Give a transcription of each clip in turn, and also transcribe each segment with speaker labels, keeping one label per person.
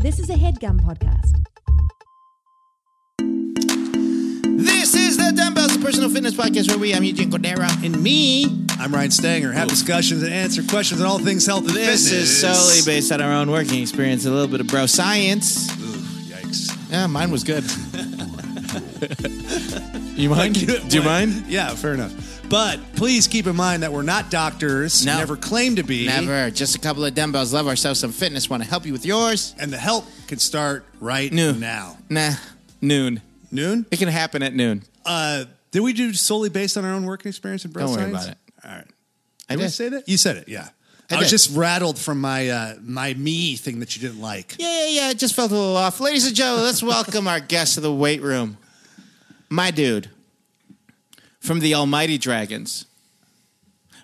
Speaker 1: This is a headgum podcast.
Speaker 2: This is the Dumbbells and Personal Fitness Podcast where we, I'm Eugene Cordera, and me,
Speaker 3: I'm Ryan Stanger. Have discussions and answer questions on all things health and
Speaker 2: this
Speaker 3: fitness.
Speaker 2: is solely based on our own working experience, a little bit of bro science.
Speaker 3: Ooh, yikes.
Speaker 2: Yeah, mine was good. you mind? Do you mind?
Speaker 3: Yeah, fair enough. But please keep in mind that we're not doctors.
Speaker 2: No.
Speaker 3: Never claim to be.
Speaker 2: Never. Just a couple of dumbbells. Love ourselves some fitness. Want to help you with yours?
Speaker 3: And the help can start right
Speaker 2: Noon.
Speaker 3: now.
Speaker 2: Nah. Noon.
Speaker 3: Noon.
Speaker 2: It can happen at noon.
Speaker 3: Uh, did we do solely based on our own working experience in breast
Speaker 2: Don't worry
Speaker 3: science?
Speaker 2: about
Speaker 3: it. All right.
Speaker 2: I
Speaker 3: Did we
Speaker 2: did.
Speaker 3: say that? You said it. Yeah.
Speaker 2: I
Speaker 3: I, was
Speaker 2: did.
Speaker 3: just rattled from my uh, my me thing that you didn't like.
Speaker 2: Yeah, yeah, yeah. It just felt a little off. Ladies and gentlemen, let's welcome our guest to the weight room. My dude from the Almighty Dragons,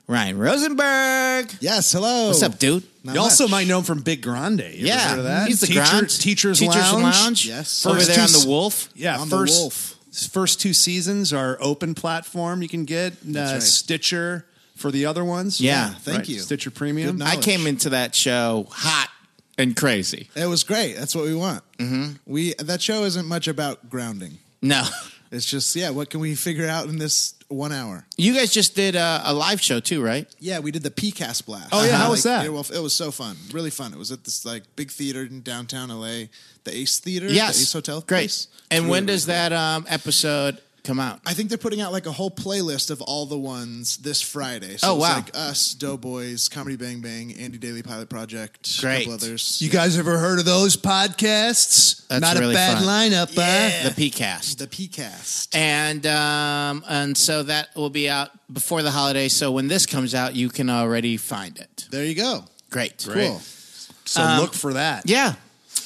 Speaker 2: Ryan Rosenberg.
Speaker 4: Yes, hello.
Speaker 2: What's up, dude?
Speaker 3: you also might know him from Big Grande. You ever
Speaker 2: yeah,
Speaker 3: heard of that?
Speaker 2: he's the
Speaker 3: Teacher-
Speaker 2: Grant.
Speaker 3: Teachers,
Speaker 4: Yes.
Speaker 2: Over
Speaker 3: First
Speaker 2: there on
Speaker 3: two-
Speaker 2: the Wolf.
Speaker 3: Yeah,
Speaker 4: On the
Speaker 3: first
Speaker 4: Wolf.
Speaker 3: first two seasons are open platform. You can get uh,
Speaker 4: right.
Speaker 3: Stitcher for the other ones.
Speaker 2: Yeah,
Speaker 4: thank you.
Speaker 3: Stitcher Premium.
Speaker 4: Good
Speaker 2: I
Speaker 4: knowledge.
Speaker 2: came into that show hot and crazy.
Speaker 4: It was great. That's what we want. Mm-hmm. We that show isn't much about grounding.
Speaker 2: No,
Speaker 4: It's just yeah, what can we figure out in this one hour?
Speaker 2: you guys just did uh, a live show too, right?
Speaker 4: Yeah, we did the PCAST blast.
Speaker 3: Oh, yeah,
Speaker 4: Uh-huh.
Speaker 3: how was
Speaker 4: Like,
Speaker 3: that?
Speaker 4: It was, it was so fun, really fun. It was at this like big theater in downtown LA, the Ace Theater,
Speaker 2: Yes,
Speaker 4: the Ace Hotel.
Speaker 2: Great.
Speaker 4: place.
Speaker 2: And
Speaker 4: It's
Speaker 2: when
Speaker 4: really,
Speaker 2: does
Speaker 4: really
Speaker 2: that um, episode come out?
Speaker 4: cool. I think they're putting out like a whole playlist of all the ones this Friday. So
Speaker 2: Oh,
Speaker 4: it's
Speaker 2: wow.
Speaker 4: Like us, Doughboys, Comedy Bang Bang, Andy Daly Pilot Project,
Speaker 2: Great.
Speaker 4: a couple others.
Speaker 3: you guys ever heard of those podcasts?
Speaker 2: That's
Speaker 3: Not
Speaker 2: really
Speaker 3: a bad
Speaker 2: fun.
Speaker 3: lineup, huh?
Speaker 2: The PCast.
Speaker 4: the PCAST.
Speaker 2: and um, and so that will be out before the holiday. So when this comes out, you can already find it.
Speaker 4: There you go.
Speaker 2: Great,
Speaker 4: Cool.
Speaker 3: So look for that.
Speaker 2: Yeah,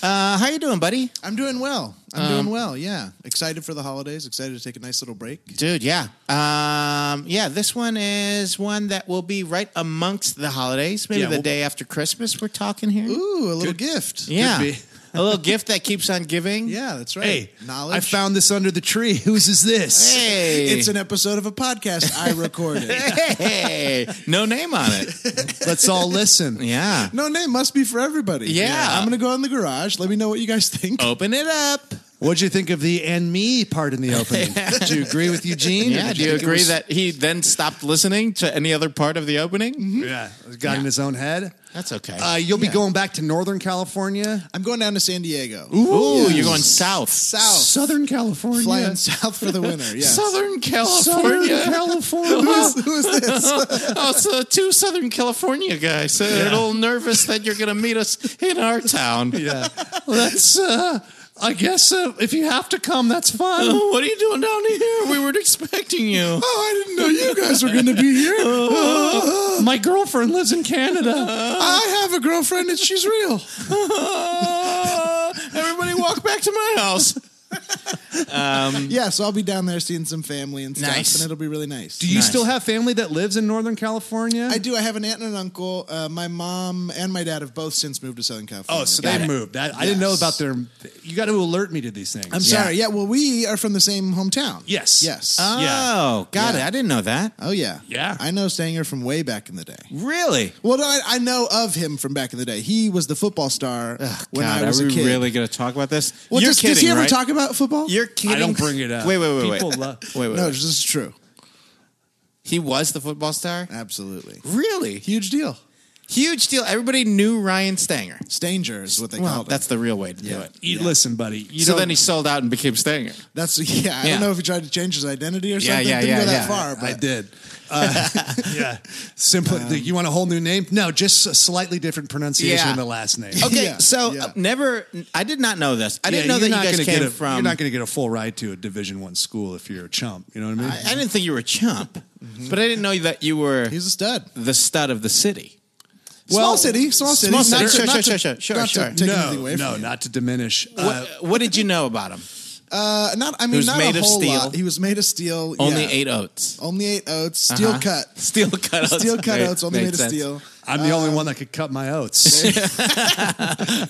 Speaker 2: uh, how you doing, buddy?
Speaker 4: I'm doing well. I'm
Speaker 2: Um,
Speaker 4: doing well. Yeah. Excited for the holidays. Excited to take a nice little break.
Speaker 2: Dude, yeah. Um, yeah, this one is one that will be right amongst the holidays, maybe
Speaker 3: Yeah,
Speaker 2: the
Speaker 3: we'll-
Speaker 2: day after Christmas we're talking here.
Speaker 4: Ooh, a little gift.
Speaker 2: yeah.
Speaker 3: be.
Speaker 2: A little gift that keeps on giving.
Speaker 4: Yeah, that's right.
Speaker 3: Hey,
Speaker 4: knowledge.
Speaker 3: I found this under the tree. Whose is this?
Speaker 2: Hey.
Speaker 4: it's an episode of a podcast I recorded.
Speaker 2: Hey, no name on it.
Speaker 3: Let's all listen.
Speaker 2: Yeah.
Speaker 4: no name must be for everybody.
Speaker 2: Yeah. Oh,
Speaker 4: I'm gonna go in the garage. Let me know what you guys think.
Speaker 2: Open it up.
Speaker 3: What'd you think of the and me part in the opening? Do you agree with Eugene?
Speaker 2: Yeah.
Speaker 3: Did
Speaker 2: Do you
Speaker 3: think it
Speaker 2: agree
Speaker 3: was-
Speaker 2: that he then stopped listening to any other part of the opening?
Speaker 4: Mm-hmm.
Speaker 3: Yeah, got in his own head.
Speaker 2: That's okay.
Speaker 3: Uh, you'll be going back to Northern California,
Speaker 4: I'm going down to San Diego.
Speaker 2: Ooh,
Speaker 4: yeah.
Speaker 2: you're going south.
Speaker 4: South.
Speaker 3: Southern California,
Speaker 4: Flying south for the winter. Yes.
Speaker 2: Southern
Speaker 3: Southern
Speaker 2: California.
Speaker 3: California.
Speaker 4: Who's, who's this?
Speaker 2: oh, it's uh, two Southern California guys. So They're a little nervous that you're going to meet us in our town.
Speaker 3: yeah. Let's. Uh, I guess uh, if you have to come, that's fun.
Speaker 2: Oh, what are you doing down here? We weren't expecting you.
Speaker 4: Oh, I didn't know you guys were gonna be here.
Speaker 3: My girlfriend lives in Canada.
Speaker 4: I have a girlfriend and she's real.
Speaker 2: Uh, everybody walk back to my house.
Speaker 4: Yeah, so I'll be down there seeing some family and stuff,
Speaker 2: Nice.
Speaker 4: and it'll be really nice.
Speaker 3: Do you
Speaker 2: Nice.
Speaker 3: still have family that lives in Northern California?
Speaker 4: I do. I have an aunt and an uncle. Uh, my mom and my dad have both since moved to Southern California.
Speaker 3: Oh, so
Speaker 2: Got
Speaker 3: they
Speaker 2: it.
Speaker 3: moved. I, I didn't know
Speaker 4: Yes.
Speaker 3: about their. You got to alert me to these things.
Speaker 4: I'm sorry. Yeah, well, we are from the same hometown.
Speaker 3: Yes.
Speaker 4: Yes.
Speaker 2: Oh, got it. I didn't know that.
Speaker 4: oh, yeah.
Speaker 3: Yeah.
Speaker 4: I know Stanger from way back in the day.
Speaker 2: Really?
Speaker 4: Well, no, I, I know of him from back in the day. He was the football star when
Speaker 2: God,
Speaker 4: I was
Speaker 2: are
Speaker 4: a
Speaker 2: we
Speaker 4: kid.
Speaker 2: really going to talk about this?
Speaker 4: well,
Speaker 2: you're
Speaker 4: does,
Speaker 2: kidding,
Speaker 4: does he ever
Speaker 2: right?
Speaker 4: talk about football?
Speaker 2: You're kidding.
Speaker 3: I don't bring it up.
Speaker 2: Wait, wait, wait, wait.
Speaker 3: People love-
Speaker 2: wait, wait,
Speaker 4: no,
Speaker 2: wait.
Speaker 4: this is true.
Speaker 2: He was the football star?
Speaker 4: Absolutely.
Speaker 2: Really?
Speaker 4: Huge deal.
Speaker 2: Huge deal. Everybody knew Ryan Stanger.
Speaker 4: Stanger is what they
Speaker 2: Well,
Speaker 4: called him.
Speaker 2: that's the real way to do it.
Speaker 3: You, Listen, buddy. You
Speaker 2: so
Speaker 3: don't-
Speaker 2: then he sold out and became Stanger.
Speaker 4: That's yeah. I
Speaker 2: Yeah.
Speaker 4: don't know if he tried to change his identity or
Speaker 2: Yeah,
Speaker 4: something.
Speaker 2: yeah,
Speaker 4: Didn't
Speaker 2: yeah,
Speaker 4: go that
Speaker 2: yeah.
Speaker 4: far. But
Speaker 3: I did. Uh, yeah. Simply, you want a whole new name? No, just a slightly different pronunciation
Speaker 2: Yeah.
Speaker 3: of the last name.
Speaker 2: Okay,
Speaker 4: Yeah,
Speaker 2: so
Speaker 4: yeah.
Speaker 2: uh, never. I did not know this. I didn't
Speaker 3: Yeah,
Speaker 2: know that
Speaker 3: you're
Speaker 2: you
Speaker 3: not
Speaker 2: guys
Speaker 3: gonna
Speaker 2: came
Speaker 3: get a,
Speaker 2: from.
Speaker 3: You're not going to get a full ride to a Division One school if you're a chump. You know what I mean?
Speaker 2: I, I didn't think you were a chump, but I didn't know that you were
Speaker 4: Mm-hmm. He's a stud.
Speaker 2: the stud of the city.
Speaker 4: small city, small city.
Speaker 2: small city.
Speaker 4: Not to-
Speaker 2: Sure,
Speaker 4: not
Speaker 2: sure, sure,
Speaker 4: to-
Speaker 2: sure, sure,
Speaker 4: not to
Speaker 2: sure.
Speaker 4: take
Speaker 3: no,
Speaker 4: anything away
Speaker 3: no,
Speaker 4: from you.
Speaker 3: not to diminish. Uh,
Speaker 2: what, what did you know about him?
Speaker 4: Uh, not. I mean,
Speaker 2: was
Speaker 4: not
Speaker 2: made
Speaker 4: a
Speaker 2: of
Speaker 4: whole
Speaker 2: steel.
Speaker 4: lot. He was made of steel.
Speaker 2: Only
Speaker 4: yeah.
Speaker 2: eight oats.
Speaker 4: Only eight oats. Steel
Speaker 2: Uh-huh.
Speaker 4: cut.
Speaker 2: Steel cutouts.
Speaker 4: Steel cut
Speaker 2: Great.
Speaker 4: oats. Only
Speaker 2: Makes
Speaker 4: made of
Speaker 2: sense.
Speaker 4: steel.
Speaker 3: I'm the only one that could cut my oats.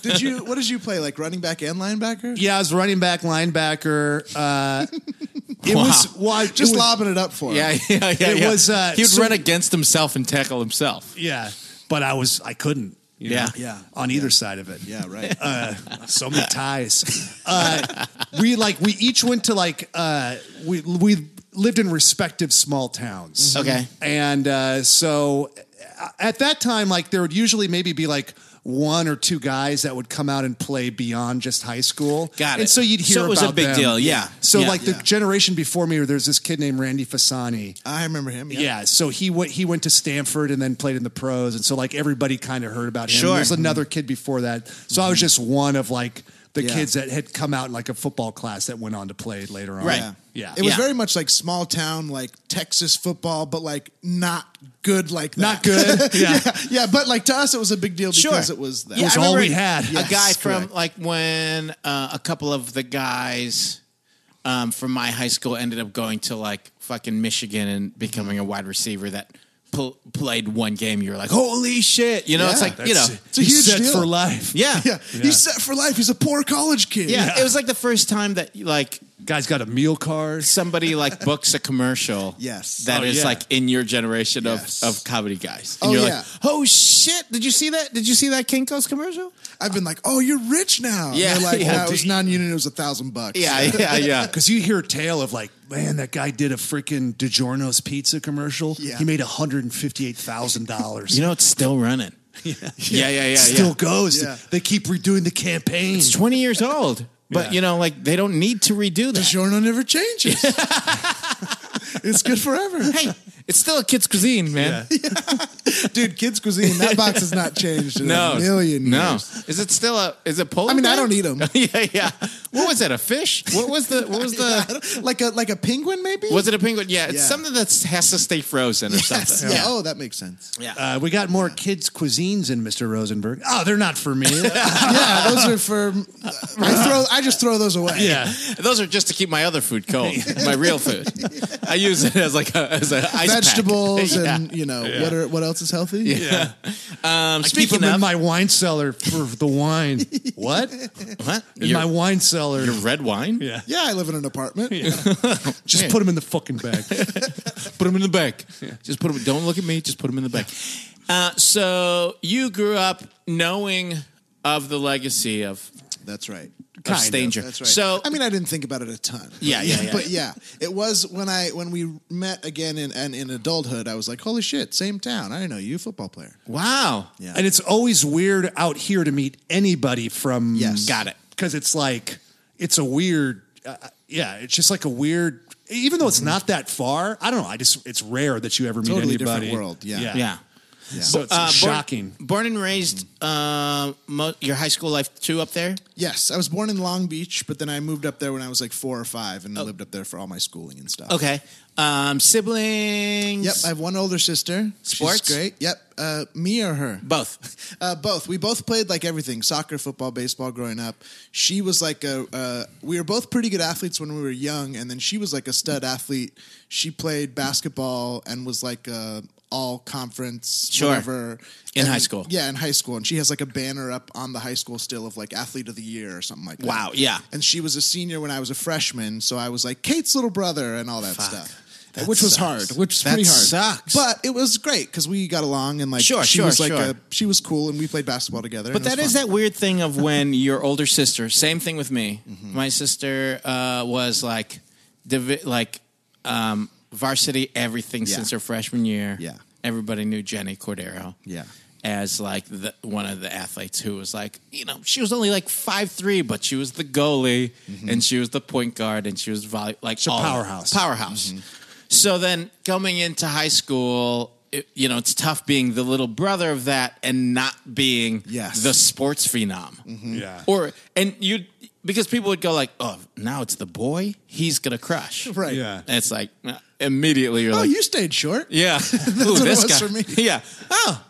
Speaker 4: Did you? What did you play? Like running back and linebacker?
Speaker 3: yeah, I was running back, linebacker. Uh, it
Speaker 2: Wow.
Speaker 3: was well, I-
Speaker 4: Just
Speaker 3: it was,
Speaker 4: lobbing it up for him.
Speaker 2: Yeah, yeah, yeah.
Speaker 3: It
Speaker 2: yeah.
Speaker 3: was, uh,
Speaker 2: he would
Speaker 3: so-
Speaker 2: run against himself and tackle himself.
Speaker 3: Yeah, but I was I couldn't. you
Speaker 2: Yeah.
Speaker 3: know,
Speaker 4: Yeah.
Speaker 3: on either side of it.
Speaker 4: Yeah, right.
Speaker 3: Uh, so many ties. Uh, we like we each went to like uh, we we lived in respective small towns.
Speaker 2: Mm-hmm. Okay.
Speaker 3: and uh, so uh, at that time, like there would usually maybe be like one or two guys that would come out and play beyond just high school.
Speaker 2: Got it.
Speaker 3: And so you'd hear
Speaker 2: So it was a
Speaker 3: about
Speaker 2: big
Speaker 3: them.
Speaker 2: deal, yeah.
Speaker 3: So
Speaker 2: Yeah.
Speaker 3: like
Speaker 4: Yeah.
Speaker 3: the generation before me, there's this kid named Randy Fasani.
Speaker 4: I remember him. Yeah.
Speaker 3: Yeah, so he went he went to Stanford and then played in the pros, and so like everybody kind of heard about him.
Speaker 2: Sure.
Speaker 3: There's another kid before that, so I was just one of like the
Speaker 4: Yeah.
Speaker 3: kids that had come out in like a football class that went on to play later on.
Speaker 2: Right.
Speaker 4: Yeah.
Speaker 3: Yeah.
Speaker 4: It was
Speaker 2: Yeah.
Speaker 4: very much like small town, like Texas football, but like not good like that.
Speaker 3: Not good. yeah.
Speaker 4: yeah. yeah, but like to us, it was a big deal because
Speaker 2: Sure.
Speaker 4: it was that.
Speaker 2: Yeah,
Speaker 3: It was
Speaker 2: I
Speaker 3: all
Speaker 2: remember
Speaker 3: we had.
Speaker 2: A
Speaker 3: Yes,
Speaker 2: guy from
Speaker 3: correct.
Speaker 2: like when uh, a couple of the guys um, from my high school ended up going to like fucking Michigan and becoming a wide receiver that pl- played one game. You're like, holy shit! You know, it's
Speaker 4: Yeah,
Speaker 2: like you know,
Speaker 3: That's-
Speaker 4: It's a
Speaker 3: he's
Speaker 4: huge
Speaker 3: set
Speaker 4: deal.
Speaker 3: for life.
Speaker 2: yeah.
Speaker 4: Yeah. he's set for life. He's a poor college kid.
Speaker 2: yeah, It was like the first time that like
Speaker 3: Guy's got a meal card.
Speaker 2: somebody like books a commercial.
Speaker 4: Yes.
Speaker 2: that
Speaker 3: Oh,
Speaker 2: is
Speaker 3: yeah.
Speaker 2: like in your generation
Speaker 4: Yes.
Speaker 2: of of comedy guys.
Speaker 4: Oh,
Speaker 2: And you're
Speaker 4: yeah.
Speaker 2: like, oh shit! Did you see that? Did you see that Kinko's commercial?
Speaker 4: I've been like, oh, you're rich now.
Speaker 2: Yeah,
Speaker 4: and they're like,
Speaker 2: yeah.
Speaker 4: "No, it was non-union. It was a thousand bucks.
Speaker 2: Yeah, yeah, yeah.
Speaker 3: Because you hear a tale of like, man, that guy did a freaking DiGiorno's pizza commercial.
Speaker 4: Yeah.
Speaker 3: He made hundred and fifty-eight thousand dollars.
Speaker 2: You know, it's still running. Yeah, yeah, yeah, yeah.
Speaker 3: still goes.
Speaker 4: Yeah.
Speaker 3: They keep redoing the campaign.
Speaker 2: It's 20 years old. But
Speaker 3: Yeah.
Speaker 2: you know, like they don't need to redo that.
Speaker 4: DiGiorno never changes. it's good forever.
Speaker 2: Hey, it's still a kid's cuisine, man.
Speaker 4: Dude, kids cuisine, that box has not changed in
Speaker 2: No,
Speaker 4: a million
Speaker 2: No,
Speaker 4: years.
Speaker 2: is it still a? Is it Polish?
Speaker 4: I mean, I don't eat 'em.
Speaker 2: yeah, yeah. What was that? A fish? What was the? What was the?
Speaker 4: Like a like a penguin, maybe?
Speaker 2: Was it a penguin? Yeah, it's
Speaker 4: Yeah.
Speaker 2: something that has to stay frozen or
Speaker 4: Yes.
Speaker 2: something.
Speaker 4: Yeah. Oh, that makes sense.
Speaker 2: Yeah.
Speaker 3: Uh, we got more kids' cuisines in Mr. Rosenberg. Oh, they're not for me.
Speaker 4: yeah, those are for. I throw. I just throw those away.
Speaker 3: yeah.
Speaker 2: Those are just to keep my other food cold, my real food. I use it as like a as an ice pack.
Speaker 4: vegetables
Speaker 2: Yeah.
Speaker 4: and you know what are what else is healthy?
Speaker 3: Yeah.
Speaker 2: um,
Speaker 3: Keep
Speaker 2: speaking
Speaker 3: them
Speaker 2: of
Speaker 3: in my wine cellar for the wine. what? In
Speaker 2: what?
Speaker 3: my
Speaker 2: Your,
Speaker 3: wine cellar.
Speaker 2: your red wine?
Speaker 3: Yeah.
Speaker 4: Yeah, I live in an apartment.
Speaker 3: Just put them in the fucking bag.
Speaker 2: Put them in the back. Just put them. Don't look at me. Just put them in the back. Uh, so you grew up knowing of the legacy of,
Speaker 4: That's right.
Speaker 2: of
Speaker 3: of,
Speaker 2: Stanger.
Speaker 4: That's right.
Speaker 2: So
Speaker 4: I mean, I didn't think about it a ton. But
Speaker 2: Yeah, yeah, yeah.
Speaker 4: But yeah, it was when I when we met again in in, in adulthood. I was like, holy shit, same town. I didn't know you, football player.
Speaker 2: wow.
Speaker 4: Yeah.
Speaker 3: And it's always weird out here to meet anybody from.
Speaker 4: Yes.
Speaker 2: Got it.
Speaker 3: Because it's like, it's a weird. Uh, yeah. It's just like a weird. Even though it's not that far, I don't know. I just it's rare that you ever meet
Speaker 4: Mm-hmm. Totally different
Speaker 3: anybody.
Speaker 4: world, yeah.
Speaker 3: yeah,
Speaker 2: Yeah.
Speaker 3: So it's
Speaker 2: Uh, born-
Speaker 3: shocking.
Speaker 2: Born, and raised. Uh, mo- your high school life too up there.
Speaker 4: Yes, I was born in Long Beach, but then I moved up there when I was like four or five, and I lived up there for all my schooling and stuff.
Speaker 2: Oh. Okay. Um, siblings.
Speaker 4: Yep, I have one older sister.
Speaker 2: Sports?
Speaker 4: She's great. Yep, uh, me or her?
Speaker 2: both.
Speaker 4: Uh, both. We both played like everything: soccer, football, baseball. Growing up, she was like a. Uh, we were both pretty good athletes when we were young, and then she was like a stud athlete. She played basketball and was like a all conference,
Speaker 2: Sure.
Speaker 4: whatever.
Speaker 2: In
Speaker 4: And-
Speaker 2: high school.
Speaker 4: yeah, in high school, and she has like a banner up on the high school still of like athlete of the year or something like that.
Speaker 2: Wow, yeah.
Speaker 4: And she was a senior when I was a freshman, so I was like Kate's little brother and all that stuff.
Speaker 2: That
Speaker 4: which was
Speaker 2: sucks.
Speaker 4: hard. Which was
Speaker 2: That
Speaker 4: pretty hard.
Speaker 2: sucks.
Speaker 4: But it was great because we got along and like
Speaker 2: Sure,
Speaker 4: she
Speaker 2: sure,
Speaker 4: was like
Speaker 2: sure.
Speaker 4: a she was cool and we played basketball together.
Speaker 2: But that is that weird thing of when your older sister. Same thing with me.
Speaker 4: Mm-hmm.
Speaker 2: My sister uh, was like, divi- like um, varsity everything
Speaker 4: Yeah.
Speaker 2: since her freshman year.
Speaker 4: Yeah.
Speaker 2: everybody knew Jenny Cordero.
Speaker 4: Yeah.
Speaker 2: as like the, one of the athletes who was like, you know, she was only like five three, but she was the goalie
Speaker 4: Mm-hmm.
Speaker 2: and she was the point guard and she was volley like
Speaker 3: a
Speaker 2: all-
Speaker 3: powerhouse.
Speaker 2: powerhouse.
Speaker 4: Mm-hmm.
Speaker 2: So then coming into high school. it- you know, it's tough being the little brother of that and not being
Speaker 4: Yes. Mm-hmm.
Speaker 2: the sports phenom.
Speaker 4: Mm.
Speaker 3: Yeah.
Speaker 2: Or and you because people would go like, "Oh, now it's the boy. He's gonna crush."
Speaker 4: right.
Speaker 3: Yeah.
Speaker 2: And it's like uh, immediately you're
Speaker 4: Oh,
Speaker 2: like,
Speaker 4: you stayed short.
Speaker 2: "Yeah, ooh,
Speaker 4: what it
Speaker 2: this
Speaker 4: was
Speaker 2: guy."
Speaker 4: for me.
Speaker 2: Yeah. Oh.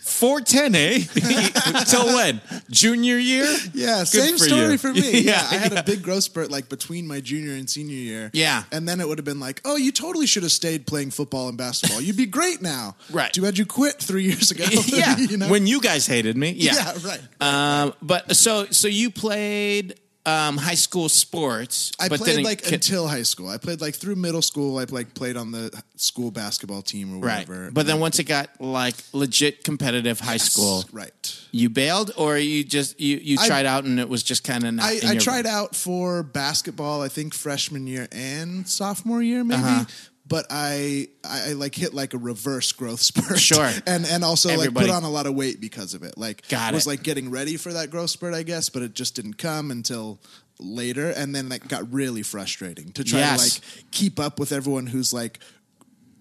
Speaker 2: 410, eh? Till when? Junior year?
Speaker 4: Yeah,
Speaker 2: Good
Speaker 4: same
Speaker 2: for
Speaker 4: story
Speaker 2: you.
Speaker 4: for me.
Speaker 2: Yeah,
Speaker 4: yeah, I had
Speaker 2: yeah.
Speaker 4: a big growth spurt like between my junior and senior year.
Speaker 2: Yeah.
Speaker 4: and then it would have been like, oh, you totally should have stayed playing football and basketball. You'd be great now.
Speaker 2: Right.
Speaker 4: Too bad you quit three years ago.
Speaker 2: yeah.
Speaker 4: you know?
Speaker 2: When you guys hated me. Yeah. Uh,
Speaker 4: Yeah, right.
Speaker 2: Um, but so so you played um, high school sports.
Speaker 4: I
Speaker 2: but
Speaker 4: played
Speaker 2: didn't
Speaker 4: like
Speaker 2: ki-
Speaker 4: until high school. I played like through middle school. I like played on the school basketball team or
Speaker 2: right.
Speaker 4: whatever.
Speaker 2: But then once it got like legit competitive high school,
Speaker 4: right?
Speaker 2: you bailed or you just you you
Speaker 4: I-
Speaker 2: tried out and it was just kind of not.
Speaker 4: I,
Speaker 2: in
Speaker 4: I
Speaker 2: your-
Speaker 4: tried out for basketball. I think freshman year and sophomore year, maybe.
Speaker 2: Uh-huh.
Speaker 4: But I, I I, like hit like a reverse growth spurt.
Speaker 2: Sure.
Speaker 4: and and also
Speaker 2: Everybody-
Speaker 4: like put on a lot of weight because of it. Like
Speaker 2: Got
Speaker 4: was
Speaker 2: it.
Speaker 4: like getting ready for that growth spurt, I guess, but it just didn't come until later, and then that got really frustrating to try
Speaker 2: Yes.
Speaker 4: to like keep up with everyone who's like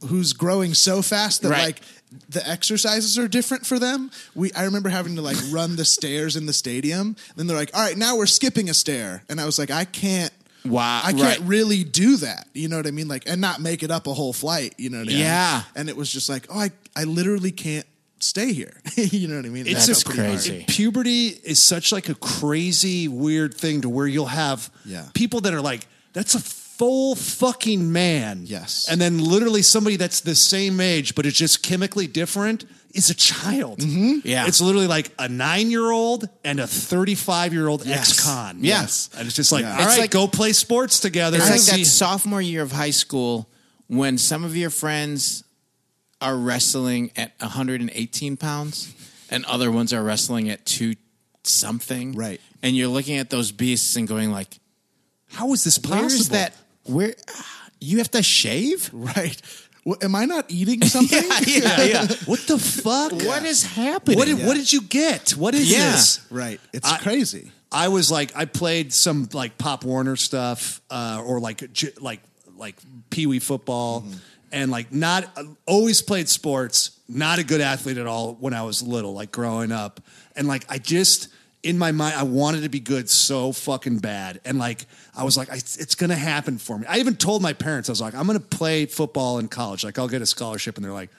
Speaker 4: who's growing so fast that
Speaker 2: Right.
Speaker 4: like the exercises are different for them. We I remember having to like run the stairs in the stadium. Then they're like, "All right, now we're skipping a stair," and I was like, "I can't."
Speaker 2: Wow,
Speaker 4: I
Speaker 2: right.
Speaker 4: can't really do that. You know what I mean? Like, and not make it up a whole flight. You know what I mean?
Speaker 2: Yeah.
Speaker 4: And it was just like, oh, I I literally can't stay here. you know what I mean?
Speaker 3: It's
Speaker 2: That's
Speaker 3: just
Speaker 2: crazy.
Speaker 3: puberty is such like a crazy weird thing to where you'll have
Speaker 4: Yeah.
Speaker 3: people that are like that's a full fucking man
Speaker 4: Yes.
Speaker 3: and then literally somebody that's the same age but it's just chemically different is a child
Speaker 2: Mm-hmm. Yeah.
Speaker 3: it's literally like a nine-year-old and a 35-year-old
Speaker 2: Yes.
Speaker 3: ex-con
Speaker 2: Yeah.
Speaker 3: and it's just like
Speaker 4: Yeah.
Speaker 3: all right,
Speaker 2: It's like-
Speaker 3: go play sports together
Speaker 2: It's
Speaker 3: and
Speaker 2: like
Speaker 3: see-
Speaker 2: that sophomore year of high school when some of your friends are wrestling at 118 pounds and other ones are wrestling at two something.
Speaker 4: Right.
Speaker 2: And you're looking at those beasts and going like,
Speaker 3: how is this possible
Speaker 2: where's that? Where you have to shave?
Speaker 4: Right. Well, am I not eating something?
Speaker 2: Yeah, yeah.
Speaker 3: what the fuck
Speaker 2: What is happening?
Speaker 3: what did,
Speaker 4: Yeah.
Speaker 3: what did you get what is
Speaker 2: Yeah.
Speaker 3: this
Speaker 4: Right. It's
Speaker 3: I-
Speaker 4: crazy.
Speaker 3: I was like, I played some like Pop Warner stuff, uh, or like j- like like Pee Wee football,
Speaker 2: Mm-hmm.
Speaker 3: and like not uh, always played sports. Not a good athlete at all when I was little, like growing up, and like I just in my mind I wanted to be good so fucking bad, and like I was like, I, it's gonna happen for me. I even told my parents I was like, I'm gonna play football in college, like I'll get a scholarship, and they're like.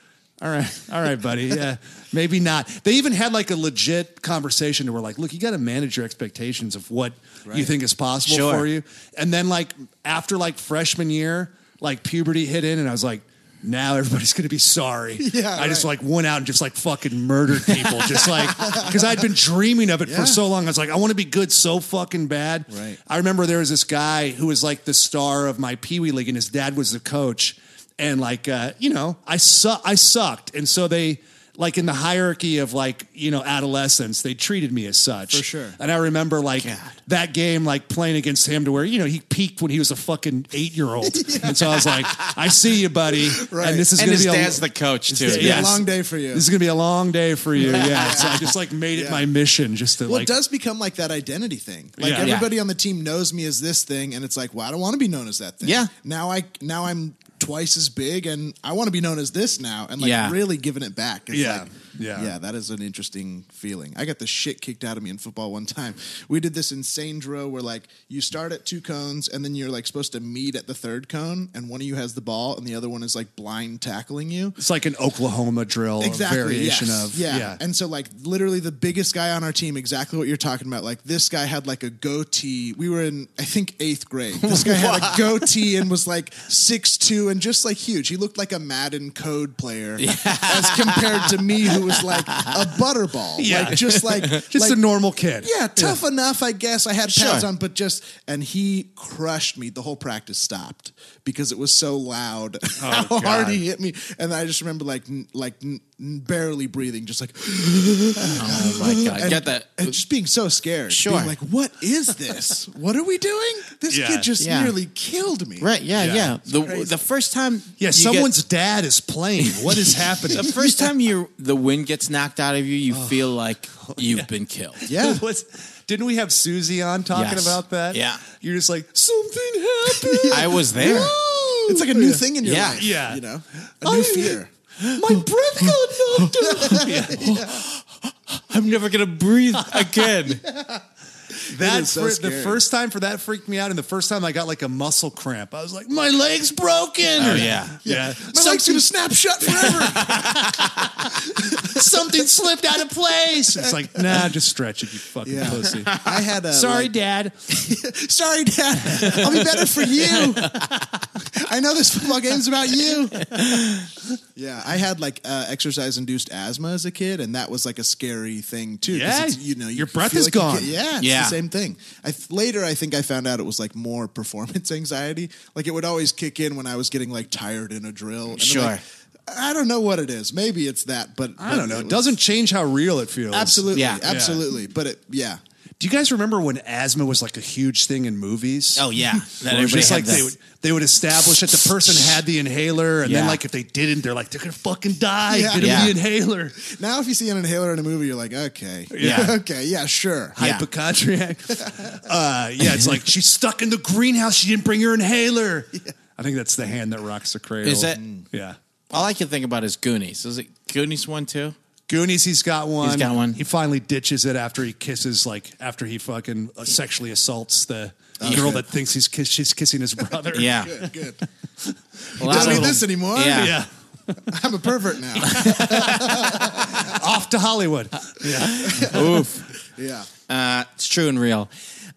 Speaker 3: All right, all right, buddy. Yeah, maybe not. They even had like a legit conversation where, like, look, you got to manage your expectations of what you think is possible
Speaker 2: Sure.
Speaker 3: for you. And then, like, after like freshman year, like puberty hit in, and I was like, now everybody's gonna be sorry.
Speaker 4: Yeah,
Speaker 3: I just like
Speaker 4: right.
Speaker 3: went out and just like fucking murdered people, just like because I'd been dreaming of it
Speaker 4: Yeah.
Speaker 3: for so long. I was like, I want to be good so fucking bad.
Speaker 4: Right.
Speaker 3: I remember there was this guy who was like the star of my Pee Wee League, and his dad was the coach. And like, uh, you know, I su- I sucked, and so they like in the hierarchy of like you know adolescence, they treated me as such
Speaker 4: For sure.
Speaker 3: And I remember like that game, like playing against him to where you know he peaked when he was a fucking eight year old, and so I was like, I see you, buddy,
Speaker 4: Right.
Speaker 3: and this is
Speaker 2: and
Speaker 3: gonna
Speaker 2: his
Speaker 3: be a-
Speaker 2: dad's the coach too.
Speaker 3: gonna be
Speaker 4: Yeah.
Speaker 3: Yes.
Speaker 4: long day for you.
Speaker 3: this is gonna be a long day for you. Yeah, so I just like made it
Speaker 4: Yeah.
Speaker 3: my mission just to
Speaker 4: Well,
Speaker 3: like
Speaker 4: it does become like that identity thing. Like
Speaker 3: Yeah.
Speaker 4: everybody on the team knows me as this thing, and it's like, well, I don't want to be known as that thing.
Speaker 2: Yeah.
Speaker 4: Now I now I'm twice as big, and I want to be known as this now, and like
Speaker 2: Yeah.
Speaker 4: really giving it back. It's
Speaker 3: Yeah.
Speaker 4: Like,
Speaker 3: Yeah.
Speaker 4: Yeah. That is an interesting feeling. I got the shit kicked out of me in football one time. We did this insane drill where like you start at two cones, and then you're like supposed to meet at the third cone, and one of you has the ball, and the other one is like blind tackling you.
Speaker 3: It's like an Oklahoma drill,
Speaker 4: exactly,
Speaker 3: a variation
Speaker 4: yes.
Speaker 3: of
Speaker 4: yeah. And so like literally the biggest guy on our team, exactly what you're talking about. Like this guy had like a goatee. We were in I think eighth grade. This guy had a goatee and was like six two and just like huge. He looked like a Madden code player as compared to me, who was like a butterball.
Speaker 3: Yeah.
Speaker 4: Like just like
Speaker 3: just
Speaker 4: like,
Speaker 3: a normal kid.
Speaker 4: yeah, tough enough, I guess. I had pads
Speaker 2: Sure.
Speaker 4: on, but just and he crushed me. The whole practice stopped because it was so loud.
Speaker 2: Oh,
Speaker 4: how
Speaker 3: God.
Speaker 4: hard he hit me, and I just remember like n- like n- n- barely breathing, just like
Speaker 2: oh my god,
Speaker 4: and,
Speaker 2: get that?
Speaker 4: and just being so scared.
Speaker 2: Sure.
Speaker 4: being like what is this? what are we doing? This
Speaker 3: Yeah.
Speaker 4: kid just
Speaker 2: Yeah.
Speaker 4: nearly killed me.
Speaker 2: Right? Yeah,
Speaker 3: Yeah.
Speaker 2: yeah. The
Speaker 4: crazy.
Speaker 2: the first time, you
Speaker 3: yeah.
Speaker 2: get-
Speaker 3: Someone's dad is playing. What is happening?
Speaker 2: the first time you the wind gets knocked out of you, you feel like you've been killed.
Speaker 4: Yeah.
Speaker 3: Was- didn't we have Susie on talking
Speaker 2: Yes.
Speaker 3: about that?
Speaker 2: Yeah.
Speaker 3: you're just like something happened.
Speaker 2: I was there.
Speaker 4: It's like a new thing in your
Speaker 2: Yeah.
Speaker 4: life.
Speaker 3: Yeah. Oh,
Speaker 4: You know, a new
Speaker 3: I-
Speaker 4: fear.
Speaker 3: My breath got knocked out.
Speaker 2: I'm never gonna breathe again.
Speaker 3: That
Speaker 4: is so
Speaker 3: fr- the
Speaker 4: scary.
Speaker 3: first time for that freaked me out, and the first time I got like a muscle cramp. I was like, my leg's broken.
Speaker 2: Oh, yeah.
Speaker 3: yeah.
Speaker 4: My leg's gonna snap shut forever.
Speaker 3: something slipped out of place. It's like, nah, just stretch it, you fucking
Speaker 4: Yeah.
Speaker 3: pussy.
Speaker 4: I had a
Speaker 3: Sorry,
Speaker 4: like-
Speaker 3: Dad.
Speaker 4: Sorry, Dad. I'll be better for you. I know this football game's about you. yeah, I had like uh, exercise induced asthma as a kid, and that was like a scary thing too. 'cause
Speaker 3: Yeah,
Speaker 4: it's, you know, you
Speaker 3: your breath
Speaker 4: feel
Speaker 3: is
Speaker 4: like you
Speaker 3: gone.
Speaker 4: get- yeah, it's
Speaker 2: Yeah.
Speaker 4: the same thing. I th- later, I think I found out it was like more performance anxiety. Like it would always kick in when I was getting like tired in a drill. And I'm
Speaker 2: Sure.
Speaker 4: like, I don't know what it is. Maybe it's that, but
Speaker 3: I
Speaker 4: but
Speaker 3: don't know. It
Speaker 4: was-
Speaker 3: doesn't change how real it feels.
Speaker 4: absolutely,
Speaker 2: Yeah. Yeah.
Speaker 4: absolutely. But it, yeah,
Speaker 3: Do you guys remember when asthma was like a huge thing in movies?
Speaker 2: Oh yeah, that
Speaker 3: Where it was
Speaker 2: everybody
Speaker 3: just
Speaker 2: had
Speaker 3: like
Speaker 2: that.
Speaker 3: they would they would establish that the person had the inhaler, and then
Speaker 2: Yeah.
Speaker 3: like if they didn't, they're like they're gonna fucking die.
Speaker 4: Yeah.
Speaker 3: Get 'em
Speaker 2: Yeah.
Speaker 3: the inhaler.
Speaker 4: Now, if you see an inhaler in a movie, you're like, okay,
Speaker 2: Yeah.
Speaker 4: okay, yeah, sure.
Speaker 2: Yeah.
Speaker 3: Hypochondriac. uh, yeah, it's like she's stuck in the greenhouse. She didn't bring her inhaler. I think that's the hand that rocks the cradle. Mm.
Speaker 2: Is that-
Speaker 3: Yeah.
Speaker 2: All I can think about is Goonies. Is it Goonies one too?
Speaker 3: Goonies, he's got one.
Speaker 2: He's got one.
Speaker 3: He finally ditches it after he kisses, like after he fucking uh, sexually assaults the girl that thinks he's kiss- she's kissing his brother.
Speaker 2: Oh, Yeah,
Speaker 4: Good, good.
Speaker 2: A lot
Speaker 4: Don't
Speaker 2: of
Speaker 4: need
Speaker 2: them-
Speaker 4: this anymore.
Speaker 2: Yeah.
Speaker 3: yeah.
Speaker 4: I'm a pervert now.
Speaker 3: Off to Hollywood. Yeah.
Speaker 4: yeah.
Speaker 2: Uh, it's true and real.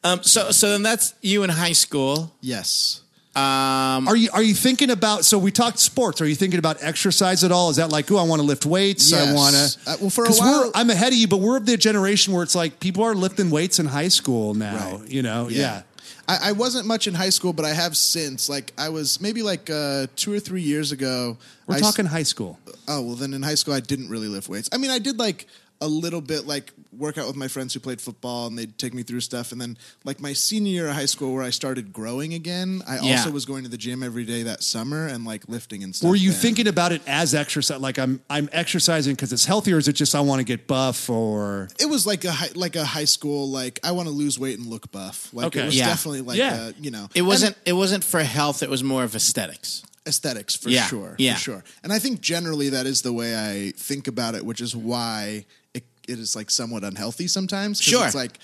Speaker 2: Um, so, so then that's you in high school.
Speaker 4: Yes.
Speaker 3: Are you are you thinking about? So we talked sports. Are you thinking about exercise at all? Is that like, oh, I want to lift weights. I
Speaker 4: Yes.
Speaker 3: want
Speaker 4: Uh,
Speaker 3: to.
Speaker 4: well, for a
Speaker 3: we're,
Speaker 4: while-
Speaker 3: I'm ahead of you, but we're of the generation where it's like people are lifting weights in high school now.
Speaker 4: Right.
Speaker 3: You know, yeah.
Speaker 4: I, I wasn't much in high school, but I have since. Like, I was maybe like uh, two or three years ago.
Speaker 3: We're
Speaker 4: I s-
Speaker 3: talking high school.
Speaker 4: oh, well, then in high school, I didn't really lift weights. I mean, I did like a little bit like work out with my friends who played football and they'd take me through stuff. And then, like, my senior year of high school where I started growing again, I
Speaker 2: Yeah.
Speaker 4: also was going to the gym every day that summer and like lifting and stuff.
Speaker 3: Were you
Speaker 4: then.
Speaker 3: thinking about it as exercise? Like I'm I'm exercising because it's healthy, or is it just I want to get buff? Or
Speaker 4: it was like a high, like a high school like I want to lose weight and look buff. Like
Speaker 3: Okay.
Speaker 4: it was
Speaker 2: Yeah.
Speaker 4: definitely like
Speaker 3: Yeah.
Speaker 4: uh, you know
Speaker 2: It wasn't. it wasn't for health. It was more of aesthetics.
Speaker 4: aesthetics for
Speaker 2: Yeah.
Speaker 4: sure.
Speaker 2: Yeah.
Speaker 4: For sure. And I think generally that is the way I think about it, which is why it, it is like somewhat unhealthy sometimes. 'cause
Speaker 2: Sure.
Speaker 4: It's like,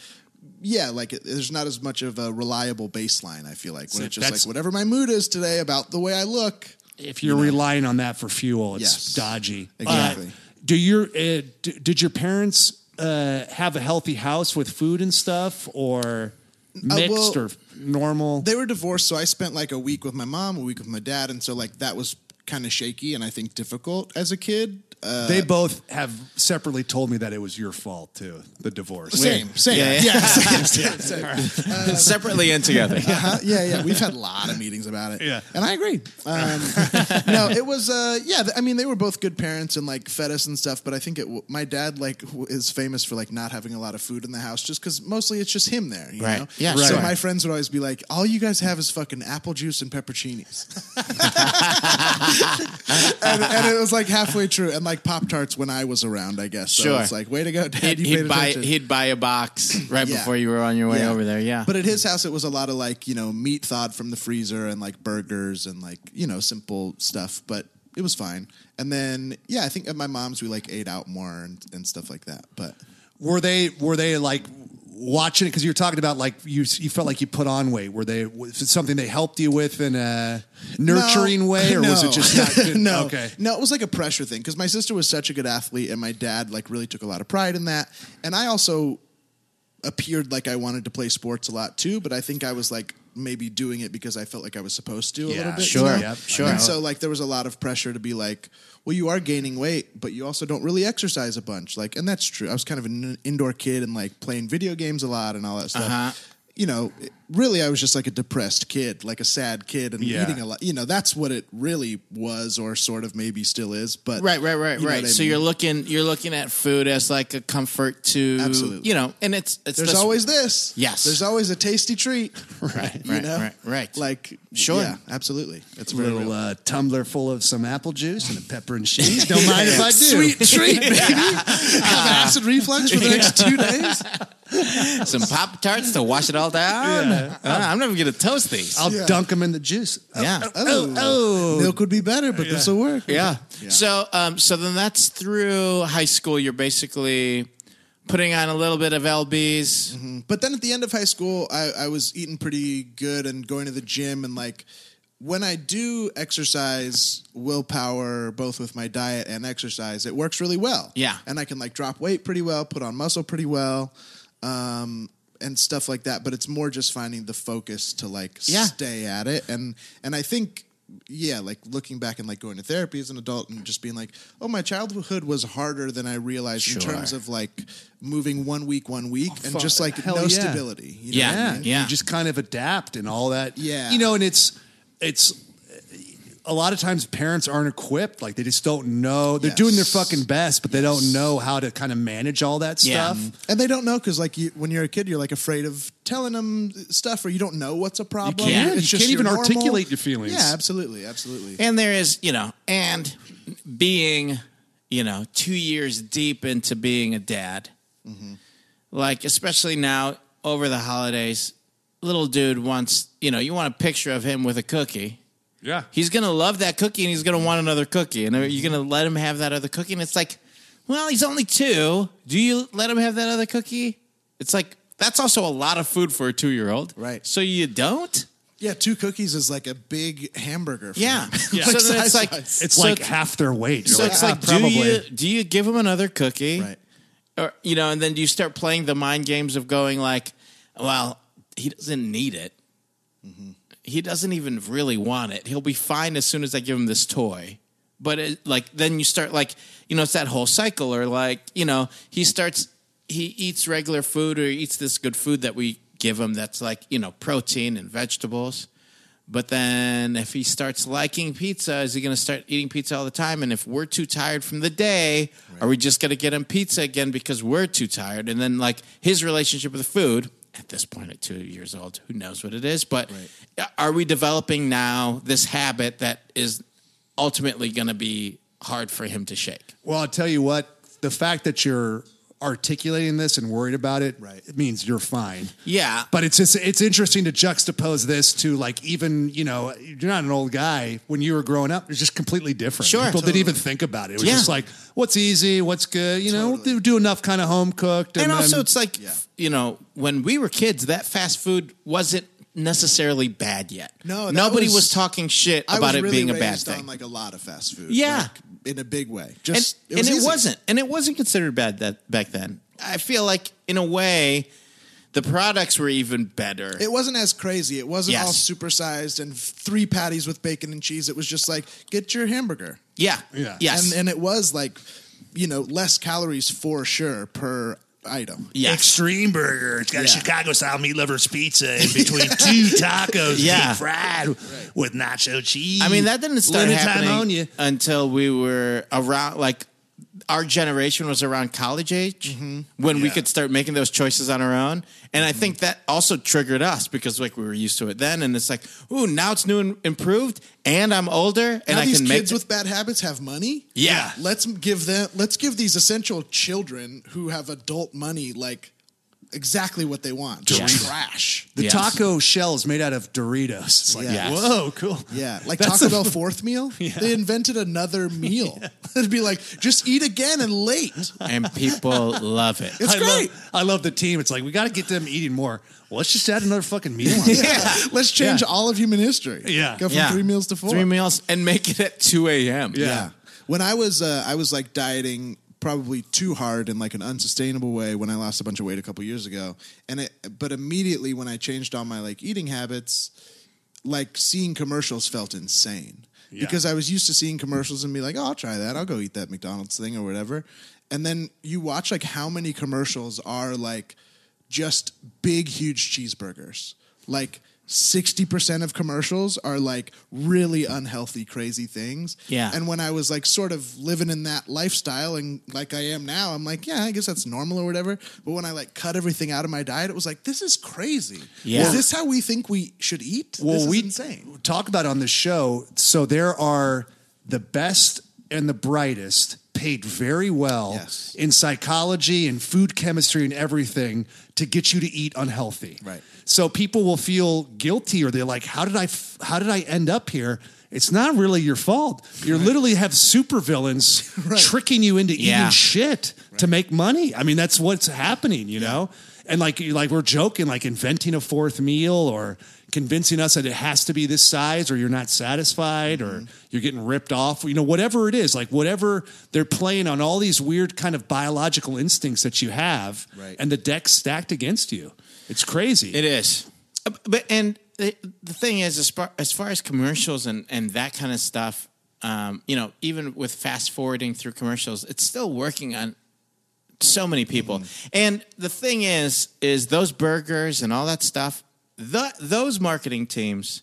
Speaker 4: yeah, like it, there's not as much of a reliable baseline, I feel like, when
Speaker 3: So
Speaker 4: it's just
Speaker 3: that's-
Speaker 4: like whatever my mood is today about the way I look.
Speaker 3: if you're relying on that for fuel, it's
Speaker 4: Yes.
Speaker 3: dodgy.
Speaker 4: Exactly.
Speaker 3: Uh, do your uh, d- did your parents uh, have a healthy house with food and stuff, or mixed
Speaker 4: Uh, well,
Speaker 3: or normal?
Speaker 4: They were divorced, so I spent like a week with my mom, a week with my dad. And so, like, that was kind of shaky and I think difficult as a kid. Uh,
Speaker 3: They both have separately told me that it was your fault too, the divorce.
Speaker 4: same, same.
Speaker 2: Yeah, yeah.
Speaker 4: same, same, same.
Speaker 2: Separately and together.
Speaker 4: Uh-huh. Yeah, yeah. We've had a lot of meetings about it.
Speaker 3: Yeah.
Speaker 4: And I agree. Um, no, it was, uh, yeah, th- I mean, they were both good parents and like fed us and stuff, but I think it, w- my dad like w- is famous for like not having a lot of food in the house just because mostly it's just him there, you
Speaker 2: Right.
Speaker 4: know?
Speaker 2: Yeah,
Speaker 4: So
Speaker 2: sure.
Speaker 4: my friends would always be like, all you guys have is fucking apple juice and pepperoncinis. and, and it was like halfway true. And like Pop Tarts when I was around, I guess. So
Speaker 2: Sure.
Speaker 4: it's like, way to go,
Speaker 2: He'd,
Speaker 4: dad. you
Speaker 2: he'd
Speaker 4: paid
Speaker 2: buy.
Speaker 4: attention.
Speaker 2: He'd buy a box right
Speaker 4: Yeah.
Speaker 2: before you were on your way
Speaker 4: Yeah.
Speaker 2: over there. Yeah.
Speaker 4: But at his house, it was a lot of like you know meat thawed from the freezer and like burgers and like you know simple stuff. But it was fine. And then yeah, I think at my mom's we like ate out more and, and stuff like that. But
Speaker 3: Were they were they like watching it because you were talking about like you you felt like you put on weight? Were they was it something they helped you with in a nurturing
Speaker 4: No.
Speaker 3: way, or was
Speaker 4: No.
Speaker 3: it just not good?
Speaker 4: no,
Speaker 3: Okay.
Speaker 4: no, it was like a pressure thing because my sister was such a good athlete and my dad like really took a lot of pride in that. And I also appeared like I wanted to play sports a lot too, but I think I was like maybe doing it because I felt like I was supposed to a
Speaker 3: Yeah,
Speaker 4: little bit. you
Speaker 2: sure.
Speaker 4: know?
Speaker 3: Yep, sure.
Speaker 4: And so like there was a lot of pressure to be like, well, you are gaining weight, but you also don't really exercise a bunch. Like, and that's true. I was kind of an indoor kid and like playing video games a lot and all that stuff.
Speaker 2: Uh-huh.
Speaker 4: You know, it- really, I was just like a depressed kid, like a sad kid, and
Speaker 3: Yeah.
Speaker 4: eating a lot. You know, that's what it really was, or sort of maybe still is. But
Speaker 2: Right, right, right,
Speaker 4: you know
Speaker 2: right.
Speaker 4: what I
Speaker 2: So
Speaker 4: mean?
Speaker 2: you're looking you're looking at food as like a comfort to
Speaker 4: Absolutely.
Speaker 2: you know, and it's it's
Speaker 4: there's
Speaker 2: this-
Speaker 4: always this.
Speaker 2: Yes.
Speaker 4: there's always a tasty treat.
Speaker 2: right,
Speaker 4: you
Speaker 2: right,
Speaker 4: know?
Speaker 2: right, right.
Speaker 4: Like
Speaker 2: Sure.
Speaker 4: yeah, absolutely. It's
Speaker 3: A
Speaker 4: very
Speaker 3: little
Speaker 4: real.
Speaker 3: uh, tumbler full of some apple juice and a pepper and cheese. Don't mind if I do.
Speaker 4: Sweet treat, baby. Have acid reflux for the next two days.
Speaker 2: some pop tarts to wash it all down.
Speaker 3: Yeah.
Speaker 2: Uh, I'm never gonna toast these.
Speaker 3: I'll
Speaker 4: Yeah.
Speaker 3: dunk them in the juice.
Speaker 2: yeah.
Speaker 3: Oh, oh.
Speaker 4: milk would be better, but this will work.
Speaker 2: yeah.
Speaker 4: Yeah.
Speaker 2: So um so then that's through high school you're basically putting on a little bit of LBs.
Speaker 4: But then at the end of high school, I, I was eating pretty good and going to the gym and like. When I do exercise willpower, both with my diet and exercise, it works really well.
Speaker 2: Yeah.
Speaker 4: and I can like drop weight pretty well, put on muscle pretty well, um, and stuff like that. But it's more just finding the focus to like
Speaker 2: Yeah.
Speaker 4: stay at it, and and I think yeah, like looking back and like going to therapy as an adult and just being like, oh, my childhood was harder than I realized in
Speaker 3: Sure.
Speaker 4: terms of like moving one week, one week, and
Speaker 3: fuck.
Speaker 4: just like
Speaker 3: Hell
Speaker 4: no
Speaker 3: yeah.
Speaker 4: stability. you know
Speaker 2: Yeah.
Speaker 4: what I mean?
Speaker 2: yeah.
Speaker 3: You just kind of adapt and all that.
Speaker 4: Yeah.
Speaker 3: You know, and it's it's a lot of times parents aren't equipped. Like they just don't know. They're
Speaker 4: Yes.
Speaker 3: doing their fucking best, but they don't know how to kind of manage all that
Speaker 2: Yeah.
Speaker 3: stuff.
Speaker 4: And they don't know because, like, you, when you're a kid, you're like afraid of telling them stuff, or you don't know what's a problem.
Speaker 2: can't.
Speaker 4: It's
Speaker 3: You
Speaker 4: just
Speaker 3: can't
Speaker 4: your
Speaker 3: even
Speaker 4: normal-
Speaker 3: articulate your feelings.
Speaker 4: Yeah, absolutely, absolutely.
Speaker 2: And there is, you know, and being, you know, two years deep into being a dad, like, especially now over the holidays, little dude wants, you know, you want a picture of him with a cookie.
Speaker 3: Yeah.
Speaker 2: He's going to love that cookie and he's going to want another cookie. And are you going to let him have that other cookie? And it's like, well, he's only two. Do you let him have that other cookie? It's like, that's also a lot of food for a two year old.
Speaker 4: Right.
Speaker 2: So you don't?
Speaker 4: yeah, two cookies is like a big hamburger. For
Speaker 2: Yeah.
Speaker 4: me.
Speaker 2: yeah. So then it's like,
Speaker 4: Size-wise.
Speaker 3: It's
Speaker 2: so
Speaker 3: like half their weight. You're
Speaker 2: so it's
Speaker 3: "Ah,
Speaker 2: like, do you do you give him another cookie,
Speaker 4: Right.
Speaker 2: Or you know, and then you start playing the mind games of going like, well, he doesn't need it. He doesn't even really want it. He'll be fine as soon as I give him this toy. But it, like, then you start like, you know, it's that whole cycle, or like, you know, he starts he eats regular food or eats this good food that we give him that's like you know protein and vegetables. But then if he starts liking pizza, is he going to start eating pizza all the time? And if we're too tired from the day, are we just going to get him pizza again because we're too tired? And then like his relationship with food at this point at 2 years old, who knows what it is, but are we developing now this habit that is ultimately going to be hard for him to shake?
Speaker 3: Well, I'll tell you what, the fact that you're articulating this and worried about it,
Speaker 4: Right.
Speaker 3: it means you're fine.
Speaker 2: Yeah.
Speaker 3: But it's just it's interesting to juxtapose this to like even, you know, you're not an old guy. When you were growing up, it was just completely different.
Speaker 2: Sure,
Speaker 3: People
Speaker 2: totally.
Speaker 3: didn't even think about it. It was
Speaker 2: Yeah.
Speaker 3: just like, what's easy, what's good, you know,
Speaker 4: Totally.
Speaker 3: do- do enough kind of home cooked.
Speaker 2: and,
Speaker 3: And,
Speaker 2: also
Speaker 3: then-
Speaker 2: it's like
Speaker 4: Yeah.
Speaker 2: you know when we were kids that fast food wasn't necessarily bad yet
Speaker 4: No, that
Speaker 2: nobody was,
Speaker 4: was-
Speaker 2: talking shit
Speaker 4: I
Speaker 2: about
Speaker 4: was
Speaker 2: it
Speaker 4: really
Speaker 2: being a bad
Speaker 4: raised
Speaker 2: thing
Speaker 4: On like a lot of fast food.
Speaker 2: Yeah.
Speaker 4: like, in a big way.
Speaker 2: and,
Speaker 4: Just
Speaker 2: and
Speaker 4: was
Speaker 2: it
Speaker 4: easy.
Speaker 2: wasn't and it wasn't considered bad that back then i feel like in a way the products were even better
Speaker 4: It wasn't as crazy. It wasn't
Speaker 2: Yes.
Speaker 4: all supersized and three patties with bacon and cheese. It was just like get your hamburger.
Speaker 2: yeah
Speaker 3: Yeah.
Speaker 2: yes
Speaker 4: And and it was like, you know, less calories for sure per item.
Speaker 2: yes.
Speaker 5: Extreme Burger. It's got
Speaker 4: Yeah.
Speaker 5: a Chicago style meat lovers pizza in between two tacos,
Speaker 2: Yeah.
Speaker 5: deep fried with nacho cheese.
Speaker 2: I mean, that didn't start
Speaker 5: Limited time
Speaker 2: happening
Speaker 5: on you.
Speaker 2: until we were around, like, our generation was around college age
Speaker 4: Mm-hmm.
Speaker 2: when we
Speaker 5: Yeah.
Speaker 2: could start making those choices on our own. And I think that also triggered us because, like, we were used to it then. And it's like, ooh, now it's new and improved, and I'm older, and
Speaker 4: now
Speaker 2: I
Speaker 4: these
Speaker 2: can make.
Speaker 4: kids with bad habits have money.
Speaker 2: Yeah.
Speaker 4: Let's give them. Let's give these essential children who have adult money like exactly what they want.
Speaker 2: Doritos.
Speaker 4: Trash.
Speaker 3: the
Speaker 2: Yes.
Speaker 3: taco shells made out of Doritos. It's like,
Speaker 4: Yes.
Speaker 3: whoa, cool.
Speaker 4: Yeah, like
Speaker 3: That's
Speaker 4: Taco
Speaker 3: a-
Speaker 4: Bell fourth meal. They invented another meal. It'd be like just eat again and late.
Speaker 2: and people love it.
Speaker 4: It's
Speaker 3: I
Speaker 4: great.
Speaker 3: Love, I love the team. It's like we got to get them eating more. Well, let's just add another fucking meal. On it.
Speaker 4: Let's change
Speaker 3: Yeah.
Speaker 4: all of human history.
Speaker 3: Yeah.
Speaker 4: go from three meals to four.
Speaker 2: Three meals and make it at 2 a.m.
Speaker 4: Yeah. When I was uh, I was like dieting probably too hard in like an unsustainable way when I lost a bunch of weight a couple years ago, and it but immediately when I changed all my like eating habits, like seeing commercials felt insane because I was used to seeing commercials and be like, oh, I'll try that. I'll go eat that McDonald's thing or whatever. And then you watch like how many commercials are like just big, huge cheeseburgers. Like 60% of commercials are like really unhealthy, crazy things.
Speaker 2: Yeah.
Speaker 4: And when I was like sort of living in that lifestyle and like I am now, I'm like, yeah, I guess that's normal or whatever. But when I like cut everything out of my diet, it was like, this is crazy.
Speaker 2: Yeah.
Speaker 4: Is this how we think we should eat?
Speaker 3: well,
Speaker 4: this is
Speaker 3: we
Speaker 4: insane.
Speaker 3: talk about on the show. So there are the best and the brightest paid very well
Speaker 4: Yes.
Speaker 3: in psychology and food chemistry and everything to get you to eat unhealthy.
Speaker 4: Right.
Speaker 3: So people will feel guilty or they're like, "How did I? F- how did I end up here?" It's not really your fault. You literally have supervillains tricking you into
Speaker 2: Yeah.
Speaker 3: eating shit to make money. I mean, that's what's happening, you know? And like you- like we're joking, like inventing a fourth meal or convincing us that it has to be this size or you're not satisfied or
Speaker 2: Mm-hmm.
Speaker 3: you're getting ripped off, you know, whatever it is, like whatever they're playing on all these weird kind of biological instincts that you have
Speaker 4: Right.
Speaker 3: and the deck's stacked against you. It's crazy.
Speaker 2: It is, Uh, but and the, the thing is, as far, as far as commercials and, and that kind of stuff, um, you know, even with fast forwarding through commercials, it's still working on so many people. And the thing is, is those burgers and all that stuff, the, those marketing teams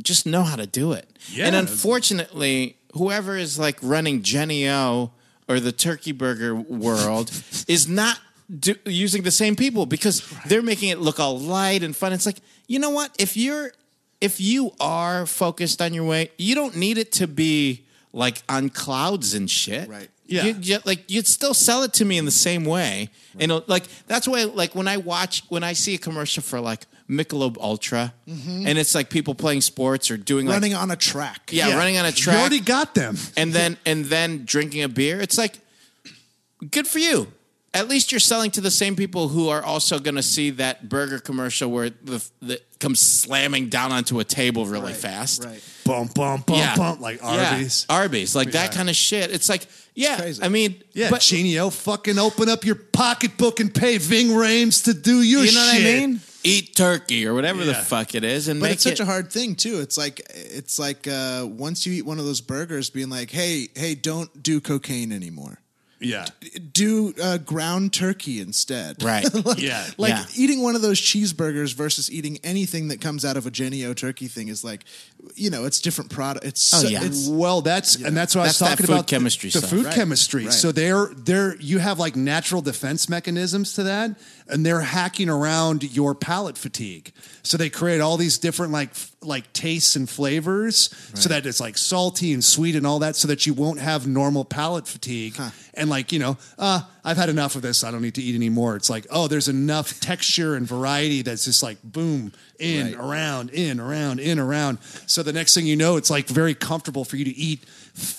Speaker 2: just know how to do it. And
Speaker 3: Yeah.
Speaker 2: unfortunately, whoever is like running Jenny O or the turkey burger world is not do, using the same people because they're making it look all light and fun. It's like, you know what? If you're if you are focused on your way, you don't need it to be like on clouds and shit.
Speaker 4: Right.
Speaker 3: Yeah.
Speaker 2: You- you- like you'd still sell it to me in the same way, and it'll- like that's why like when I watch when I see a commercial for like Michelob Ultra, and it's like people playing sports or doing like
Speaker 4: Mm-hmm. running on a track.
Speaker 2: yeah, running on a
Speaker 3: You
Speaker 2: track,
Speaker 3: already got them.
Speaker 2: and then and then drinking a beer. It's like good for you. At least you're selling to the same people who are also going to see that burger commercial where the, the comes slamming down onto a table really
Speaker 4: Right,
Speaker 2: fast.
Speaker 4: Right.
Speaker 3: Bump, bump, bump, bump, like
Speaker 2: Yeah,
Speaker 3: Arby's.
Speaker 2: Arby's, like that kind of shit. It's like, yeah,
Speaker 4: crazy.
Speaker 2: I mean,
Speaker 3: Yeah,
Speaker 2: but-
Speaker 3: Genio, fucking open up your pocketbook and pay Ving Rames to do your
Speaker 2: you know what I
Speaker 3: shit.
Speaker 2: mean? Eat turkey or whatever the
Speaker 3: Yeah.
Speaker 2: fuck it is, and
Speaker 4: But
Speaker 2: make
Speaker 4: it's such
Speaker 2: it-
Speaker 4: a hard thing too. It's like it's like uh, once you eat one of those burgers, being like, "Hey, hey, don't do cocaine anymore.
Speaker 3: Yeah.
Speaker 4: Do uh, ground turkey instead."
Speaker 2: right.
Speaker 3: Yeah.
Speaker 4: Like
Speaker 2: Yeah.
Speaker 4: eating one of those cheeseburgers versus eating anything that comes out of a Genio turkey thing is like, you know, it's different product. It's
Speaker 2: Oh,
Speaker 4: so-
Speaker 2: yeah.
Speaker 4: it's
Speaker 3: Well, that's and that's what
Speaker 2: That's
Speaker 3: I
Speaker 2: that
Speaker 3: was talking
Speaker 2: food
Speaker 3: about.
Speaker 2: chemistry
Speaker 3: the
Speaker 2: stuff.
Speaker 3: food
Speaker 4: Right.
Speaker 3: chemistry.
Speaker 4: Right.
Speaker 3: So they're they're you have like natural defense mechanisms to that, and they're hacking around your palate fatigue. So they create all these different like f- like tastes and flavors, so that it's like salty and sweet and all that, so that you won't have normal palate fatigue. And like you know, uh, I've had enough of this. I don't need to eat anymore. It's like oh, there's enough texture and variety that's just like boom in
Speaker 4: Right.
Speaker 3: around, in, around, in, around. So the next thing you know, it's like very comfortable for you to eat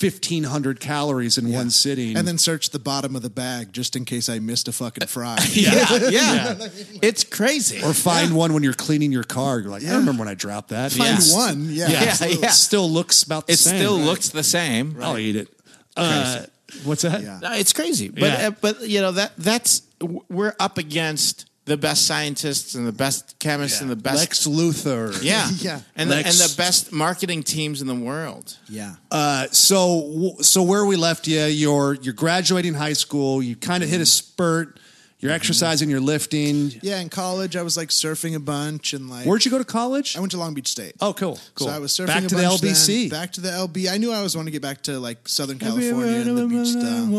Speaker 3: 1,500 calories in one sitting.
Speaker 4: and then search the bottom of the bag just in case I missed a fucking fry.
Speaker 2: yeah, yeah, It's crazy.
Speaker 3: or find one when you're cleaning your car. You're like, I remember when I dropped that.
Speaker 4: Find
Speaker 2: Yeah.
Speaker 4: one, yeah.
Speaker 3: Yeah.
Speaker 2: Yeah,
Speaker 3: It
Speaker 2: yeah.
Speaker 3: still looks about the
Speaker 2: it
Speaker 3: same.
Speaker 2: still looks the same.
Speaker 3: I'll eat it. Uh, what's that?
Speaker 4: Yeah.
Speaker 2: No, It's crazy, but
Speaker 3: Yeah.
Speaker 2: uh, but you know that that's w- we're up against the best scientists and the best chemists and the best
Speaker 3: Lex Luthor.
Speaker 2: yeah
Speaker 4: Yeah.
Speaker 2: and the, and
Speaker 3: Lex-
Speaker 2: the best marketing teams in the world.
Speaker 4: Yeah.
Speaker 3: Uh, so w- so where we left you, you're you're graduating high school. You kind of hit a spurt. You're exercising. You're lifting.
Speaker 4: Mm-hmm. Yeah, in college I was like surfing a bunch and like
Speaker 3: Where'd you go to college?
Speaker 4: I went to Long Beach State.
Speaker 3: Oh, cool, cool.
Speaker 4: So I was surfing
Speaker 3: back
Speaker 4: a
Speaker 3: to the
Speaker 4: bunch
Speaker 3: LBC.
Speaker 4: then, back to the LB. I knew I was wanting to get back to like Southern California and the beach stuff.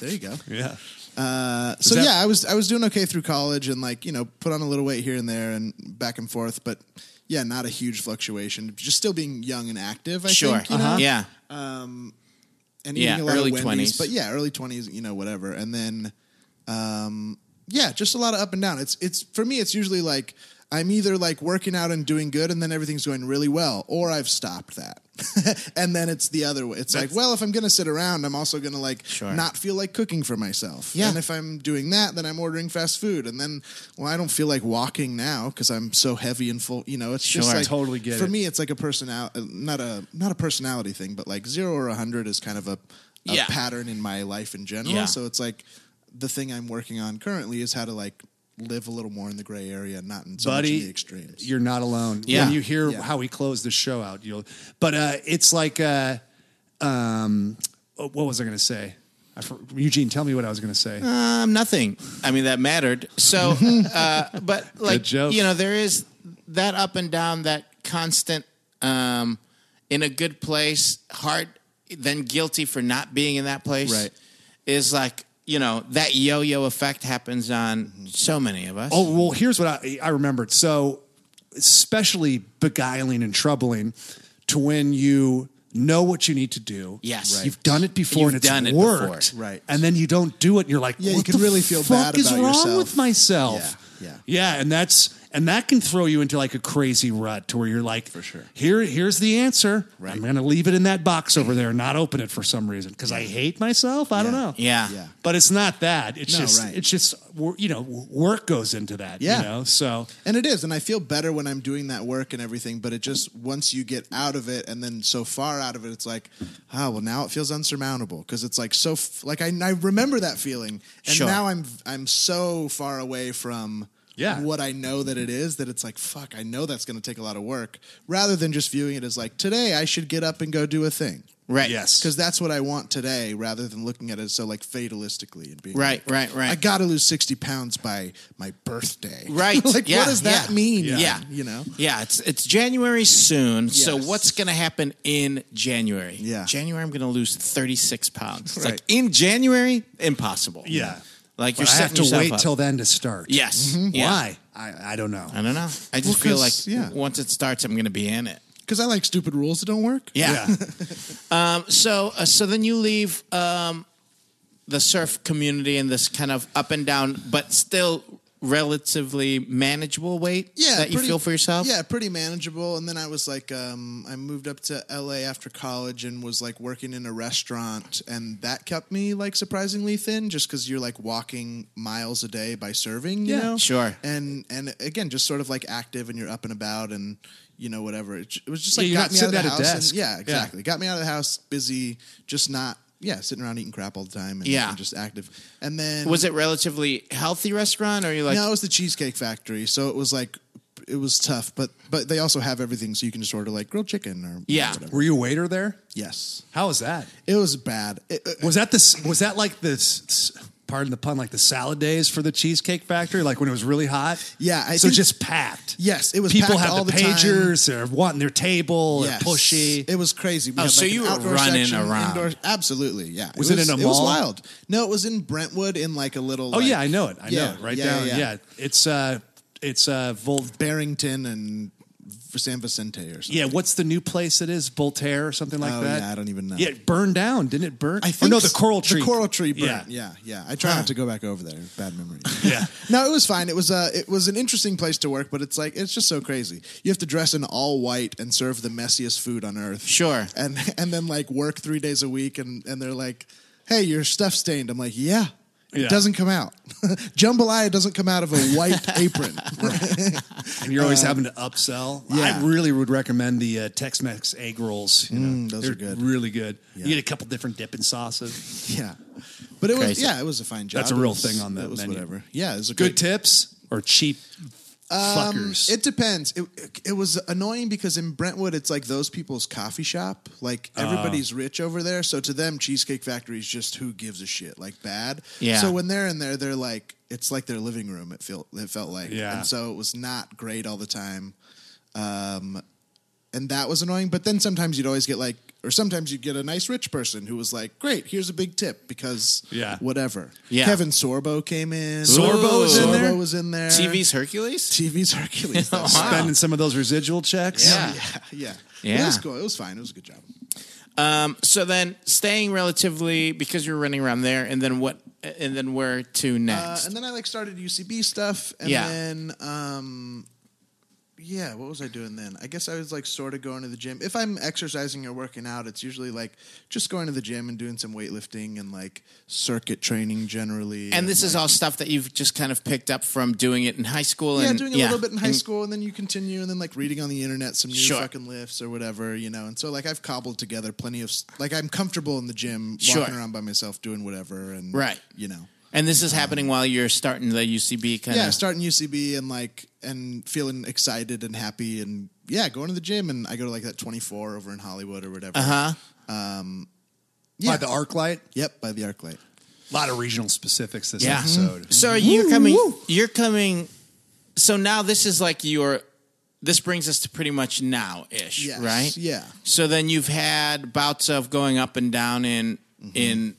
Speaker 4: There you go.
Speaker 3: yeah.
Speaker 4: Uh, so
Speaker 3: that-
Speaker 4: yeah, I was I was doing okay through college and like you know put on a little weight here and there and back and forth, but yeah, not a huge fluctuation. Just still being young and active. I
Speaker 2: Sure, Uh-huh.
Speaker 4: think, you know?
Speaker 2: yeah,
Speaker 4: and
Speaker 2: Yeah,
Speaker 4: eating a lot
Speaker 2: early
Speaker 4: of Wendy's,
Speaker 2: 20s.
Speaker 4: but yeah, early twenties, you know, whatever. And then, um, yeah, just a lot of up and down. It's it's for me, it's usually like I'm either like working out and doing good, and then everything's going really well, or I've stopped that, and then it's the other way. It's like, well, if I'm gonna sit around, I'm also gonna like
Speaker 2: Sure.
Speaker 4: not feel like cooking for myself.
Speaker 2: Yeah.
Speaker 4: and if I'm doing that, then I'm ordering fast food, and then well, I don't feel like walking now because I'm so heavy and full. You know, it's just
Speaker 3: Sure.
Speaker 4: like
Speaker 3: Totally get
Speaker 4: for
Speaker 3: it.
Speaker 4: me me, it's like a personality, not a not a personality thing, but like zero or hundred is kind of a, a
Speaker 2: Yeah.
Speaker 4: pattern in my life in general.
Speaker 2: Yeah.
Speaker 4: So it's like the thing I'm working on currently is how to like live a little more in the gray area, and not in so much
Speaker 3: buddy,
Speaker 4: in the extremes.
Speaker 3: you're not alone.
Speaker 2: Yeah.
Speaker 3: When you hear
Speaker 4: Yeah.
Speaker 3: how we close the show out, you'll. But uh, it's like, uh, um, oh, what was I going to say? I, for- Eugene, tell me what I was going to say.
Speaker 2: Um, nothing. I mean, that mattered. So, uh, but like,
Speaker 3: joke.
Speaker 2: you know, there is that up and down, that constant, um, in a good place, hard, then guilty for not being in that place.
Speaker 4: Right.
Speaker 2: Is like, you know, that yo yo effect happens on so many of us.
Speaker 3: Oh well, here's what I I remembered. So especially beguiling and troubling to when you know what you need to do.
Speaker 2: Yes. Right.
Speaker 3: you've done it before
Speaker 2: You've
Speaker 3: and it's
Speaker 2: done it
Speaker 3: worked.
Speaker 2: before.
Speaker 4: Right.
Speaker 3: and then you don't do it, and you're like,
Speaker 4: Yeah, you
Speaker 3: "What
Speaker 4: can
Speaker 3: the
Speaker 4: really feel
Speaker 3: fuck
Speaker 4: bad
Speaker 3: is
Speaker 4: about
Speaker 3: wrong
Speaker 4: yourself."
Speaker 3: with myself?"
Speaker 4: Yeah,
Speaker 3: yeah, and that's and that can throw you into like a crazy rut to where you're like, "For
Speaker 4: sure.
Speaker 3: here here's the answer. I'm going to leave it in that box over there, and not open it for some reason because I hate myself. I don't
Speaker 4: Yeah.
Speaker 3: know.
Speaker 2: yeah.
Speaker 4: Yeah.
Speaker 3: But it's not that. It's
Speaker 4: No,
Speaker 3: just
Speaker 4: right.
Speaker 3: it's just wor- you know work goes into that.
Speaker 4: Yeah.
Speaker 3: You know? So
Speaker 4: And it is, and I feel better when I'm doing that work and everything. But it just once you get out of it, and then so far out of it, it's like, ah, well, now it feels unsurmountable because it's like so, f- like I, I remember that feeling, and
Speaker 2: Sure.
Speaker 4: now I'm I'm so far away from
Speaker 3: Yeah.
Speaker 4: what I know that it is, that it's like, fuck, I know that's going to take a lot of work, rather than just viewing it as like, today I should get up and go do a thing.
Speaker 2: Right.
Speaker 3: Yes.
Speaker 4: Because that's what I want today, rather than looking at it so like fatalistically and being
Speaker 2: Right,
Speaker 4: like,
Speaker 2: right, right.
Speaker 4: I got to lose sixty pounds by my birthday.
Speaker 2: Right,
Speaker 4: like,
Speaker 2: yeah,
Speaker 4: what does that
Speaker 2: yeah.
Speaker 4: mean?
Speaker 2: Yeah.
Speaker 4: then, you know.
Speaker 2: Yeah, it's it's January soon. So
Speaker 4: Yes.
Speaker 2: what's going to happen in January?
Speaker 4: Yeah.
Speaker 2: January I'm going to lose 36 pounds. It's like
Speaker 4: Right.
Speaker 2: in January, impossible.
Speaker 3: Yeah.
Speaker 2: Like you're
Speaker 3: But I
Speaker 2: setting
Speaker 3: have to
Speaker 2: yourself
Speaker 3: wait
Speaker 2: up.
Speaker 3: till then to start.
Speaker 2: Yes. Yeah.
Speaker 3: Why? I, I don't know.
Speaker 2: I don't know. I just
Speaker 4: Mm-hmm.
Speaker 2: feel
Speaker 4: Well,
Speaker 2: like
Speaker 4: 'cause- yeah.
Speaker 2: once it starts, I'm going to be in it.
Speaker 4: Because I like stupid rules that don't work.
Speaker 2: Yeah. um, so uh, so then you leave um, the surf community in this kind of up and down, but still relatively manageable weight
Speaker 4: yeah,
Speaker 2: that you
Speaker 4: pretty-
Speaker 2: feel for yourself.
Speaker 4: Yeah, pretty manageable. And then I was like, um, I moved up to LA after college and was like working in a restaurant, and that kept me like surprisingly thin, just because you're like walking miles a day by serving. You
Speaker 2: Yeah,
Speaker 4: know?
Speaker 2: sure.
Speaker 4: And and again, just sort of like active, and you're up and about, and you know whatever. It, j- it was just
Speaker 3: Yeah,
Speaker 4: like
Speaker 3: you're not
Speaker 4: got me out
Speaker 3: sitting
Speaker 4: of the
Speaker 3: at a
Speaker 4: house. and-
Speaker 3: desk.
Speaker 4: yeah,
Speaker 3: Yeah.
Speaker 4: exactly. Got me out of the house, busy, just not. Yeah, sitting around eating crap all the time and,
Speaker 2: Yeah.
Speaker 4: and just active. And then
Speaker 2: Was it relatively healthy restaurant, or are you like
Speaker 4: no, it was the Cheesecake Factory, so it was like it was tough, but but they also have everything, so you can just order like grilled chicken or
Speaker 2: Yeah.
Speaker 4: whatever.
Speaker 3: Were you a waiter there?
Speaker 4: Yes,
Speaker 3: How was that?
Speaker 4: it was bad. It- uh, it-
Speaker 3: Was that this? Was that like this? Pardon the pun, like the salad days for the Cheesecake Factory, like when it was really hot.
Speaker 4: Yeah, I
Speaker 3: so
Speaker 4: think-
Speaker 3: just packed.
Speaker 4: yes, it was
Speaker 3: people
Speaker 4: packed
Speaker 3: have
Speaker 4: all
Speaker 3: the,
Speaker 4: the, time.
Speaker 3: pagers. They're wanting their table.
Speaker 4: Yes.
Speaker 3: They're pushy.
Speaker 4: It was crazy. We
Speaker 2: Oh,
Speaker 4: had,
Speaker 2: so
Speaker 4: like,
Speaker 2: you
Speaker 4: an
Speaker 2: were
Speaker 4: outdoor
Speaker 2: running
Speaker 4: section,
Speaker 2: around.
Speaker 4: indoor- absolutely, yeah.
Speaker 3: Was it in a
Speaker 4: It was
Speaker 3: mall?
Speaker 4: wild. No, it was in Brentwood, in like a little.
Speaker 3: oh
Speaker 4: like-
Speaker 3: yeah, I know it. I
Speaker 4: yeah,
Speaker 3: know it. Right
Speaker 4: yeah,
Speaker 3: down.
Speaker 4: yeah,
Speaker 3: Yeah,
Speaker 4: yeah.
Speaker 3: it's uh, it's uh, Vol.
Speaker 4: Barrington and San Vicente or something.
Speaker 3: Yeah, what's the new place? It is Voltaire or something like
Speaker 4: Oh,
Speaker 3: that.
Speaker 4: yeah, I don't even know.
Speaker 3: Yeah, it burned down, didn't it? Burn.
Speaker 4: I
Speaker 3: or
Speaker 4: think
Speaker 3: no, the coral tree.
Speaker 4: The coral tree burnt.
Speaker 3: Yeah. Ah.
Speaker 4: Yeah, yeah. I try not to go back over there. Bad memory.
Speaker 3: Yeah.
Speaker 4: no, it was fine. It was uh, it was an interesting place to work, but it's like it's just so crazy. You have to dress in all white and serve the messiest food on earth.
Speaker 2: Sure.
Speaker 4: And and then like work three days a week, and and they're like, "Hey, your stuff stained." I'm like, "Yeah." It
Speaker 3: Yeah.
Speaker 4: doesn't come out. Jambalaya doesn't come out of a white apron.
Speaker 3: and you're always having to upsell.
Speaker 4: Uh, yeah.
Speaker 3: I really would recommend the uh, Tex-Mex egg rolls. You know,
Speaker 4: Mm, those
Speaker 3: They're
Speaker 4: are good.
Speaker 3: Really good.
Speaker 4: Yeah.
Speaker 3: You get a couple different dipping sauces.
Speaker 4: yeah, but it was
Speaker 2: Crazy.
Speaker 4: yeah, it was a fine job.
Speaker 3: That's a
Speaker 4: It
Speaker 3: real
Speaker 4: was-
Speaker 3: thing on the
Speaker 4: It was
Speaker 3: menu.
Speaker 4: whatever. Yeah, it was a
Speaker 3: Good
Speaker 4: great-
Speaker 3: tips or cheap
Speaker 4: Um,
Speaker 3: fuckers.
Speaker 4: it depends. It, it was annoying because in Brentwood, it's like those people's coffee shop. Like everybody's rich over there, so to them, Cheesecake Factory is just who gives a shit. Like bad.
Speaker 2: Yeah.
Speaker 4: So when they're in there, they're like it's like their living room. It felt it felt like.
Speaker 3: Yeah.
Speaker 4: And so it was not great all the time, um, and that was annoying. But then sometimes you'd always get like. Or sometimes you'd get a nice rich person who was like, "Great, here's a big tip because
Speaker 3: Yeah.
Speaker 4: whatever."
Speaker 2: Yeah.
Speaker 4: Kevin Sorbo came in.
Speaker 3: Sorbo was in
Speaker 4: Sorbo
Speaker 3: there?
Speaker 4: was in there.
Speaker 2: TV's Hercules?
Speaker 4: TV's Hercules. That was-
Speaker 2: Wow.
Speaker 3: Spending some of those residual checks.
Speaker 2: Yeah.
Speaker 4: yeah.
Speaker 2: Yeah.
Speaker 4: It was cool. It was fine. It was a good job.
Speaker 2: Um, so then staying relatively because you're running around there, and then what? And then where to
Speaker 4: Uh,
Speaker 2: next?
Speaker 4: and then I like started UCB stuff, and
Speaker 2: Yeah.
Speaker 4: then um, yeah, what was I doing then? I guess I was like sort of going to the gym. If I'm exercising or working out, it's usually like just going to the gym and doing some weightlifting and like circuit training generally.
Speaker 2: and this is all stuff that you've just kind of picked up from doing it in high school.
Speaker 4: yeah,
Speaker 2: and,
Speaker 4: doing a little bit in high school, and then you continue, and then like reading on the internet some new
Speaker 2: Sure.
Speaker 4: fucking lifts or whatever, you know. And so like I've cobbled together plenty of s- like I'm comfortable in the gym,
Speaker 2: Sure.
Speaker 4: walking around by myself, doing whatever, and
Speaker 2: Right.
Speaker 4: you know.
Speaker 2: And this is happening while you're starting the UCB kind
Speaker 4: yeah,
Speaker 2: of.
Speaker 4: starting UCB and like and feeling excited and happy and yeah, going to the gym and I go to like that 24 over in Hollywood or whatever.
Speaker 2: Uh huh.
Speaker 4: Yeah.
Speaker 3: By the arc light.
Speaker 4: Yep, by the ArcLight.
Speaker 3: A lot of regional specifics this
Speaker 2: Yeah.
Speaker 4: Mm-hmm.
Speaker 2: Mm-hmm.
Speaker 3: episode.
Speaker 2: So you're coming. You're coming. So now this is like your. This brings us to pretty much now ish,
Speaker 4: Yes.
Speaker 2: right?
Speaker 4: Yeah.
Speaker 2: So then you've had bouts of going up and down in
Speaker 4: Mm-hmm.
Speaker 2: in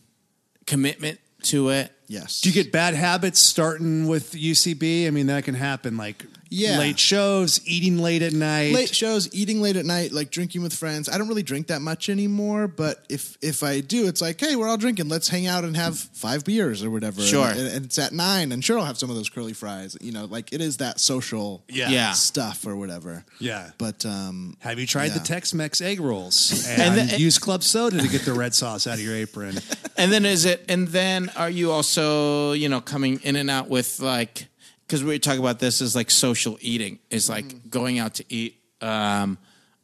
Speaker 2: commitment to it.
Speaker 4: Yes.
Speaker 3: Do you get bad habits starting with UCB? I mean, that can happen. Like
Speaker 4: Yeah.
Speaker 3: late shows, eating late at night.
Speaker 4: late shows, eating late at night, like drinking with friends? I don't really drink that much anymore, but if if I do, it's like, hey, we're all drinking. Let's hang out and have five beers or whatever.
Speaker 2: Sure.
Speaker 4: And, and it's at nine, and sure, I'll have some of those curly fries. You know, like it is that social
Speaker 3: Yeah.
Speaker 2: Yeah.
Speaker 4: stuff or whatever.
Speaker 3: Yeah.
Speaker 4: But um,
Speaker 3: Have you tried the
Speaker 4: Yeah.
Speaker 3: Tex-Mex egg rolls
Speaker 2: And
Speaker 3: and,
Speaker 2: the-
Speaker 3: use club soda to get the red sauce out of your apron?
Speaker 2: And then is it? And then are you also you know coming in and out with like because we talk about this is
Speaker 4: Mm-hmm.
Speaker 2: like social eating is like going out to eat um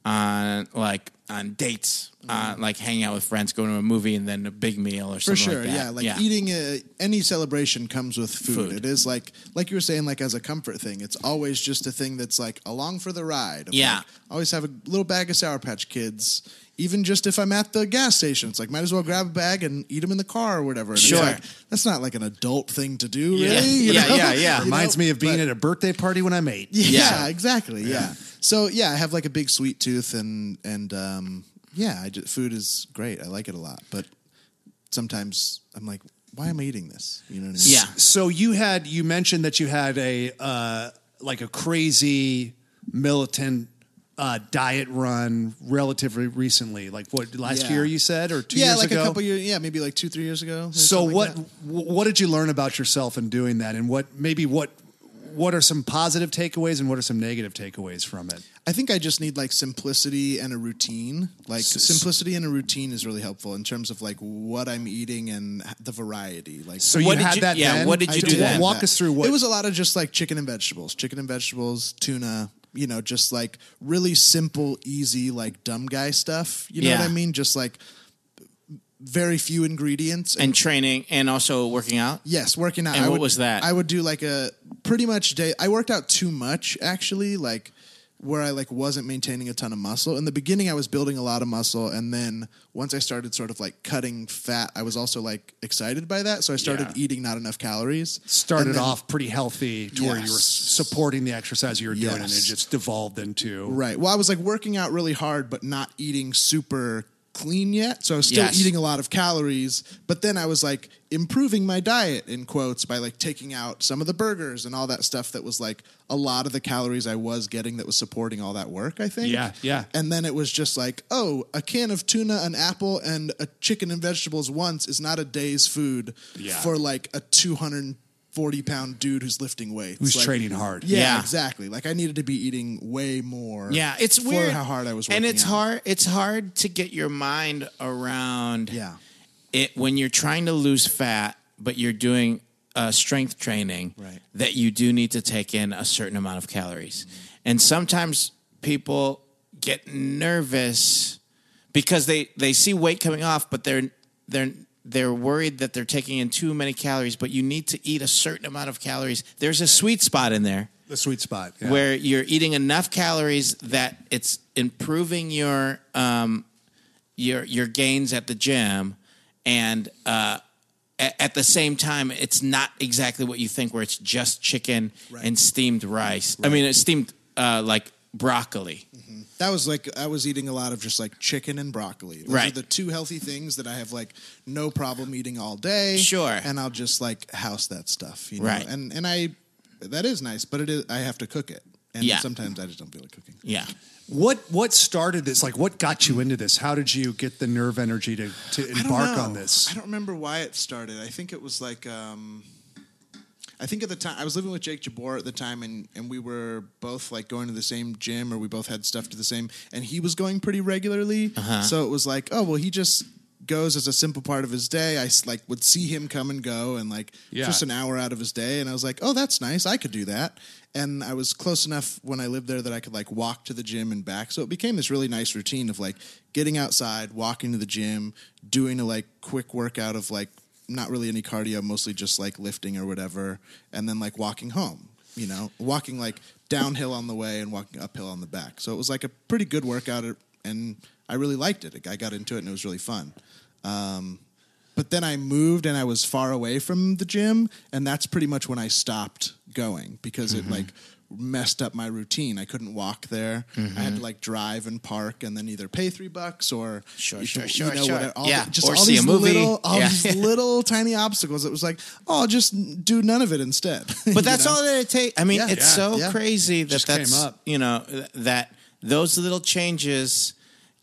Speaker 2: on like on dates, uh, like hanging out with friends, going to a movie, and then a big meal or
Speaker 4: Mm-hmm. For
Speaker 2: something
Speaker 4: sure,
Speaker 2: like that.
Speaker 4: yeah. Like eating a, any celebration comes with food.
Speaker 2: Food.
Speaker 4: It is like like you were saying, like as a comfort thing. It's always just a thing that's like along for the ride. of,
Speaker 2: Yeah.
Speaker 4: like, always have a little bag of Sour Patch Kids. Even just if I'm at the gas station, it's like might as well grab a bag and eat them in the car or whatever. And it's
Speaker 2: Sure.
Speaker 4: like, that's not like an adult thing to do, really.
Speaker 2: Yeah,
Speaker 4: you
Speaker 2: yeah,
Speaker 4: know?
Speaker 2: yeah, yeah.
Speaker 4: You
Speaker 3: Reminds
Speaker 4: know,
Speaker 3: me of being
Speaker 4: but-
Speaker 3: at a birthday party when I'm eight.
Speaker 4: Yeah,
Speaker 2: Yeah.
Speaker 4: exactly. Yeah. So yeah, I have like a big sweet tooth, and and um, yeah, I ju- food is great. I like it a lot, but sometimes I'm like, why am I eating this? You know what I mean?
Speaker 2: Yeah.
Speaker 3: So you had you mentioned that you had a uh, like a crazy militant uh, diet run relatively recently, like what last
Speaker 4: Yeah.
Speaker 3: year you said or two
Speaker 4: yeah,
Speaker 3: years
Speaker 4: like
Speaker 3: ago.
Speaker 4: a couple years. Yeah, maybe like two, three years ago. like
Speaker 3: so
Speaker 4: something
Speaker 3: what
Speaker 4: like that.
Speaker 3: wh- what did you learn about yourself in doing that, and what maybe what what are some positive takeaways and what are some negative takeaways from it?
Speaker 4: I think I just need like simplicity and a routine. Like simplicity and a routine is really helpful in terms of like what I'm eating and the variety. Like
Speaker 3: So
Speaker 2: What
Speaker 3: you
Speaker 2: did
Speaker 3: had
Speaker 2: you-
Speaker 3: that.
Speaker 2: yeah,
Speaker 3: then?
Speaker 2: what did
Speaker 4: I
Speaker 2: you
Speaker 4: did
Speaker 2: do
Speaker 4: have
Speaker 2: then?
Speaker 3: Walk
Speaker 4: that.
Speaker 3: us through what
Speaker 4: it was a lot of just like chicken and vegetables, chicken and vegetables, tuna. You know, just like really simple, easy, like dumb guy stuff. You know
Speaker 2: Yeah.
Speaker 4: what I mean? Just like very few ingredients
Speaker 2: and training and also working out.
Speaker 4: Yes, working out.
Speaker 2: And
Speaker 4: I
Speaker 2: what
Speaker 4: would,
Speaker 2: was that?
Speaker 4: I would do like a pretty much day. I worked out too much actually, like where I like wasn't maintaining a ton of muscle. In the beginning, I was building a lot of muscle, and then once I started sort of like cutting fat, I was also like excited by that. So I started
Speaker 2: Yeah.
Speaker 4: eating not enough calories.
Speaker 3: started
Speaker 4: And then-
Speaker 3: off pretty healthy to where you were
Speaker 4: Yes.
Speaker 3: supporting the exercise you were doing and it
Speaker 4: Yes.
Speaker 3: just devolved into
Speaker 4: Right. Well, I was like working out really hard, but not eating super clean yet. So I was still
Speaker 2: Yes.
Speaker 4: eating a lot of calories, but then I was like improving my diet in quotes by like taking out some of the burgers and all that stuff that was like a lot of the calories I was getting that was supporting all that work, I think.
Speaker 3: Yeah, yeah.
Speaker 4: And then it was just like, oh, a can of tuna, an apple, and a chicken and vegetables once is not a day's food
Speaker 3: Yeah.
Speaker 4: for like a 240 pound dude who's lifting weights.
Speaker 3: who's
Speaker 4: Like,
Speaker 3: training hard
Speaker 4: yeah,
Speaker 2: Yeah.
Speaker 4: exactly. Like I needed to be eating way more.
Speaker 2: Yeah, it's
Speaker 4: for
Speaker 2: weird
Speaker 4: how hard I was working.
Speaker 2: and it's
Speaker 4: out.
Speaker 2: hard. It's hard to get your mind around.
Speaker 4: Yeah.
Speaker 2: it when you're trying to lose fat, but you're doing uh, strength training.
Speaker 4: Right.
Speaker 2: That you do need to take in a certain amount of calories, and sometimes people get nervous because they they see weight coming off, but they're they're they're worried that they're taking in too many calories. But you need to eat a certain amount of calories. There's a sweet spot in there
Speaker 3: the sweet spot yeah.
Speaker 2: where you're eating enough calories that it's improving your um, your your gains at the gym, and uh, a- at the same time, it's not exactly what you think, where it's just chicken and steamed rice. I mean, it's steamed uh, like broccoli.
Speaker 4: That was like I was eating a lot of just like chicken and broccoli. Those
Speaker 2: Right.
Speaker 4: are the two healthy things that I have like no problem eating all day.
Speaker 2: Sure.
Speaker 4: And I'll just like house that stuff. You know?
Speaker 2: Right.
Speaker 4: And and I that is nice, but it is I have to cook it. And
Speaker 2: Yeah.
Speaker 4: sometimes I just don't feel like cooking.
Speaker 2: Yeah,
Speaker 3: what what started this like what got you into this how did you get the nerve energy to to embark on
Speaker 4: I
Speaker 3: this
Speaker 4: don't remember why it started. I think it was like um, I think at the time I was living with Jake Jabor at the time, and and we were both like going to the same gym, or we both had stuff to the same, and he was going pretty regularly.
Speaker 3: Uh-huh.
Speaker 4: So it was like, oh well, he just goes as a simple part of his day. I s- like would see him come and go, and like
Speaker 3: Yeah.
Speaker 4: just an hour out of his day, and I was like, oh that's nice, I could do that. And I was close enough when I lived there that I could like walk to the gym and back. So it became this really nice routine of like getting outside, walking to the gym, doing a like quick workout of like not really any cardio, mostly just like lifting or whatever, and then like walking home, you know, walking like downhill on the way and walking uphill on the back. So it was like a pretty good workout, and I really liked it. I got into it and it was really fun. Um, but then I moved and I was far away from the gym, and that's pretty much when I stopped going because
Speaker 2: Mm-hmm.
Speaker 4: it like messed up my routine. I couldn't walk there. I
Speaker 2: Mm-hmm.
Speaker 4: had to like drive and park, and then either pay three bucks or
Speaker 2: Sure,
Speaker 4: you
Speaker 2: sure,
Speaker 4: know,
Speaker 2: sure,
Speaker 4: whatever-
Speaker 2: sure.
Speaker 4: all the-
Speaker 2: Yeah.
Speaker 4: just
Speaker 2: Or
Speaker 4: all
Speaker 2: see a
Speaker 4: these
Speaker 2: movie.
Speaker 4: little, all
Speaker 2: Yeah.
Speaker 4: these little tiny obstacles. It was like, oh, I'll just do none of it instead.
Speaker 2: but that's all that it takes. I mean,
Speaker 4: Yeah.
Speaker 2: it's
Speaker 4: Yeah.
Speaker 2: so
Speaker 4: Yeah.
Speaker 2: crazy that
Speaker 3: Just came
Speaker 2: that's
Speaker 3: up.
Speaker 2: you know th- that those little changes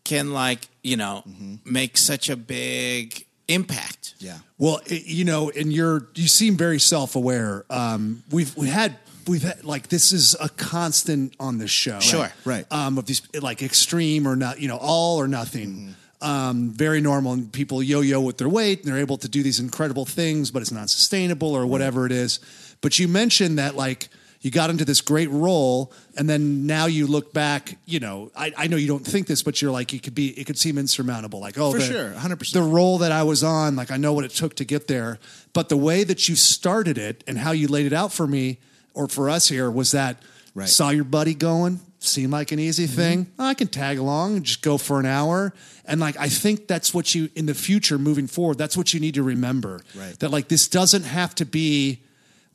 Speaker 2: can like you know make such a big impact.
Speaker 4: yeah.
Speaker 3: well it, you know and you're you seem very self-aware um we've we had We've had like this is a constant on this show,
Speaker 2: Sure.
Speaker 4: Right.
Speaker 3: Um, of these like extreme or not, you know, all or
Speaker 4: Mm-hmm.
Speaker 3: nothing. Um, very normal, and people yo-yo with their weight, and they're able to do these incredible things, but it's not sustainable or whatever it is. But you mentioned that like You got into this great role, and then now you look back. You know, I, I know you don't think this, but you're like, it could be, it could seem insurmountable. Like, oh,
Speaker 4: For
Speaker 3: the-
Speaker 4: sure, 100%.
Speaker 3: The role that I was on, like, I know what it took to get there, but the way that you started it and how you laid it out for me or for us here was that
Speaker 4: Right. Mm-hmm.
Speaker 3: saw your buddy going, seemed like an easy thing. I can tag along and just go for an hour. And like, I think that's what you, in the future moving forward, that's what you need to remember.
Speaker 4: Right.
Speaker 3: That like, this doesn't have to be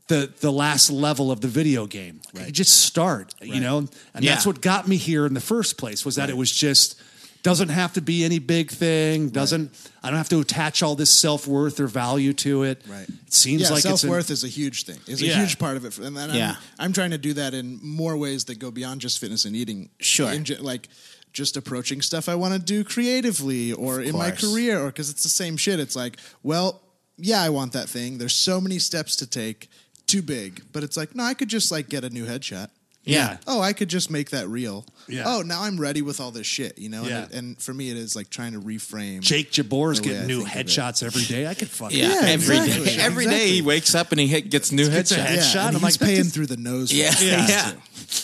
Speaker 3: the, the last level of the video game. Like, You just start, you know? And
Speaker 2: Yeah.
Speaker 3: that's what got me here in the first place was that it was just, doesn't have to be any big thing. Doesn't, I don't have to attach all this self worth or value to it.
Speaker 4: Right.
Speaker 3: It seems
Speaker 4: yeah,
Speaker 3: like it's
Speaker 4: self
Speaker 3: an-
Speaker 4: worth is a huge thing. Is
Speaker 3: Yeah.
Speaker 4: a huge part of it, for, and then I'm,
Speaker 2: Yeah.
Speaker 4: I'm trying to do that in more ways that go beyond just fitness and eating.
Speaker 2: Sure.
Speaker 4: In ge- like just approaching stuff I want to do creatively or in my
Speaker 2: course.
Speaker 4: career, or because it's the same shit. It's like, well, yeah, I want that thing. There's so many steps to take, too big. But it's like, no, I could just like get a new headshot.
Speaker 2: Yeah.
Speaker 4: Oh, I could just make that real.
Speaker 3: Yeah.
Speaker 4: Oh, now I'm ready with all this shit, you know.
Speaker 3: Yeah.
Speaker 4: And, it, and for me, it is like trying to reframe.
Speaker 3: Jake Jabor's
Speaker 4: The way
Speaker 3: getting
Speaker 4: I
Speaker 3: new
Speaker 4: think of it.
Speaker 3: headshots every day. I could fucking
Speaker 2: Yeah,
Speaker 4: Yeah,
Speaker 2: every day.
Speaker 4: exactly.
Speaker 2: Every day he
Speaker 4: Exactly.
Speaker 2: wakes up and he hit, gets new
Speaker 3: Gets a
Speaker 2: headshot.
Speaker 3: head-
Speaker 4: yeah,
Speaker 3: headshot,
Speaker 4: and
Speaker 3: I'm
Speaker 4: he's
Speaker 3: like, that
Speaker 4: paying
Speaker 3: just-
Speaker 4: through the nose. for
Speaker 2: Yeah,
Speaker 4: it.
Speaker 2: yeah.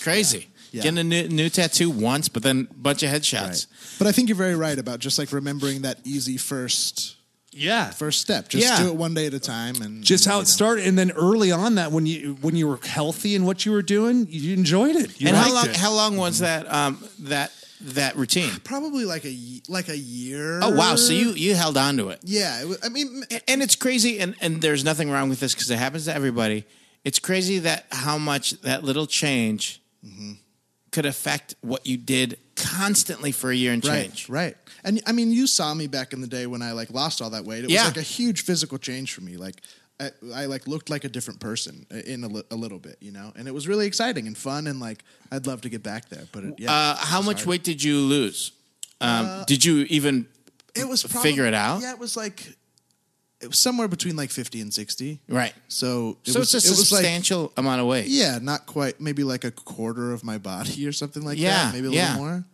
Speaker 2: Crazy.
Speaker 4: Yeah.
Speaker 2: Getting a new, new tattoo once, but then a bunch of
Speaker 4: Right.
Speaker 2: headshots.
Speaker 4: But I think you're very right about just like remembering that easy first
Speaker 3: yeah.
Speaker 4: first step. Just
Speaker 2: Yeah.
Speaker 4: do it one day at a time and
Speaker 3: just
Speaker 4: and,
Speaker 3: how it
Speaker 4: you know.
Speaker 3: started, and then early on that when you when you were healthy and what you were doing, you enjoyed it. You
Speaker 2: and
Speaker 3: liked
Speaker 2: how long?
Speaker 3: it.
Speaker 2: How long was that? Um, that that routine.
Speaker 4: Probably like a ye- like a year.
Speaker 2: Oh wow! So you you held on to it.
Speaker 4: yeah. It was, I mean, m-
Speaker 2: And- and it's crazy and, and there's nothing wrong with this because it happens to everybody it's crazy that how much that little change could affect what you did constantly for a year and
Speaker 4: right,
Speaker 2: change
Speaker 4: right. And I mean, you saw me back in the day when I like lost all that weight. It
Speaker 2: Yeah.
Speaker 4: was like a huge physical change for me. Like. I, I like looked like a different person in a, li- a little bit, you know, and it was really exciting and fun, and like I'd love to get back there, but it, yeah,
Speaker 2: uh, how much weight did you lose um, did you even
Speaker 4: it was probably,
Speaker 2: figure it out
Speaker 4: Yeah, it was like it was somewhere between like fifty and sixty.
Speaker 2: right
Speaker 4: So it
Speaker 2: so
Speaker 4: was,
Speaker 2: it's a
Speaker 4: it was like
Speaker 2: substantial amount of weight
Speaker 4: yeah, not quite, maybe like a quarter of my body or something like
Speaker 2: Yeah,
Speaker 4: that. Maybe a
Speaker 2: yeah.
Speaker 4: little more,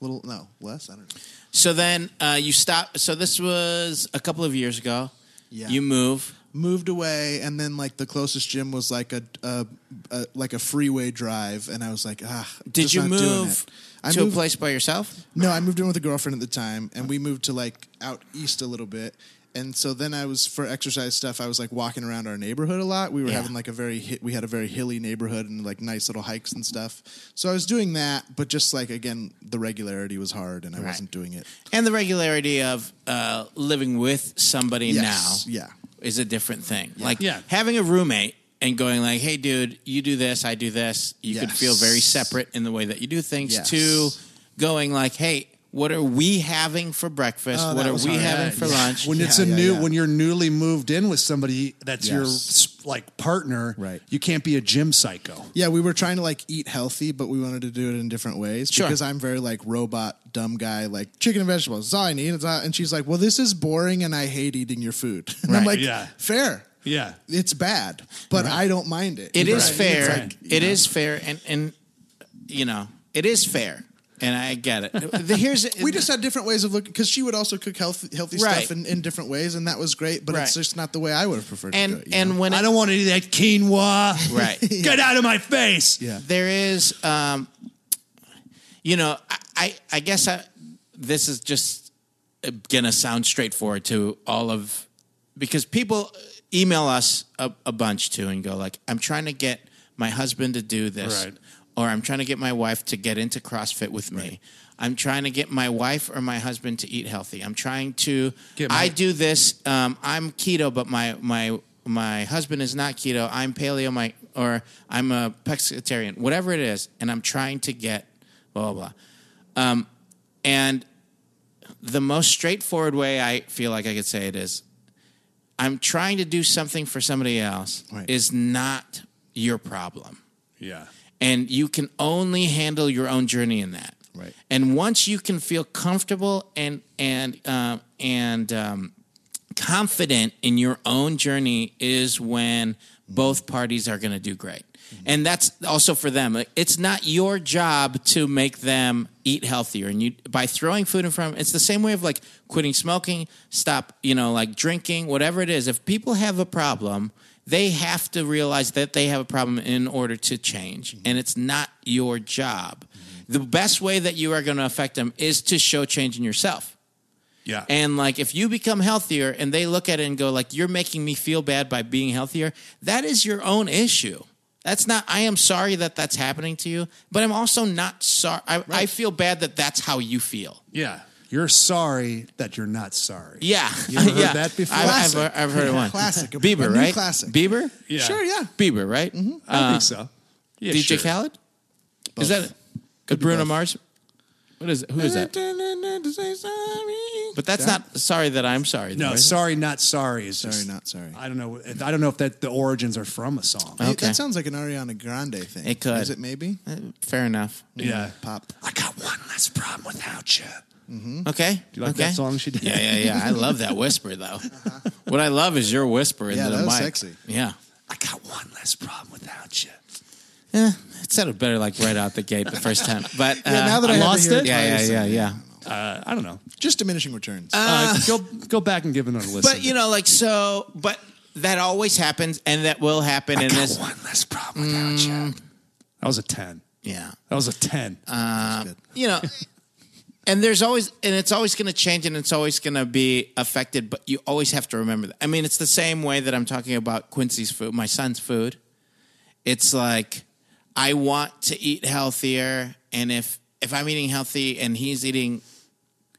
Speaker 4: little no less. I don't know.
Speaker 2: so then uh, you stop so this was a couple of years ago
Speaker 4: Yeah.
Speaker 2: you move
Speaker 4: Moved away, and then like the closest gym was like a, a, a like a freeway drive, and I was like, ah.
Speaker 2: did
Speaker 4: just
Speaker 2: you
Speaker 4: not doing
Speaker 2: move
Speaker 4: it. I
Speaker 2: to a
Speaker 4: moved,
Speaker 2: place by yourself
Speaker 4: No, I moved in with a girlfriend at the time, and we moved to like out east a little bit. And so then I was for exercise stuff. I was like walking around our neighborhood a lot. We were
Speaker 2: Yeah.
Speaker 4: having like a very hi- we had a very hilly neighborhood and like nice little hikes and stuff. So I was doing that, but just like again, the regularity was hard, and I
Speaker 2: Right.
Speaker 4: wasn't doing it.
Speaker 2: and the regularity of uh, living with somebody
Speaker 4: Yes,
Speaker 2: now
Speaker 4: yeah.
Speaker 2: is a different thing like
Speaker 3: Yeah.
Speaker 2: having a roommate and going like hey dude you do this i do this you could
Speaker 4: Yes.
Speaker 2: feel very separate in the way that you do things
Speaker 4: Yes.
Speaker 2: to going like hey what are we having for breakfast
Speaker 4: Oh,
Speaker 2: what
Speaker 4: that
Speaker 2: are
Speaker 4: was
Speaker 2: we
Speaker 4: hard.
Speaker 2: having for lunch
Speaker 3: When it's a
Speaker 4: Yeah, yeah,
Speaker 3: new
Speaker 4: yeah.
Speaker 3: when you're newly moved in with somebody that's your
Speaker 4: Yes.
Speaker 3: s- like partner,
Speaker 4: Right.
Speaker 3: You can't be a gym psycho.
Speaker 4: Yeah, we were trying to like eat healthy, but we wanted to do it in different ways
Speaker 2: Sure.
Speaker 4: because I'm very like robot dumb guy, like chicken and vegetables is all I need. It's all- And she's like, "Well, this is boring, and I hate eating your food." And I'm
Speaker 2: Right.
Speaker 4: like,
Speaker 3: Yeah.
Speaker 4: fair."
Speaker 3: Yeah.
Speaker 4: it's bad, but I don't mind it.
Speaker 2: It is
Speaker 4: Right.
Speaker 2: fair.
Speaker 4: It's
Speaker 2: It is
Speaker 4: like, you know,
Speaker 2: fair, and and you know it is fair, and I get it. The- Here's
Speaker 4: we just had different ways of looking because she would also cook healthy, healthy
Speaker 2: Right.
Speaker 4: stuff in, in different ways, and that was great. But it's
Speaker 2: Right.
Speaker 4: just not the way I would have preferred. to
Speaker 2: and
Speaker 4: do it, you know?
Speaker 2: and when
Speaker 3: I
Speaker 2: it-
Speaker 3: don't want any of that quinoa.
Speaker 2: Right.
Speaker 3: Get out of my face.
Speaker 4: Yeah.
Speaker 2: there is um you know I- i i guess i this is just uh, gonna sound straightforward to all of because people email us a, a bunch too and go like i'm trying to get my husband to do this
Speaker 3: Right.
Speaker 2: or i'm trying to get my wife to get into crossfit with me i'm trying to get my wife or my husband to eat healthy i'm trying to
Speaker 3: Get my-
Speaker 2: i do this um, i'm keto but my my my husband is not keto i'm paleo my or i'm a pescatarian whatever it is and i'm trying to get blah blah blah um, and the most straightforward way i feel like i could say it is i'm trying to do something for somebody else
Speaker 4: Right.
Speaker 2: is not your problem
Speaker 3: Yeah.
Speaker 2: and you can only handle your own journey in that.
Speaker 4: Right.
Speaker 2: And once you can feel comfortable and and um, and um, confident in your own journey is when both parties are going to do great. And that's also for them. Like, It's not your job to make them eat healthier. And you by throwing food in front, of 'em, it's the same way of like quitting smoking, stop, you know, like drinking, whatever it is. If people have a problem, They have to realize that they have a problem in order to change, and it's not your job. The best way that you are going to affect them is to show change in yourself.
Speaker 3: Yeah.
Speaker 2: And like if you become healthier and they look at it and go like you're making me feel bad by being healthier, that is your own issue. That's not I am sorry that that's happening to you, but I'm also not sorry I, I feel bad that that's how you feel.
Speaker 3: yeah. You're sorry that you're not sorry.
Speaker 2: Yeah.
Speaker 3: You ever heard
Speaker 2: yeah.
Speaker 3: that before?
Speaker 2: I've, I've-
Speaker 4: Classic.
Speaker 2: I've heard it one.
Speaker 4: Classic. A-
Speaker 2: Bieber,
Speaker 4: a new
Speaker 2: right?
Speaker 4: classic.
Speaker 2: Bieber?
Speaker 3: Yeah.
Speaker 4: Sure, yeah.
Speaker 2: Bieber, right?
Speaker 3: I think so. Yeah,
Speaker 2: DJ
Speaker 3: sure.
Speaker 2: Khaled? Is that could Bruno Mars? What is who is that? But that's not sorry that I'm sorry.
Speaker 3: No,
Speaker 2: though, is it?
Speaker 3: sorry, not sorry is
Speaker 4: Sorry,
Speaker 3: just-
Speaker 4: not sorry.
Speaker 3: I don't know. I don't know if that the origins are from a song.
Speaker 4: Hey,
Speaker 2: Okay.
Speaker 4: That sounds like an Ariana Grande thing.
Speaker 2: It could.
Speaker 4: Is it maybe?
Speaker 2: fair enough.
Speaker 3: yeah.
Speaker 4: Pop.
Speaker 3: I got one less problem without you.
Speaker 2: Okay.
Speaker 3: Do you like
Speaker 2: okay.
Speaker 3: that song she did?
Speaker 2: Yeah, yeah, yeah. I love that whisper though. What I love is your whisper into
Speaker 4: Uh-huh. Yeah,
Speaker 2: the
Speaker 4: that was
Speaker 2: mic.
Speaker 4: sexy.
Speaker 2: Yeah.
Speaker 3: I got one less problem without you.
Speaker 2: Yeah, it sounded better like right out the gate the first time. But uh,
Speaker 4: now that I had to
Speaker 2: lost
Speaker 4: hear
Speaker 2: it,
Speaker 4: it
Speaker 2: yeah,
Speaker 4: twice,
Speaker 2: yeah, yeah,
Speaker 4: I-
Speaker 2: yeah.
Speaker 3: Uh, I don't know.
Speaker 4: Just diminishing returns.
Speaker 3: Uh, go go back and give another listen.
Speaker 2: But you know, like so, but that always happens, and that will happen.
Speaker 3: I
Speaker 2: in
Speaker 3: got
Speaker 2: this,
Speaker 3: one less problem without
Speaker 4: Mm.
Speaker 3: you. That was a ten.
Speaker 2: yeah.
Speaker 3: That was a ten.
Speaker 2: you know and there's always and it's always going to change and it's always going to be affected but you always have to remember that i mean it's the same way that i'm talking about quincy's food my son's food it's like i want to eat healthier and if if i'm eating healthy and he's eating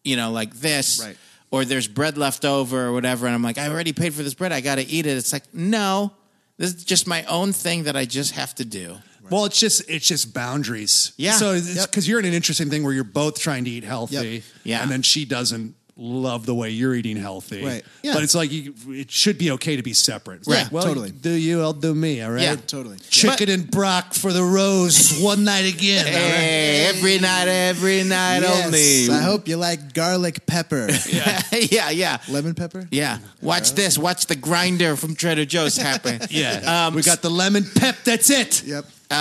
Speaker 2: you know like this
Speaker 4: Right.
Speaker 2: or there's bread left over or whatever and i'm like i already paid for this bread i got to eat it it's like no this is just my own thing that i just have to do
Speaker 3: Well, it's just it's just boundaries.
Speaker 2: Yeah.
Speaker 3: So because
Speaker 4: Yep.
Speaker 3: you're in an interesting thing where you're both trying to eat healthy.
Speaker 4: Yep.
Speaker 2: Yeah.
Speaker 3: And then she doesn't love the way you're eating healthy.
Speaker 4: Right. Yeah.
Speaker 3: But it's like you, it should be okay to be separate. It's
Speaker 2: Right.
Speaker 3: Like, well,
Speaker 4: Totally.
Speaker 3: Do you? I'll do me. All right.
Speaker 2: Yeah.
Speaker 4: totally.
Speaker 3: Chicken and Brock for the rose one night again. all right?
Speaker 2: Hey, every night, every night
Speaker 4: Yes,
Speaker 2: only.
Speaker 4: I hope you like garlic pepper.
Speaker 2: yeah, yeah,
Speaker 4: Lemon pepper?
Speaker 2: yeah. Watch this. Watch the grinder from Trader Joe's happen.
Speaker 3: Yeah.
Speaker 2: Um,
Speaker 3: we got the lemon pep. That's it.
Speaker 4: Yep.
Speaker 2: Uh,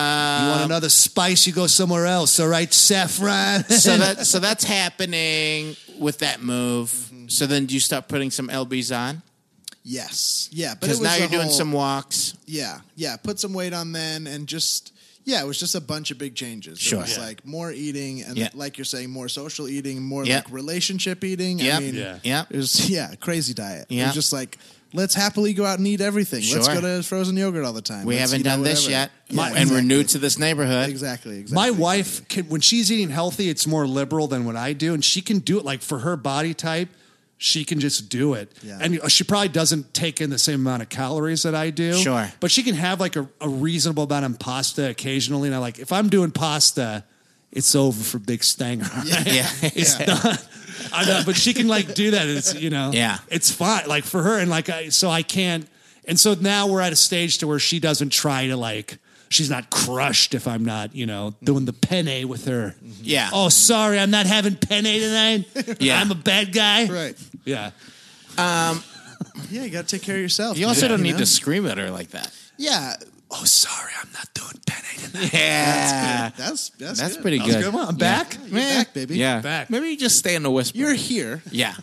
Speaker 3: You want another spice? You go somewhere else. All right. Saffron.
Speaker 2: so that so that's happening with that move.
Speaker 4: Mm-hmm.
Speaker 2: So then, do you start putting some lbs on?
Speaker 4: Yes. Yeah. But it
Speaker 2: Because
Speaker 4: was
Speaker 2: now
Speaker 4: the
Speaker 2: you're doing
Speaker 4: whole-
Speaker 2: some walks.
Speaker 4: Yeah. Yeah. Put some weight on then and just. Yeah, it was just a bunch of big changes.
Speaker 2: Sure.
Speaker 4: It was
Speaker 2: Yeah.
Speaker 4: like more eating and
Speaker 2: Yeah.
Speaker 4: like you're saying, more social eating, more
Speaker 2: Yep.
Speaker 4: like relationship eating.
Speaker 2: Yep.
Speaker 4: I mean,
Speaker 3: Yeah.
Speaker 2: Yep.
Speaker 4: It was yeah, crazy diet. It
Speaker 2: Yep.
Speaker 4: was just like let's happily go out and eat everything. Let's
Speaker 2: Sure.
Speaker 4: go to frozen yogurt all the time.
Speaker 2: We
Speaker 4: Let's
Speaker 2: haven't
Speaker 4: eat out
Speaker 2: done this
Speaker 4: whatever.
Speaker 2: yet,
Speaker 4: Yeah,
Speaker 2: and we're new
Speaker 4: exactly.
Speaker 2: to this neighborhood.
Speaker 4: exactly. Exactly.
Speaker 3: My wife, can, when she's eating healthy, it's more liberal than what I do, and she can do it. Like for her body type, she can just do it,
Speaker 4: Yeah.
Speaker 3: and she probably doesn't take in the same amount of calories that I do.
Speaker 2: Sure.
Speaker 3: but she can have like a, a reasonable amount of pasta occasionally. And I like if I'm doing pasta, it's over for Big Stanger.
Speaker 2: Yeah.
Speaker 3: it's done. I know, but she can like do that. It's you know,
Speaker 2: Yeah.
Speaker 3: it's fine. Like for her, and like I, so I can't. And so now we're at a stage to where she doesn't try to like. She's not crushed if I'm not, you know, doing the penne with her.
Speaker 2: Mm-hmm. Yeah.
Speaker 3: Oh, sorry, I'm not having penne tonight.
Speaker 2: Yeah.
Speaker 3: I'm a bad guy.
Speaker 4: Right.
Speaker 3: Yeah.
Speaker 4: Yeah, you got to take care of yourself.
Speaker 2: You also
Speaker 4: Yeah,
Speaker 2: don't need
Speaker 4: know?
Speaker 2: to scream at her like that.
Speaker 4: Yeah.
Speaker 3: Oh, sorry, I'm not doing penne tonight.
Speaker 2: Yeah,
Speaker 4: That's that's that's,
Speaker 2: that's
Speaker 4: good. Oh,
Speaker 2: pretty
Speaker 3: That was a
Speaker 2: good.
Speaker 3: good one. I'm
Speaker 2: Yeah.
Speaker 3: back.
Speaker 4: You're back, baby.
Speaker 2: Yeah,
Speaker 3: Back.
Speaker 2: Maybe you just stay in the whisper.
Speaker 4: You're here.
Speaker 2: yeah.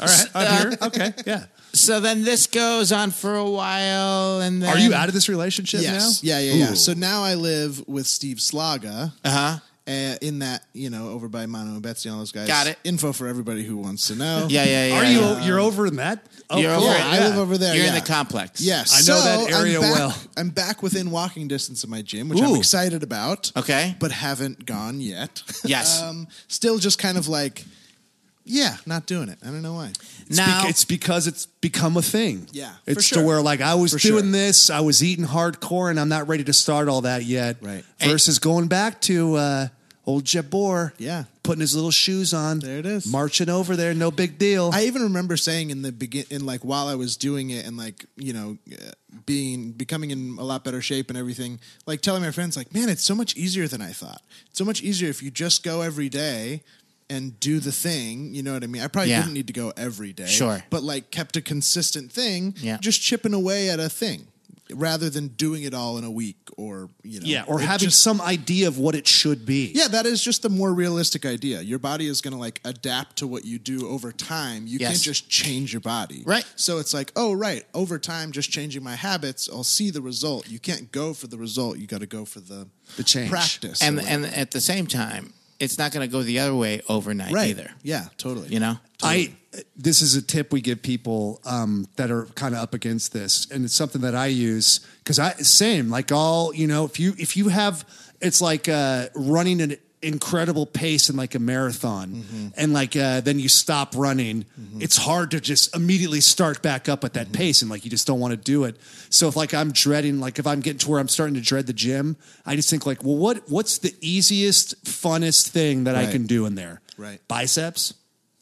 Speaker 3: All right, I'm here. Okay, yeah.
Speaker 2: So then this goes on for a while, and then
Speaker 3: Are you out of this relationship
Speaker 4: Yes.
Speaker 3: now?
Speaker 4: Yeah, yeah, yeah.
Speaker 3: Ooh.
Speaker 4: So now I live with Steve Slaga.
Speaker 2: Uh huh.
Speaker 4: Uh, in that, you know, over by Mono and Betsy and all those guys.
Speaker 2: Got it.
Speaker 4: Info for everybody who wants to know.
Speaker 2: Yeah, yeah, yeah.
Speaker 3: Are you?
Speaker 2: yeah.
Speaker 3: You're over in that? Oh,
Speaker 2: You're
Speaker 3: cool.
Speaker 2: over it,
Speaker 4: I live over there.
Speaker 2: You're in
Speaker 4: yeah.
Speaker 2: the complex.
Speaker 4: Yes.
Speaker 3: I know
Speaker 4: So
Speaker 3: that area
Speaker 4: I'm back,
Speaker 3: well.
Speaker 4: I'm back within walking distance of my gym, which
Speaker 3: Ooh.
Speaker 4: I'm excited about.
Speaker 2: Okay.
Speaker 4: But haven't gone yet.
Speaker 2: Yes.
Speaker 4: um, still just kind of like, yeah, not doing it. I don't know why.
Speaker 2: now,
Speaker 3: Beca- it's because it's become a thing.
Speaker 4: Yeah, for
Speaker 3: it's to
Speaker 4: sure.
Speaker 3: where like I was
Speaker 4: For
Speaker 3: doing
Speaker 4: sure.
Speaker 3: this, I was eating hardcore, and I'm not ready to start all that yet.
Speaker 4: Right.
Speaker 3: Versus going back to uh, old Jabor.
Speaker 4: Yeah.
Speaker 3: Putting his little shoes on.
Speaker 4: There it is.
Speaker 3: Marching over there, no big deal.
Speaker 4: I even remember saying in the begin, in like while I was doing it, and like you know, uh, being becoming in a lot better shape and everything. Like telling my friends, like, man, it's so much easier than I thought. It's so much easier if you just go every day and do the thing. You know what I mean? I probably
Speaker 2: Yeah.
Speaker 4: didn't need to go every day,
Speaker 2: Sure.
Speaker 4: but like kept a consistent thing,
Speaker 2: Yeah.
Speaker 4: just chipping away at a thing. rather than doing it all in a week or you know
Speaker 3: Yeah, or
Speaker 4: it
Speaker 3: having
Speaker 4: just-
Speaker 3: some idea of what it should be.
Speaker 4: yeah that is just the more realistic idea your body is going to like adapt to what you do over time you
Speaker 2: Yes.
Speaker 4: can't just change your body
Speaker 2: Right.
Speaker 4: so it's like oh right over time just changing my habits i'll see the result you can't go for the result you got to go for the
Speaker 3: The change.
Speaker 4: practice
Speaker 2: and
Speaker 4: or whatever.
Speaker 2: and at the same time, it's not going to go the other way overnight
Speaker 4: right
Speaker 2: either.
Speaker 4: yeah totally
Speaker 2: You know,
Speaker 3: I this is a tip we give people um, that are kind of up against this, and it's something that I use because I same like all you know if you if you have it's like uh, running an incredible pace in like a marathon,
Speaker 4: Mm-hmm.
Speaker 3: and like uh, then you stop running, it's hard to just immediately start back up at that
Speaker 4: Mm-hmm.
Speaker 3: pace, and like you just don't want to do it. So if like I'm dreading like if I'm getting to where I'm starting to dread the gym, I just think like well what what's the easiest funnest thing that I
Speaker 4: Right.
Speaker 3: can do in there
Speaker 4: Right.
Speaker 3: biceps.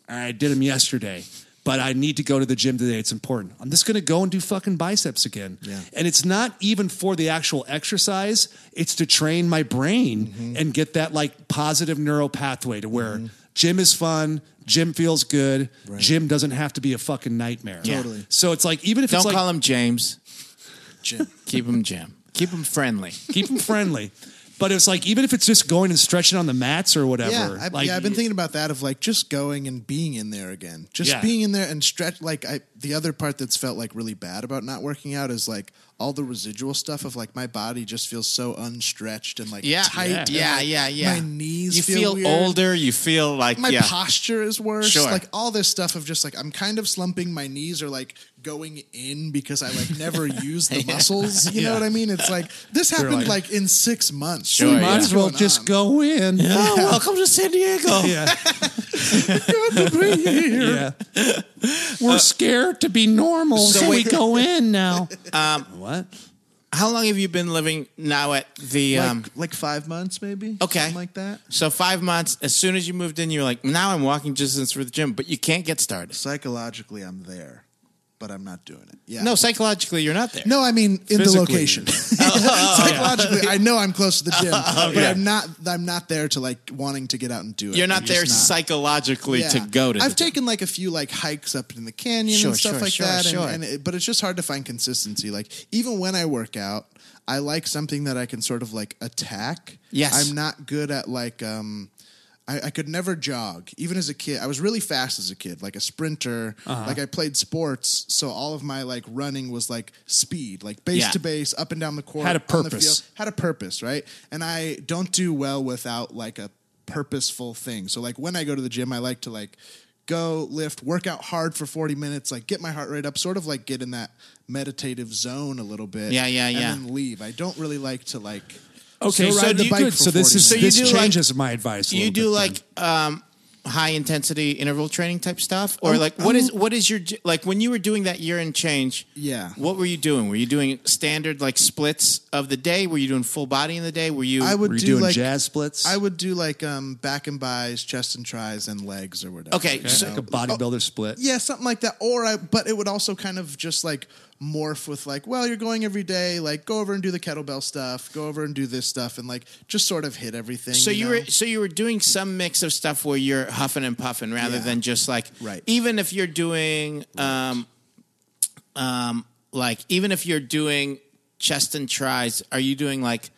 Speaker 3: I did them yesterday, but I need to go to the gym today. It's important. I'm just going to go and do fucking biceps again.
Speaker 4: Yeah.
Speaker 3: And it's not even for the actual exercise, it's to train my brain
Speaker 4: Mm-hmm.
Speaker 3: and get that like positive neural pathway to where gym is fun, gym feels good, gym doesn't have to be a fucking nightmare.
Speaker 4: Totally.
Speaker 3: So it's like, even if
Speaker 2: don't
Speaker 3: it's like,
Speaker 2: call him James.
Speaker 4: Jim.
Speaker 2: Keep him Jim. Keep him friendly.
Speaker 3: keep them friendly. But it's like, even if it's just going and stretching on the mats or whatever,
Speaker 4: Yeah, I,
Speaker 3: like,
Speaker 4: yeah, I've been thinking about that of like just going and being in there again, just
Speaker 3: Yeah.
Speaker 4: being in there and stretch. Like I, the other part that's felt like really bad about not working out is like all the residual stuff of like my body just feels so unstretched and like
Speaker 2: Yeah,
Speaker 4: tight. and,
Speaker 2: yeah,
Speaker 4: like,
Speaker 2: yeah, yeah.
Speaker 4: My knees.
Speaker 2: You
Speaker 4: feel,
Speaker 2: feel,
Speaker 4: weird.
Speaker 2: older. You feel like
Speaker 4: My
Speaker 2: yeah.
Speaker 4: posture is worse.
Speaker 2: Sure.
Speaker 4: Like all this stuff of just like I'm kind of slumping. My knees are like going in because I like never use the muscles. You know what I mean? It's like this happened
Speaker 3: like-
Speaker 4: like, in six months.
Speaker 2: Sure,
Speaker 4: What's
Speaker 2: yeah.
Speaker 3: might as well
Speaker 4: going
Speaker 3: just
Speaker 4: on?
Speaker 3: go in.
Speaker 2: Oh, welcome to San Diego.
Speaker 3: Yeah. Yeah. We're
Speaker 4: Uh,
Speaker 3: scared to be normal,
Speaker 2: so
Speaker 3: so, we
Speaker 2: wait-
Speaker 3: go in now. Um, what?
Speaker 2: How long have you been living now at the?
Speaker 4: Like,
Speaker 2: um,
Speaker 4: like five months, maybe.
Speaker 2: Okay.
Speaker 4: something like that.
Speaker 2: so five months. As soon as you moved in, you're like, now I'm walking distance for the gym, but you can't get started.
Speaker 4: psychologically I'm there, but I'm not doing it. Yeah.
Speaker 2: No, psychologically, you're not there.
Speaker 4: No, I mean in the
Speaker 3: Physically.
Speaker 4: location. oh, Psychologically, I know I'm close to the gym, but I'm not. I'm not there to like wanting to get out and do it.
Speaker 2: you're not
Speaker 4: I'm just
Speaker 2: there psychologically
Speaker 4: Yeah.
Speaker 2: to go to.
Speaker 4: I've
Speaker 2: the gym.
Speaker 4: taken like a few like hikes up in the canyon
Speaker 2: Sure,
Speaker 4: and stuff
Speaker 2: sure,
Speaker 4: like
Speaker 2: sure,
Speaker 4: that, and-
Speaker 2: sure.
Speaker 4: and it- but it's just hard to find consistency. Like even when I work out, I like something that I can sort of like attack.
Speaker 2: Yes.
Speaker 4: I'm not good at like um. I, I could never jog. Even as a kid, I was really fast as a kid, like a sprinter.
Speaker 2: Uh-huh.
Speaker 4: Like I played sports, so all of my like running was like speed, like base
Speaker 2: Yeah.
Speaker 4: to base, up and down the court.
Speaker 3: Had a
Speaker 4: on the
Speaker 3: purpose.
Speaker 4: field had a purpose, right? And I don't do well without like a purposeful thing. So like when I go to the gym, I like to like go lift, work out hard for 40 minutes, like get my heart rate up, sort of like get in that meditative zone a little bit.
Speaker 2: Yeah, yeah, yeah.
Speaker 4: And then leave. I don't really like to like
Speaker 3: Okay,
Speaker 4: Still
Speaker 3: so,
Speaker 4: ride the
Speaker 3: you
Speaker 4: bike
Speaker 3: good.
Speaker 4: for
Speaker 3: So this
Speaker 4: 40
Speaker 3: is
Speaker 4: So
Speaker 2: you
Speaker 3: this
Speaker 2: do like-
Speaker 3: changes my advice. a
Speaker 2: you
Speaker 3: little
Speaker 2: do
Speaker 3: bit
Speaker 2: like um, high intensity interval training type stuff, or like what is what is your j- like when you were doing that year and change?
Speaker 4: Yeah.
Speaker 2: what were you doing? Were you doing standard like splits of the day? Were you doing full body in the day? Were you?
Speaker 4: I
Speaker 3: then.
Speaker 4: would
Speaker 3: Were you
Speaker 4: do
Speaker 3: doing
Speaker 4: like
Speaker 3: jazz splits.
Speaker 4: I would do like um back and buys, chest and tries and legs or whatever.
Speaker 2: Okay,
Speaker 4: you
Speaker 2: so-
Speaker 4: know?
Speaker 3: like a bodybuilder split.
Speaker 4: Yeah, something like that. Or I, but it would also kind of just like morph with like, well, you're going every day. Like, go over and do the kettlebell stuff. Go over and do this stuff, and like just sort of hit everything.
Speaker 2: So you,
Speaker 4: you
Speaker 2: were
Speaker 4: know?
Speaker 2: so you were doing some mix of stuff where you're huffing and puffing rather
Speaker 4: Yeah.
Speaker 2: than just like
Speaker 4: Right.
Speaker 2: even if you're doing um um like even if you're doing chest and tries are you doing like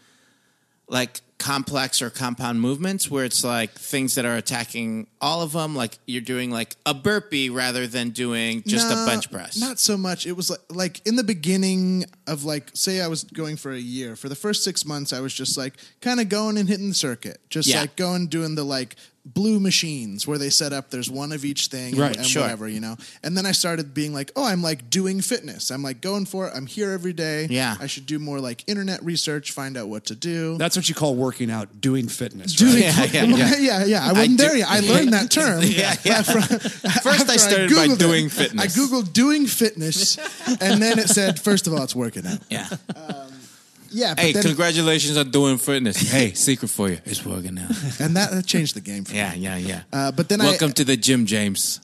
Speaker 2: like complex or compound movements where it's like things that are attacking all of them like you're doing like a burpee rather than doing just
Speaker 4: No,
Speaker 2: a bench press
Speaker 4: Not so much. It was like, like in the beginning of like, say I was going for a year. For the first six months, I was just like kind of going and hitting the circuit, just
Speaker 2: Yeah.
Speaker 4: like going doing the like blue machines where they set up. There's one of each thing,
Speaker 2: Right,
Speaker 4: And, and
Speaker 2: sure.
Speaker 4: whatever you know. And then I started being like, oh, I'm like doing fitness. I'm like going for it. I'm here every day.
Speaker 2: Yeah.
Speaker 4: I should do more like internet research, find out what to do.
Speaker 3: That's what you call working out, doing fitness.
Speaker 4: Doing-
Speaker 3: right?
Speaker 2: Yeah, yeah, yeah.
Speaker 4: yeah, I wasn't
Speaker 2: do-
Speaker 4: there yet. I learned that term.
Speaker 2: yeah, yeah. First, I
Speaker 4: After
Speaker 2: started by
Speaker 4: Googled it,
Speaker 2: doing fitness.
Speaker 4: I googled doing fitness, and then it said, first of all, it's working out.
Speaker 2: Yeah.
Speaker 4: Yeah, Uh, but
Speaker 2: Hey,
Speaker 4: then,
Speaker 2: congratulations on doing fitness. Hey, secret for you. It's working out.
Speaker 4: and that, that changed the game for me.
Speaker 2: Yeah, yeah, yeah.
Speaker 4: Uh, but then I-
Speaker 2: welcome to the gym, James.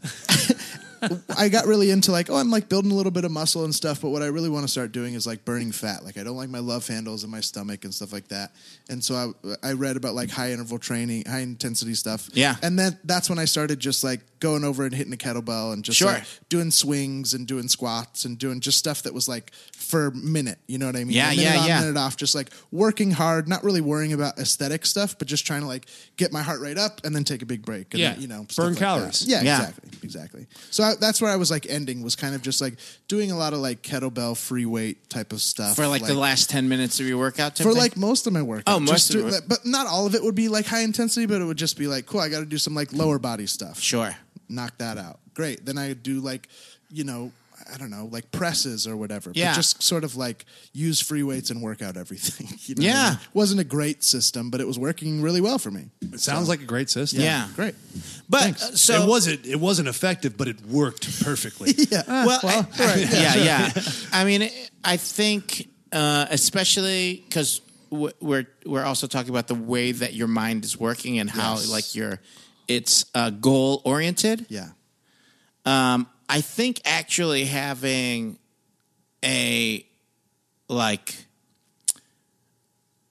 Speaker 4: I got really into like, oh, I'm like building a little bit of muscle and stuff, but what I really want to start doing is like burning fat. Like I don't like my love handles and my stomach and stuff like that. And so I I read about like high interval training, high intensity stuff.
Speaker 2: Yeah.
Speaker 4: And then that's when I started just like going over and hitting a kettlebell and just
Speaker 2: Sure.
Speaker 4: like doing swings and doing squats and doing just stuff that was like for a minute. You know what I mean?
Speaker 2: Yeah,
Speaker 4: A minute
Speaker 2: yeah,
Speaker 4: on,
Speaker 2: yeah.
Speaker 4: Minute off, just like working hard, not really worrying about aesthetic stuff, but just trying to like get my heart rate up and then take a big break. And
Speaker 3: Yeah.
Speaker 4: then, you know, stuff
Speaker 3: Burn
Speaker 4: like that.
Speaker 3: calories.
Speaker 4: Yeah,
Speaker 2: Yeah.
Speaker 4: exactly, exactly. So I, that's where I was like ending was kind of just like doing a lot of like kettlebell free weight type of stuff
Speaker 2: for like, the last ten minutes of your workout. type
Speaker 4: for
Speaker 2: thing?
Speaker 4: like most of my work.
Speaker 2: Oh, most of your work.
Speaker 4: but not all of it would be like high intensity, but it would just be like cool. I got to do some like lower body stuff.
Speaker 2: sure.
Speaker 4: knock that out. Great. Then I do like you know. I don't know, like presses or whatever.
Speaker 2: Yeah.
Speaker 4: But just sort of like use free weights and work out everything. you know what I
Speaker 2: Yeah.
Speaker 4: mean? Wasn't a great system, but it was working really well for me.
Speaker 3: It sounds like a great system.
Speaker 2: Yeah.
Speaker 4: Great.
Speaker 2: But uh, so
Speaker 3: it wasn't it wasn't effective, but it worked perfectly.
Speaker 4: Yeah.
Speaker 2: well, I- yeah, yeah. I mean, I think uh, especially because we're we're also talking about the way that your mind is working and how
Speaker 4: Yes.
Speaker 2: like your it's uh, goal oriented.
Speaker 4: yeah.
Speaker 2: I think actually having a like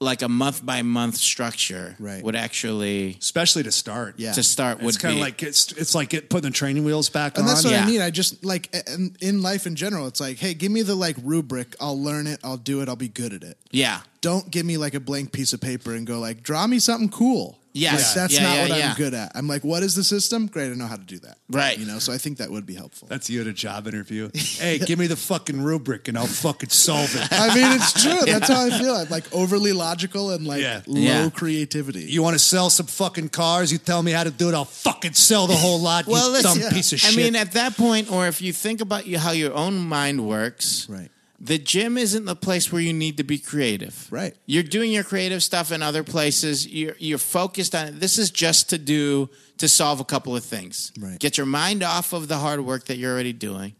Speaker 2: like a month by month structure
Speaker 4: Right.
Speaker 2: would actually
Speaker 3: Especially to start.
Speaker 4: Yeah.
Speaker 2: to start would
Speaker 3: It's kind
Speaker 2: be
Speaker 3: of like it's it's like it, putting the training wheels back
Speaker 4: And
Speaker 3: on.
Speaker 4: that's what
Speaker 2: Yeah.
Speaker 4: I mean. I just like a- and in life in general, it's like, hey, give me the like rubric. I'll learn it. I'll do it. I'll be good at it.
Speaker 2: yeah
Speaker 4: Don't give me like a blank piece of paper and go like, draw me something cool.
Speaker 2: Yes.
Speaker 4: Like, that's
Speaker 2: Yeah,
Speaker 4: not
Speaker 2: yeah,
Speaker 4: what
Speaker 2: yeah.
Speaker 4: I'm good at. I'm like, what is the system? Great, I know how to do that.
Speaker 2: Right.
Speaker 4: You know, so I think that would be helpful.
Speaker 3: That's you at a job interview. hey, give me the fucking rubric and I'll fucking solve it.
Speaker 4: I mean, it's true. That's how I feel. I'm like overly logical and like
Speaker 3: Yeah.
Speaker 4: low
Speaker 2: Yeah.
Speaker 4: creativity.
Speaker 3: You want to sell some fucking cars? You tell me how to do it. I'll fucking sell the whole lot.
Speaker 2: well
Speaker 3: you
Speaker 2: let's-
Speaker 3: dumb
Speaker 2: yeah.
Speaker 3: piece of
Speaker 2: I
Speaker 3: shit.
Speaker 2: mean at that point or if you think about you, how your own mind works
Speaker 4: Right.
Speaker 2: the gym isn't the place where you need to be creative
Speaker 4: Right.
Speaker 2: you're doing your creative stuff in other places you're, you're focused on it this is just to do to solve a couple of things
Speaker 4: Right.
Speaker 2: get your mind off of the hard work that you're already doing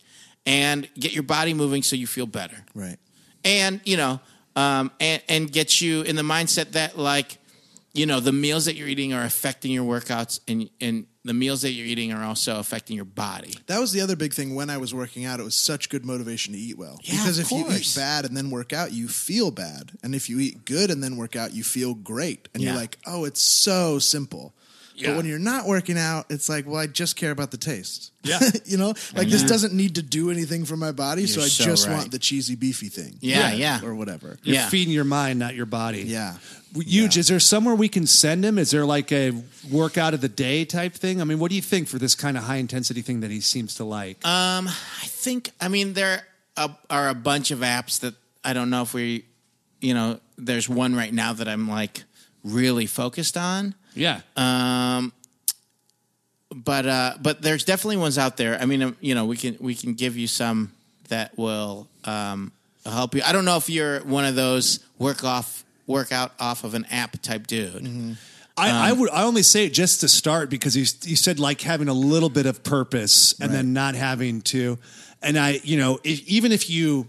Speaker 2: and get your body moving so you feel better
Speaker 4: right.
Speaker 2: and you know um, and and get you in the mindset that like you know the meals that you're eating are affecting your workouts and and the meals that you're eating are also affecting your body
Speaker 4: That was the other big thing when I was working out. It was such good motivation to eat well.
Speaker 2: Yeah,
Speaker 4: because
Speaker 2: of
Speaker 4: if you eat
Speaker 2: course.
Speaker 4: bad and then work out, you feel bad. And if you eat good and then work out, you feel great. And
Speaker 2: Yeah.
Speaker 4: you're like, oh, it's so simple.
Speaker 2: Yeah.
Speaker 4: But when you're not working out, it's like, well, I just care about the taste.
Speaker 3: Yeah.
Speaker 4: you know, like this doesn't need to do anything for my body, so I
Speaker 2: so
Speaker 4: just
Speaker 2: right.
Speaker 4: want the cheesy beefy thing.
Speaker 2: Yeah, yeah.
Speaker 4: Or whatever.
Speaker 3: You're
Speaker 2: Yeah.
Speaker 3: feeding your mind, not your body.
Speaker 4: Yeah.
Speaker 3: Huge. Is there somewhere we can send him? Is there like a workout of the day type thing? I mean, what do you think for this kind of high intensity thing that he seems to like?
Speaker 2: I think I mean there are- are a bunch of apps that I don't know if we, you know, there's one right now that I'm like really focused on.
Speaker 3: yeah.
Speaker 2: Um, but uh, but there's definitely ones out there. I mean, um, you know, we can we can give you some that will um, help you. I don't know if you're one of those work off workout off of an app type dude.
Speaker 3: I, I
Speaker 4: Um,
Speaker 3: would. I only say it just to start because you you said like having a little bit of purpose and then not having to, and I you know if, even if you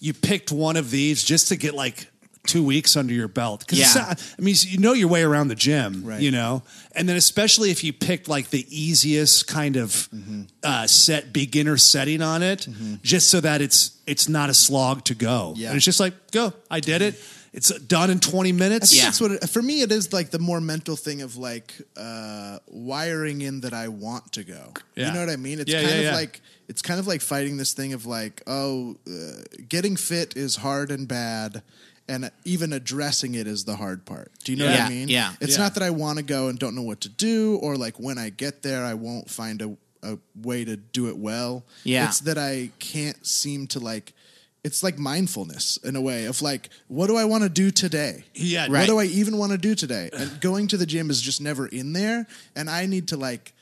Speaker 3: you picked one of these just to get like two weeks under your belt because
Speaker 2: Yeah.
Speaker 3: I mean you know your way around the gym
Speaker 4: Right.
Speaker 3: you know and then especially if you picked like the easiest kind of
Speaker 4: Mm-hmm.
Speaker 3: uh, set beginner setting on it just so that it's it's not a slog to go
Speaker 4: Yeah.
Speaker 3: and it's just like go I did it it's done in twenty minutes
Speaker 2: Yeah.
Speaker 4: That's what it, for me it is like the more mental thing of like uh, wiring in that I want to go.
Speaker 3: Yeah.
Speaker 4: You know what I mean? It's
Speaker 3: Yeah,
Speaker 4: kind
Speaker 3: yeah,
Speaker 4: of
Speaker 3: yeah.
Speaker 4: like it's kind of like fighting this thing of like oh, uh, getting fit is hard and bad. And even addressing it is the hard part. Do you know what
Speaker 2: Yeah,
Speaker 4: I mean?
Speaker 2: yeah,
Speaker 4: It's
Speaker 3: yeah.
Speaker 4: not that I want to go and don't know what to do, or like when I get there, I won't find a, a way to do it well.
Speaker 2: Yeah.
Speaker 4: It's that I can't seem to like, it's like mindfulness in a way of like, what do I want to do today?
Speaker 3: Yeah,
Speaker 4: What
Speaker 3: right.
Speaker 4: do I even want to do today? And going to the gym is just never in there. And I need to like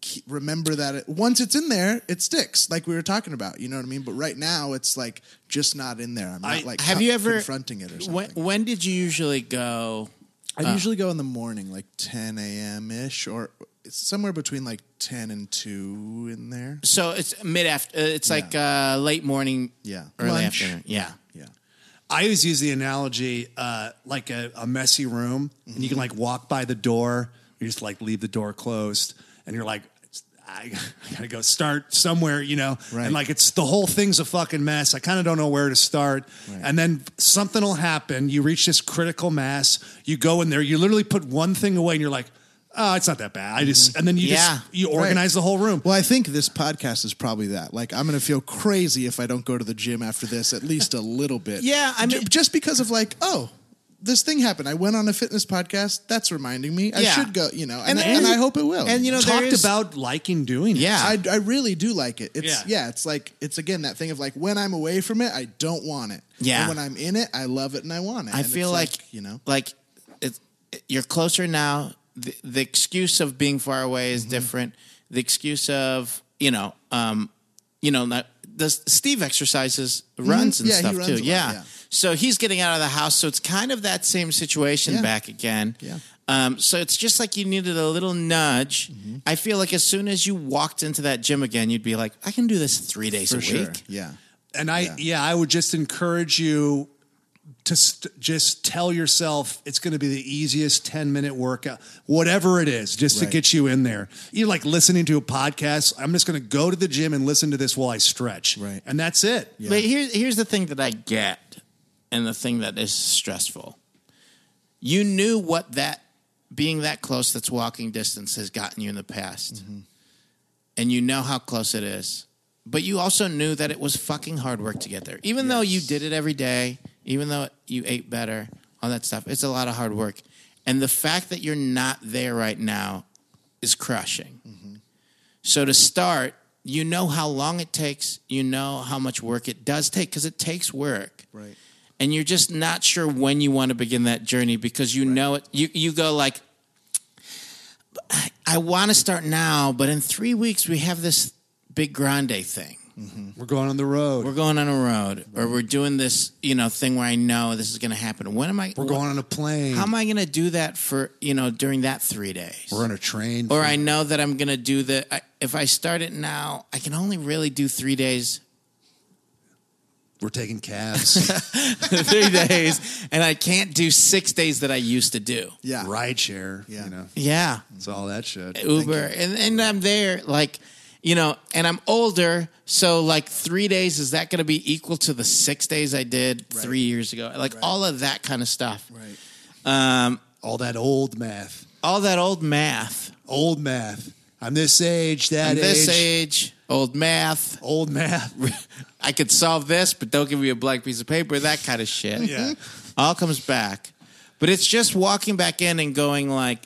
Speaker 4: keep, remember that it, once it's in there, it sticks. Like we were talking about, you know what I mean? But right now, it's like just not in there. I'm not
Speaker 3: I-
Speaker 4: like
Speaker 2: Have
Speaker 4: co-
Speaker 2: you ever
Speaker 4: confronting it or something?
Speaker 2: When, uh, when did you usually go?
Speaker 4: I usually go in the morning, like 10 a.m. ish, or it's somewhere between like 10 and 2 in there.
Speaker 2: So it's mid after. It's like uh, late morning.
Speaker 4: Yeah.
Speaker 2: early
Speaker 4: Lunch.
Speaker 2: afternoon. Yeah.
Speaker 4: Yeah.
Speaker 3: I always use the analogy uh, like a, a messy room, and you can like walk by the door, you just like leave the door closed, and you're like, I, I gotta go start somewhere, you know.
Speaker 4: Right.
Speaker 3: And like it's the whole thing's a fucking mess. I kind of don't know where to start. And then something will happen. You reach this critical mass. You go in there. You literally put one thing away, and you're like, oh, it's not that bad. I just and then you
Speaker 2: Mm-hmm. Yeah.
Speaker 3: just you organize the whole room.
Speaker 4: Well, I think this podcast is probably that. Like, I'm going to feel crazy if I don't go to the gym after this, at least a little bit.
Speaker 2: Yeah, I
Speaker 4: Ju-
Speaker 2: mean-
Speaker 4: just because of like, oh, this thing happened. I went on a fitness podcast. That's reminding me. I
Speaker 2: Yeah.
Speaker 4: should go. You know,
Speaker 2: And the-
Speaker 4: and, and, I hope it will.
Speaker 2: and, you know, there
Speaker 3: Talked
Speaker 2: is-
Speaker 3: about liking doing it.
Speaker 2: Yeah.
Speaker 4: I, I really do like it. It's
Speaker 3: Yeah.
Speaker 4: yeah. it's like it's again that thing of like when I'm away from it, I don't want it.
Speaker 2: Yeah.
Speaker 4: And when I'm in it, I love it and I want it.
Speaker 2: I
Speaker 4: And it's
Speaker 2: feel like,
Speaker 4: you know,
Speaker 2: like it, you're closer now. The, the excuse of being far away
Speaker 4: Mm-hmm.
Speaker 2: is different. The excuse of you know, um, you know, not, does Steve exercises runs and
Speaker 4: Mm-hmm. Yeah, he
Speaker 2: stuff
Speaker 4: runs
Speaker 2: too?
Speaker 4: a lot,
Speaker 2: yeah.
Speaker 4: yeah.
Speaker 2: So he's getting out of the house. So it's kind of that same situation
Speaker 4: Yeah.
Speaker 2: back again.
Speaker 4: Yeah.
Speaker 2: Um, so it's just like you needed a little nudge.
Speaker 4: Mm-hmm.
Speaker 2: I feel like as soon as you walked into that gym again, you'd be like, I can do this three days a
Speaker 4: for sure.
Speaker 2: week.
Speaker 4: Yeah.
Speaker 3: And I, yeah. I would just encourage you to st- just tell yourself it's going to be the easiest 10 minute workout, whatever it is, just to
Speaker 4: Right.
Speaker 3: get you in there. You're like listening to a podcast. I'm just going to go to the gym and listen to this while I stretch.
Speaker 4: Right.
Speaker 3: And that's it.
Speaker 2: But here's here's the thing that I get, and the thing that is stressful. You knew what that being that close that's walking distance has gotten you in the past, and you know how close it is. But you also knew that it was fucking hard work to get there, even though you did it every day, even though you ate better, all that stuff. It's a lot of hard work, and the fact that you're not there right now is crushing. So to start, you know how long it takes, you know how much work it does take because it takes work.
Speaker 4: Right.
Speaker 2: And you're just not sure when you want to begin that journey because you know it you you go like I, I want to start now, but in 3 weeks we have this big grande thing.
Speaker 3: We're going on the road.
Speaker 2: We're
Speaker 3: We're,
Speaker 2: going on a road or we're doing this, you know, thing where I know this is going to happen. When am I
Speaker 3: going on a plane.
Speaker 2: How am I going to do that for, you know, during that 3 days?
Speaker 3: We're on a train.
Speaker 2: or I know that I'm gonna do the. I, if I start it now, I can only really do three days,
Speaker 3: We're taking cabs,
Speaker 2: three days, and I can't do six days that I used to do.
Speaker 4: Yeah.
Speaker 3: ride share.
Speaker 4: Yeah.
Speaker 3: You know,
Speaker 2: Yeah,
Speaker 3: it's all that shit.
Speaker 2: Uber, and and I'm there, like you know, and I'm older, so like three days is that gonna be equal to the six days I did three years ago? Like all of that kind of stuff,
Speaker 4: Right.
Speaker 3: all that old math.
Speaker 2: all that old math,
Speaker 3: Old math. I'm this age, that
Speaker 2: I'm
Speaker 3: age.
Speaker 2: this age, old math.
Speaker 3: Old math.
Speaker 2: I could solve this, but don't give me a blank piece of paper, that kind of shit.
Speaker 3: Yeah.
Speaker 2: All comes back. But it's just walking back in and going like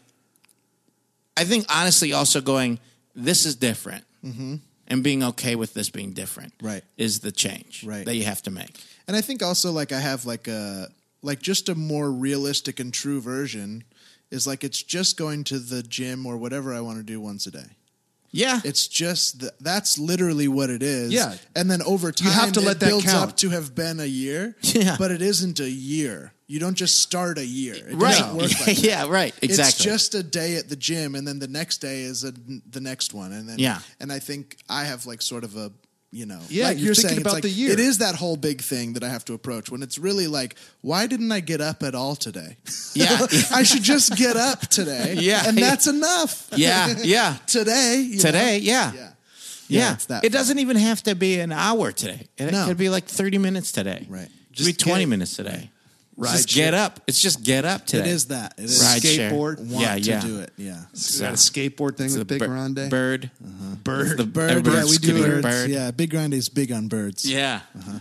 Speaker 2: I think honestly also going, this is different. Mm-hmm. And being okay with this being different.
Speaker 4: Right.
Speaker 2: Is the change
Speaker 4: Right.
Speaker 2: that you have to make.
Speaker 4: And I think also like I have like a like just a more realistic and true version is like it's just going to the gym or whatever I want to do once a day.
Speaker 2: Yeah.
Speaker 4: It's just th- that's literally what it is.
Speaker 3: Yeah.
Speaker 4: And then over time,
Speaker 3: have to
Speaker 4: it
Speaker 3: let that
Speaker 4: builds
Speaker 3: count.
Speaker 4: up to have been a year.
Speaker 2: Yeah.
Speaker 4: But it isn't a year. You don't just start a year. It
Speaker 2: right.
Speaker 4: Doesn't work like that.
Speaker 2: yeah, right. Exactly.
Speaker 4: It's just a day at the gym, and then the next day is a, the next one, and then
Speaker 2: Yeah.
Speaker 4: And I think I have like sort of a you know
Speaker 3: Yeah,
Speaker 4: like
Speaker 3: you're thinking
Speaker 4: saying it's
Speaker 3: about
Speaker 4: like,
Speaker 3: the year.
Speaker 4: It is that whole big thing that I have to approach when it's really like why didn't I get up at all today?
Speaker 2: Yeah.
Speaker 4: I should just get up today.
Speaker 2: Yeah.
Speaker 4: and that's enough.
Speaker 2: yeah. Yeah.
Speaker 4: today. you
Speaker 2: Today,
Speaker 4: know?
Speaker 2: yeah.
Speaker 4: yeah,
Speaker 2: Yeah,
Speaker 4: it's that
Speaker 2: it doesn't even have to be an hour today. It
Speaker 4: No.
Speaker 2: could be like thirty minutes today.
Speaker 4: Right.
Speaker 2: Just be
Speaker 3: Just
Speaker 2: twenty
Speaker 3: get-
Speaker 2: minutes today.
Speaker 3: Ride
Speaker 2: just
Speaker 3: share.
Speaker 2: get up. It's just get up
Speaker 4: It
Speaker 2: today.
Speaker 4: is that. It is
Speaker 2: Ride share.
Speaker 3: skateboard.
Speaker 4: Want
Speaker 2: yeah, yeah.
Speaker 4: to do it. Yeah.
Speaker 3: Is that a skateboard thing
Speaker 2: The
Speaker 3: with Big
Speaker 2: bir- Bird.
Speaker 3: Grande? Bird.
Speaker 2: The
Speaker 4: Uh-huh. Bird,
Speaker 2: everybody's
Speaker 4: yeah, we do
Speaker 2: skipping
Speaker 4: birds.
Speaker 2: bird.
Speaker 4: Yeah, Big Grande is big on birds.
Speaker 2: Yeah.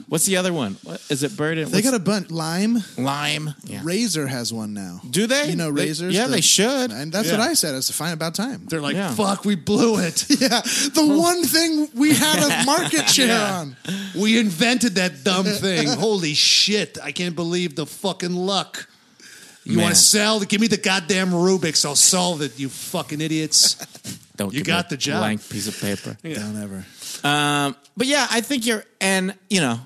Speaker 2: What's the other one? What is it? Bird and
Speaker 4: They got
Speaker 2: what's-
Speaker 4: a bunch. Lime.
Speaker 2: lime. Yeah.
Speaker 4: Razor has one now.
Speaker 2: Do they?
Speaker 4: You know,
Speaker 2: They-
Speaker 4: razors.
Speaker 2: yeah,
Speaker 4: the-
Speaker 2: they should.
Speaker 4: And that's
Speaker 3: Yeah.
Speaker 4: what I said. It's a fine about time.
Speaker 3: They're like,
Speaker 2: Yeah.
Speaker 3: fuck, we blew it.
Speaker 4: yeah, the one thing we had a market share on.
Speaker 3: We invented that dumb thing. Holy shit. I can't believe the fucking luck. You
Speaker 2: Man.
Speaker 3: want to sell? Give me the goddamn Rubik's. I'll solve it, you fucking idiots.
Speaker 2: Don't
Speaker 3: You
Speaker 2: give me
Speaker 3: got
Speaker 2: a
Speaker 3: the job.
Speaker 2: Blank piece of paper.
Speaker 4: Don't ever.
Speaker 2: Um, but yeah, I think you're, and you know,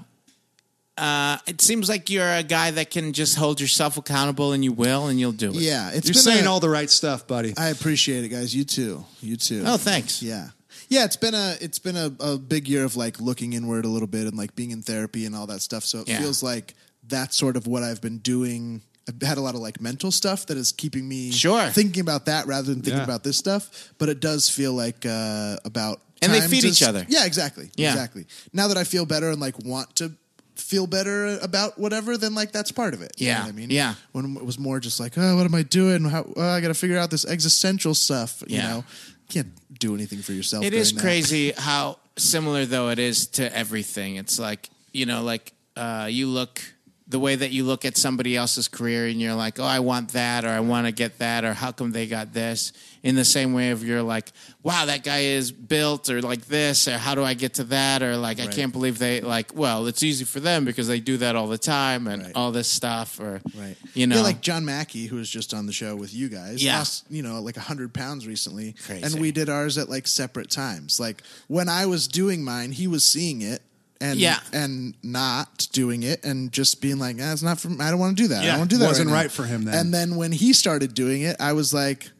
Speaker 2: uh, it seems like you're a guy that can just hold yourself accountable, and you will, and you'll do it.
Speaker 4: Yeah, it's
Speaker 3: You're
Speaker 4: been
Speaker 3: saying
Speaker 4: a-
Speaker 3: all the right stuff, buddy.
Speaker 4: I appreciate it, guys. You too. You too.
Speaker 2: Oh, thanks.
Speaker 4: Yeah. Yeah, it's been a it's been a, a big year of like looking inward a little bit and like being in therapy and all that stuff. So it
Speaker 2: Yeah.
Speaker 4: feels like that's sort of what I've been doing I've had a lot of like mental stuff that is keeping me
Speaker 2: Sure.
Speaker 4: thinking about that rather than thinking
Speaker 6: Yeah.
Speaker 4: about this stuff. But it does feel like uh, about
Speaker 2: And they
Speaker 4: time
Speaker 2: feed
Speaker 4: to
Speaker 2: each
Speaker 4: st-
Speaker 2: other.
Speaker 4: Yeah, exactly.
Speaker 2: Yeah.
Speaker 4: Exactly. Now that I feel better and like want to feel better about whatever, then like that's part of it. You know
Speaker 2: Yeah.
Speaker 4: what I mean,
Speaker 2: Yeah.
Speaker 4: When it was more just like, oh, what am I doing? How oh, I got to figure out this existential stuff. You
Speaker 2: Yeah.
Speaker 4: know, can't do anything for yourself.
Speaker 2: It is
Speaker 4: during that.
Speaker 2: crazy how similar though it is to everything. It's like you know, like uh, you look the way that you look at somebody else's career, and you're like, oh, I want that, or I want to get that, or how come they got this? In the same way of you're like, wow, that guy is built, or like this, or how do I get to that, or like I can't believe they like. Well, it's easy for them because they do that all the time and
Speaker 4: Right.
Speaker 2: all this stuff, or
Speaker 4: Right.
Speaker 2: you know,
Speaker 4: yeah, like John Mackey, who was just on the show with you guys,
Speaker 2: Yeah.
Speaker 4: lost, you know, like 100 pounds recently.
Speaker 2: Crazy.
Speaker 4: And we did ours at like separate times. Like when I was doing mine, he was seeing it and
Speaker 2: Yeah.
Speaker 4: and not doing it and just being like, ah, it's not for I don't want to do that. I
Speaker 3: Yeah,
Speaker 4: don't want to do that.
Speaker 3: wasn't
Speaker 4: now."
Speaker 3: right for him then.
Speaker 4: And then when he started doing it, I was like,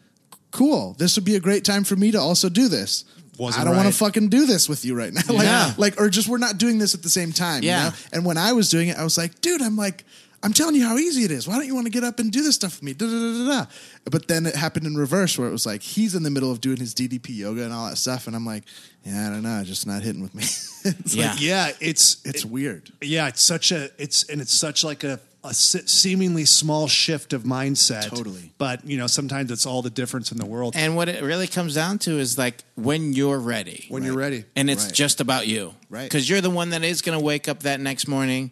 Speaker 4: cool, this would be a great time for me to also do this.
Speaker 3: Wasn't
Speaker 4: I don't want
Speaker 3: right.
Speaker 4: to fucking do this with you right now. like,
Speaker 2: Yeah.
Speaker 4: like, or just we're not doing this at the same time. you
Speaker 2: Yeah.
Speaker 4: know? And when I was doing it, I was like, dude, I'm like, I'm telling you how easy it is. Why don't you want to get up and do this stuff with me? Da, da, da, da, da. But then it happened in reverse where it was like, he's in the middle of doing his DDP yoga and all that stuff. And I'm like, yeah, I don't know. It's just not hitting with me. it's
Speaker 2: Yeah.
Speaker 4: like,
Speaker 3: yeah, it's
Speaker 4: it's weird.
Speaker 3: yeah, it's such a it's and it's such like a, a se- seemingly small shift of mindset.
Speaker 4: Totally.
Speaker 3: but you know sometimes it's all the difference in the world.
Speaker 2: and what it really comes down to is like when you're ready.
Speaker 3: when you're ready,
Speaker 2: and it's
Speaker 4: Right.
Speaker 2: just about you,
Speaker 4: Right.
Speaker 2: Because you're the one that is going to wake up that next morning,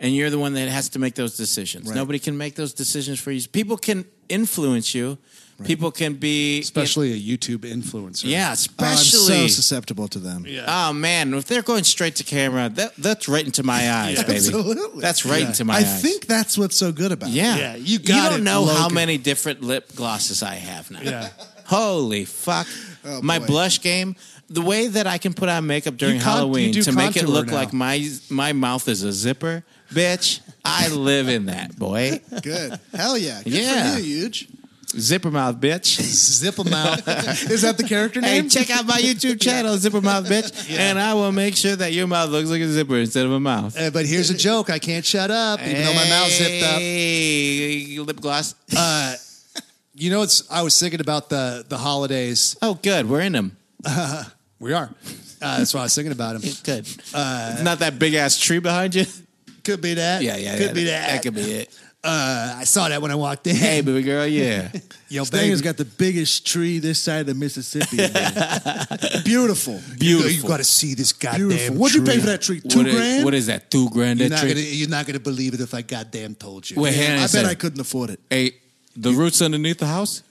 Speaker 2: and you're the one that has to make those decisions. Nobody can make those decisions for you. People can influence you. People can be
Speaker 3: especially a YouTube influencer.
Speaker 2: yeah,
Speaker 4: Oh,
Speaker 2: especially.
Speaker 4: I'm so susceptible to them. Yeah.
Speaker 2: Oh man, if they're going straight to camera, that, that's right into my eyes, baby.
Speaker 4: Absolutely.
Speaker 2: That's right into my
Speaker 4: I
Speaker 2: eyes.
Speaker 4: think that's what's so good about it.
Speaker 2: Yeah.
Speaker 3: Yeah, you got
Speaker 2: don't
Speaker 3: it,
Speaker 2: know how
Speaker 3: Logan.
Speaker 2: many different lip glosses I have now.
Speaker 3: Yeah.
Speaker 2: Holy fuck. my
Speaker 4: boy.
Speaker 2: blush game, the way that I can put on makeup during
Speaker 3: Oh, You con-
Speaker 2: Halloween
Speaker 3: you do
Speaker 2: to make it
Speaker 3: contour
Speaker 2: look
Speaker 3: now.
Speaker 2: like my my mouth is a zipper, bitch. I live in that, boy.
Speaker 4: Good. Hell yeah. Good
Speaker 2: Yeah.
Speaker 4: for you, Huge.
Speaker 2: Zipper mouth, bitch.
Speaker 4: Zip them out. is that the character name?
Speaker 2: Hey, check out my YouTube channel, Zipper Mouth Bitch, and I will make sure that your mouth looks like a zipper instead of a mouth.
Speaker 3: Uh, but here's a joke. I can't shut up, even though my mouth zipped up.
Speaker 2: Hey, lip gloss.
Speaker 3: You know, it's. I was thinking about the the holidays.
Speaker 2: Oh, good. We're in them.
Speaker 3: We are. Uh, that's what I was thinking about him.
Speaker 2: Good.
Speaker 3: Uh,
Speaker 2: it's not that big ass tree behind you.
Speaker 3: Could be that.
Speaker 2: Yeah, yeah,
Speaker 3: Could
Speaker 2: yeah,
Speaker 3: be that. Uh,
Speaker 2: That could be it.
Speaker 3: I saw that when I walked in.
Speaker 2: Hey, baby girl, yeah.
Speaker 3: yo,
Speaker 6: Stanger's
Speaker 3: baby,
Speaker 6: got the biggest tree this side of the Mississippi. man.
Speaker 4: Beautiful.
Speaker 2: Beautiful.
Speaker 3: you got to see this goddamn.
Speaker 4: Beautiful. What'd you pay
Speaker 3: tree.
Speaker 4: for that tree? Two
Speaker 2: What is-
Speaker 4: grand?
Speaker 2: what is that? Two grand.
Speaker 3: You're
Speaker 2: that
Speaker 3: not
Speaker 2: tree?
Speaker 3: gonna. You're not gonna believe it if I goddamn told you.
Speaker 2: Wait, hang on a
Speaker 4: I bet
Speaker 2: second.
Speaker 4: I couldn't afford it.
Speaker 2: Hey, the roots underneath the house?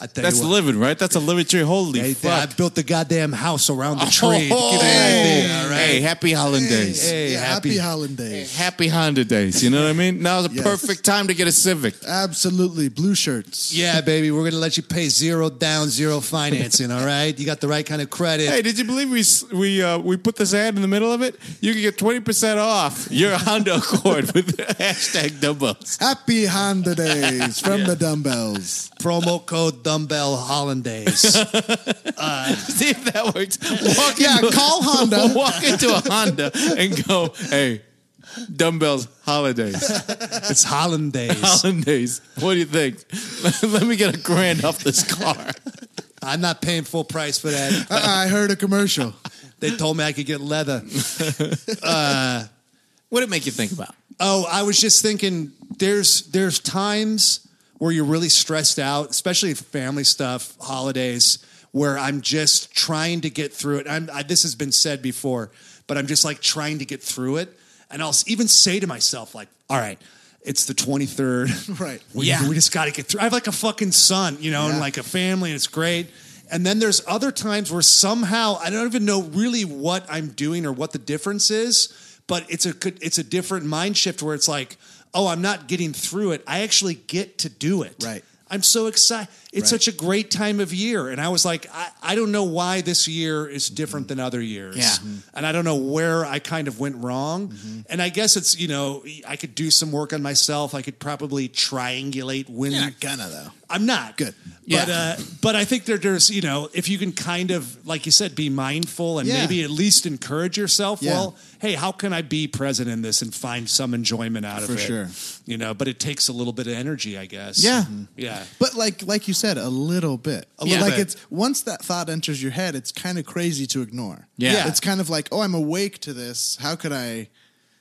Speaker 3: I tell
Speaker 2: That's
Speaker 3: you what.
Speaker 2: living, right? That's a living tree. Holy
Speaker 3: Hey, I
Speaker 2: fuck.
Speaker 3: built the goddamn house around the tree.
Speaker 2: Oh,
Speaker 3: to give you an idea, all right?
Speaker 2: Hey, happy Holland days.
Speaker 3: hey,
Speaker 4: yeah, happy,
Speaker 3: happy-
Speaker 4: Holland days.
Speaker 2: Happy Honda days. You know what I mean? Now's a
Speaker 4: Yes.
Speaker 2: perfect time to get a Civic.
Speaker 4: Absolutely. Blue shirts.
Speaker 3: Yeah, baby, we're gonna let you pay zero down, zero financing. All right, you got the right kind of credit.
Speaker 2: Hey, did you believe we s- we uh, we put this ad in the middle of it? You can get twenty percent off your Honda Accord with the hashtag dumbbells.
Speaker 4: Happy Honda days from the dumbbells.
Speaker 3: Promo code dumbbell hollandaise.
Speaker 2: See if that works. Walk
Speaker 4: Yeah,
Speaker 2: into a-
Speaker 4: call Honda.
Speaker 2: Walk into a Honda and go, hey, dumbbells holidays.
Speaker 3: it's hollandaise.
Speaker 2: Hollandaise. What do you think? Let me get a grand off this car.
Speaker 3: I'm not paying full price for that.
Speaker 4: Uh, I heard a commercial.
Speaker 3: They told me I could get leather.
Speaker 2: What did it make you think about?
Speaker 3: Oh, I was just thinking there's there's times where you're really stressed out, especially for family stuff, holidays, where I'm just trying to get through it. I'm, I, this has been said before, but I'm just like trying to get through it, and I'll s- even say to myself like, "All right, it's the 23rd,
Speaker 4: Right.
Speaker 3: We,
Speaker 2: Yeah.
Speaker 3: we just got to get through." I have like a fucking son, you know, and
Speaker 4: Yeah.
Speaker 3: like a family, and it's great. And then there's other times where somehow I don't even know really what I'm doing or what the difference is, but it's a good- it's a different mind shift where it's like, oh, I'm not getting through it. I actually get to do it.
Speaker 4: Right.
Speaker 3: I'm so excited. It's
Speaker 4: Right.
Speaker 3: such a great time of year. And I was like, I, I don't know why this year is different
Speaker 4: Mm-hmm.
Speaker 3: than other years.
Speaker 2: Yeah.
Speaker 3: And I don't know where I kind of went wrong.
Speaker 4: Mm-hmm.
Speaker 3: And I guess it's, you know, I could do some work on myself. I could probably triangulate when
Speaker 4: gonna though.
Speaker 3: I'm not.
Speaker 4: Good.
Speaker 3: But, uh, but I think there, there's, you know, if you can kind of, like you said, be mindful and
Speaker 4: Yeah.
Speaker 3: maybe at least encourage yourself.
Speaker 4: Yeah.
Speaker 3: Well, hey, how can I be present in this and find some enjoyment out
Speaker 4: For
Speaker 3: of it?
Speaker 4: sure.
Speaker 3: You know, but it takes a little bit of energy, I guess.
Speaker 4: Yeah. Mhm.
Speaker 3: Yeah.
Speaker 4: But like like you said, a little bit. A
Speaker 3: Yeah.
Speaker 4: little like
Speaker 3: Bit.
Speaker 4: it's once that thought enters your head, it's kind of crazy to ignore.
Speaker 2: Yeah. Yeah.
Speaker 4: It's kind of like, oh, I'm awake to this. How could I?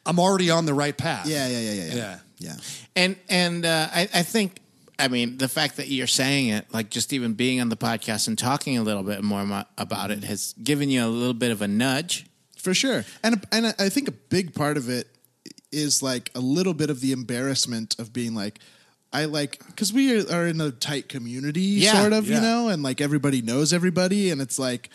Speaker 3: I'm already on the right path.
Speaker 4: Yeah, yeah, yeah, yeah, yeah.
Speaker 3: Yeah.
Speaker 4: Yeah.
Speaker 2: And and uh, I, I think I mean the fact that you're saying it, like just even being on the podcast and talking a little bit more mo- about it, has given you a little bit of a nudge.
Speaker 4: For sure. And and I think a big part of it is like a little bit of the embarrassment of being like I like cuz we are in a tight community
Speaker 2: Yeah,
Speaker 4: sort of,
Speaker 3: yeah.
Speaker 4: you know, and like everybody knows everybody and it's like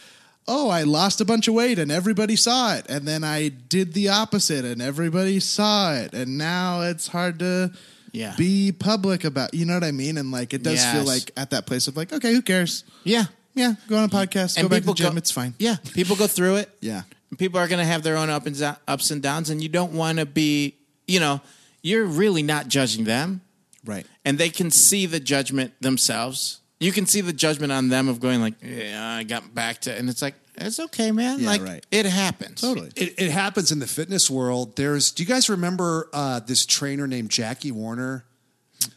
Speaker 4: Oh, I lost a bunch of weight and everybody saw it. And then I did the opposite and everybody saw it. And now it's hard to
Speaker 2: Yeah.
Speaker 4: be public about, you know what I mean? And like it does feel
Speaker 2: Yes.
Speaker 4: like at that place of like, okay, who cares?
Speaker 2: Yeah,
Speaker 4: Yeah, go on a podcast, go back to the gym, it's fine.
Speaker 2: Yeah, people go through it.
Speaker 4: Yeah.
Speaker 2: And people are going to have their own up and zo- ups and downs, and you don't want to be, you know, you're really not judging them,
Speaker 4: Right.
Speaker 2: and they can see the judgment themselves. You can see the judgment on them of going like, yeah, I got back to, and it's like it's okay, man.
Speaker 4: Yeah,
Speaker 2: like
Speaker 4: right.
Speaker 2: it happens.
Speaker 4: Totally.
Speaker 3: It, it happens in the fitness world. There's, do you guys remember uh, this trainer named Jackie Warner?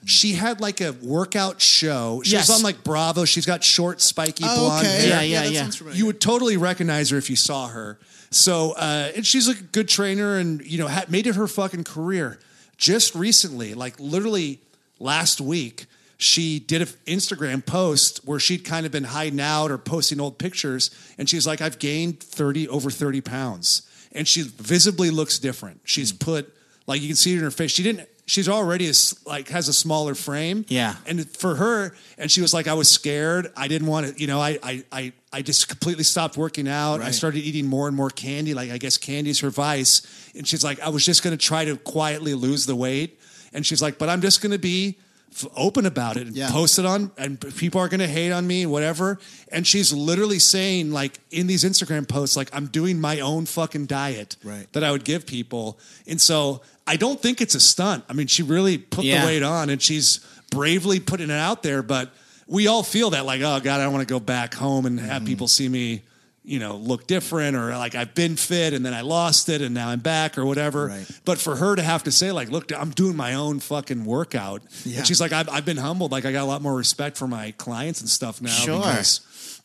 Speaker 3: She had like a workout show. She
Speaker 2: Yes.
Speaker 3: was on like Bravo. She's got short, spiky
Speaker 4: Oh,
Speaker 3: blonde hair.
Speaker 2: Yeah, yeah,
Speaker 4: that
Speaker 2: yeah.
Speaker 4: sounds familiar.
Speaker 3: You would totally recognize her if you saw her. So, uh, and she's a good trainer and, you know, had, made it her fucking career. Just recently, like literally last week, she did an Instagram post where she'd kind of been hiding out or posting old pictures. And she's like, I've gained 30, over 30 pounds. And she visibly looks different. She's put, like, you can see it in her face. She didn't, she's already, a s like, has a smaller frame.
Speaker 2: Yeah.
Speaker 3: And for her, and she was like, I was scared. I didn't want to, you know, I, I, I, I just completely stopped working out. I started eating more and more candy. Like, I guess candy's her vice. And she's like, I was just going to try to quietly lose the weight. And she's like, but I'm just going to be f- open about it and
Speaker 4: Yeah.
Speaker 3: post it on, and p- people are going to hate on me, whatever. And she's literally saying, like, in these Instagram posts, like, I'm doing my own fucking diet
Speaker 4: Right.
Speaker 3: that I would give people. And so I don't think it's a stunt. I mean, she really put
Speaker 2: Yeah.
Speaker 3: the weight on and she's bravely putting it out there, but we all feel that like, oh God, I don't want to go back home and
Speaker 2: Mm.
Speaker 3: have people see me, you know, look different or like I've been fit and then I lost it and now I'm back or whatever.
Speaker 4: Right.
Speaker 3: But for her to have to say, like, look, I'm doing my own fucking workout.
Speaker 4: Yeah.
Speaker 3: And she's like, I've, I've been humbled. Like I got a lot more respect for my clients and stuff now.
Speaker 2: Sure.
Speaker 3: because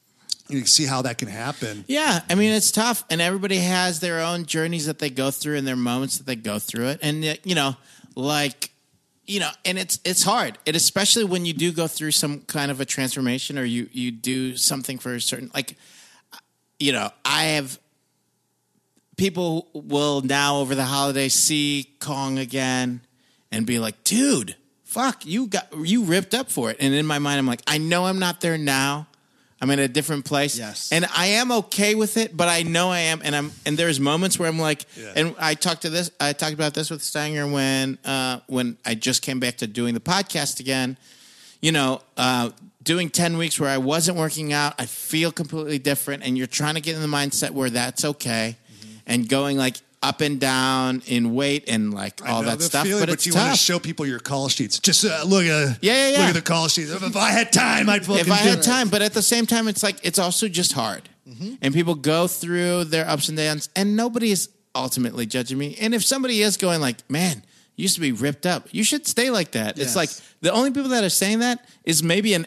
Speaker 3: You can see how that can happen.
Speaker 2: Yeah, I mean it's tough, and everybody has their own journeys that they go through and their moments that they go through it, and uh, you know, like, you know, and it's it's hard, and especially when you do go through some kind of a transformation or you you do something for a certain like, uh, you know, I have people will now over the holidays see Kong again and be like, dude, fuck, you got you ripped up for it. And in my mind, I'm like, I know I'm not there now. I'm in a different place.
Speaker 4: Yes.
Speaker 2: And I am okay with it, but I know I am and I'm and there's moments where I'm like and I talked to this I talked about this with Stanger when uh when I just came back to doing the podcast again you know, uh, doing 10 weeks where I wasn't working out, I feel completely different. And you're trying to get in the mindset where that's okay
Speaker 3: Mm-hmm.
Speaker 2: and going like up and down in weight and like all
Speaker 3: I know
Speaker 2: that
Speaker 3: the
Speaker 2: stuff.
Speaker 3: feeling,
Speaker 2: but, it's
Speaker 3: you want
Speaker 2: tough.
Speaker 3: to show people your call sheets. Just uh, look at
Speaker 2: Yeah, yeah, yeah.
Speaker 3: look at the call sheets. If I had time, I'd fucking.
Speaker 2: if I
Speaker 3: do
Speaker 2: had
Speaker 3: it.
Speaker 2: time, but at the same time, it's like it's also just hard. And people go through their ups and downs, and nobody is ultimately judging me. And if somebody is going like, "Man, you used to be ripped up. You should stay like that." It's
Speaker 4: Yes.
Speaker 2: like the only people that are saying that is maybe an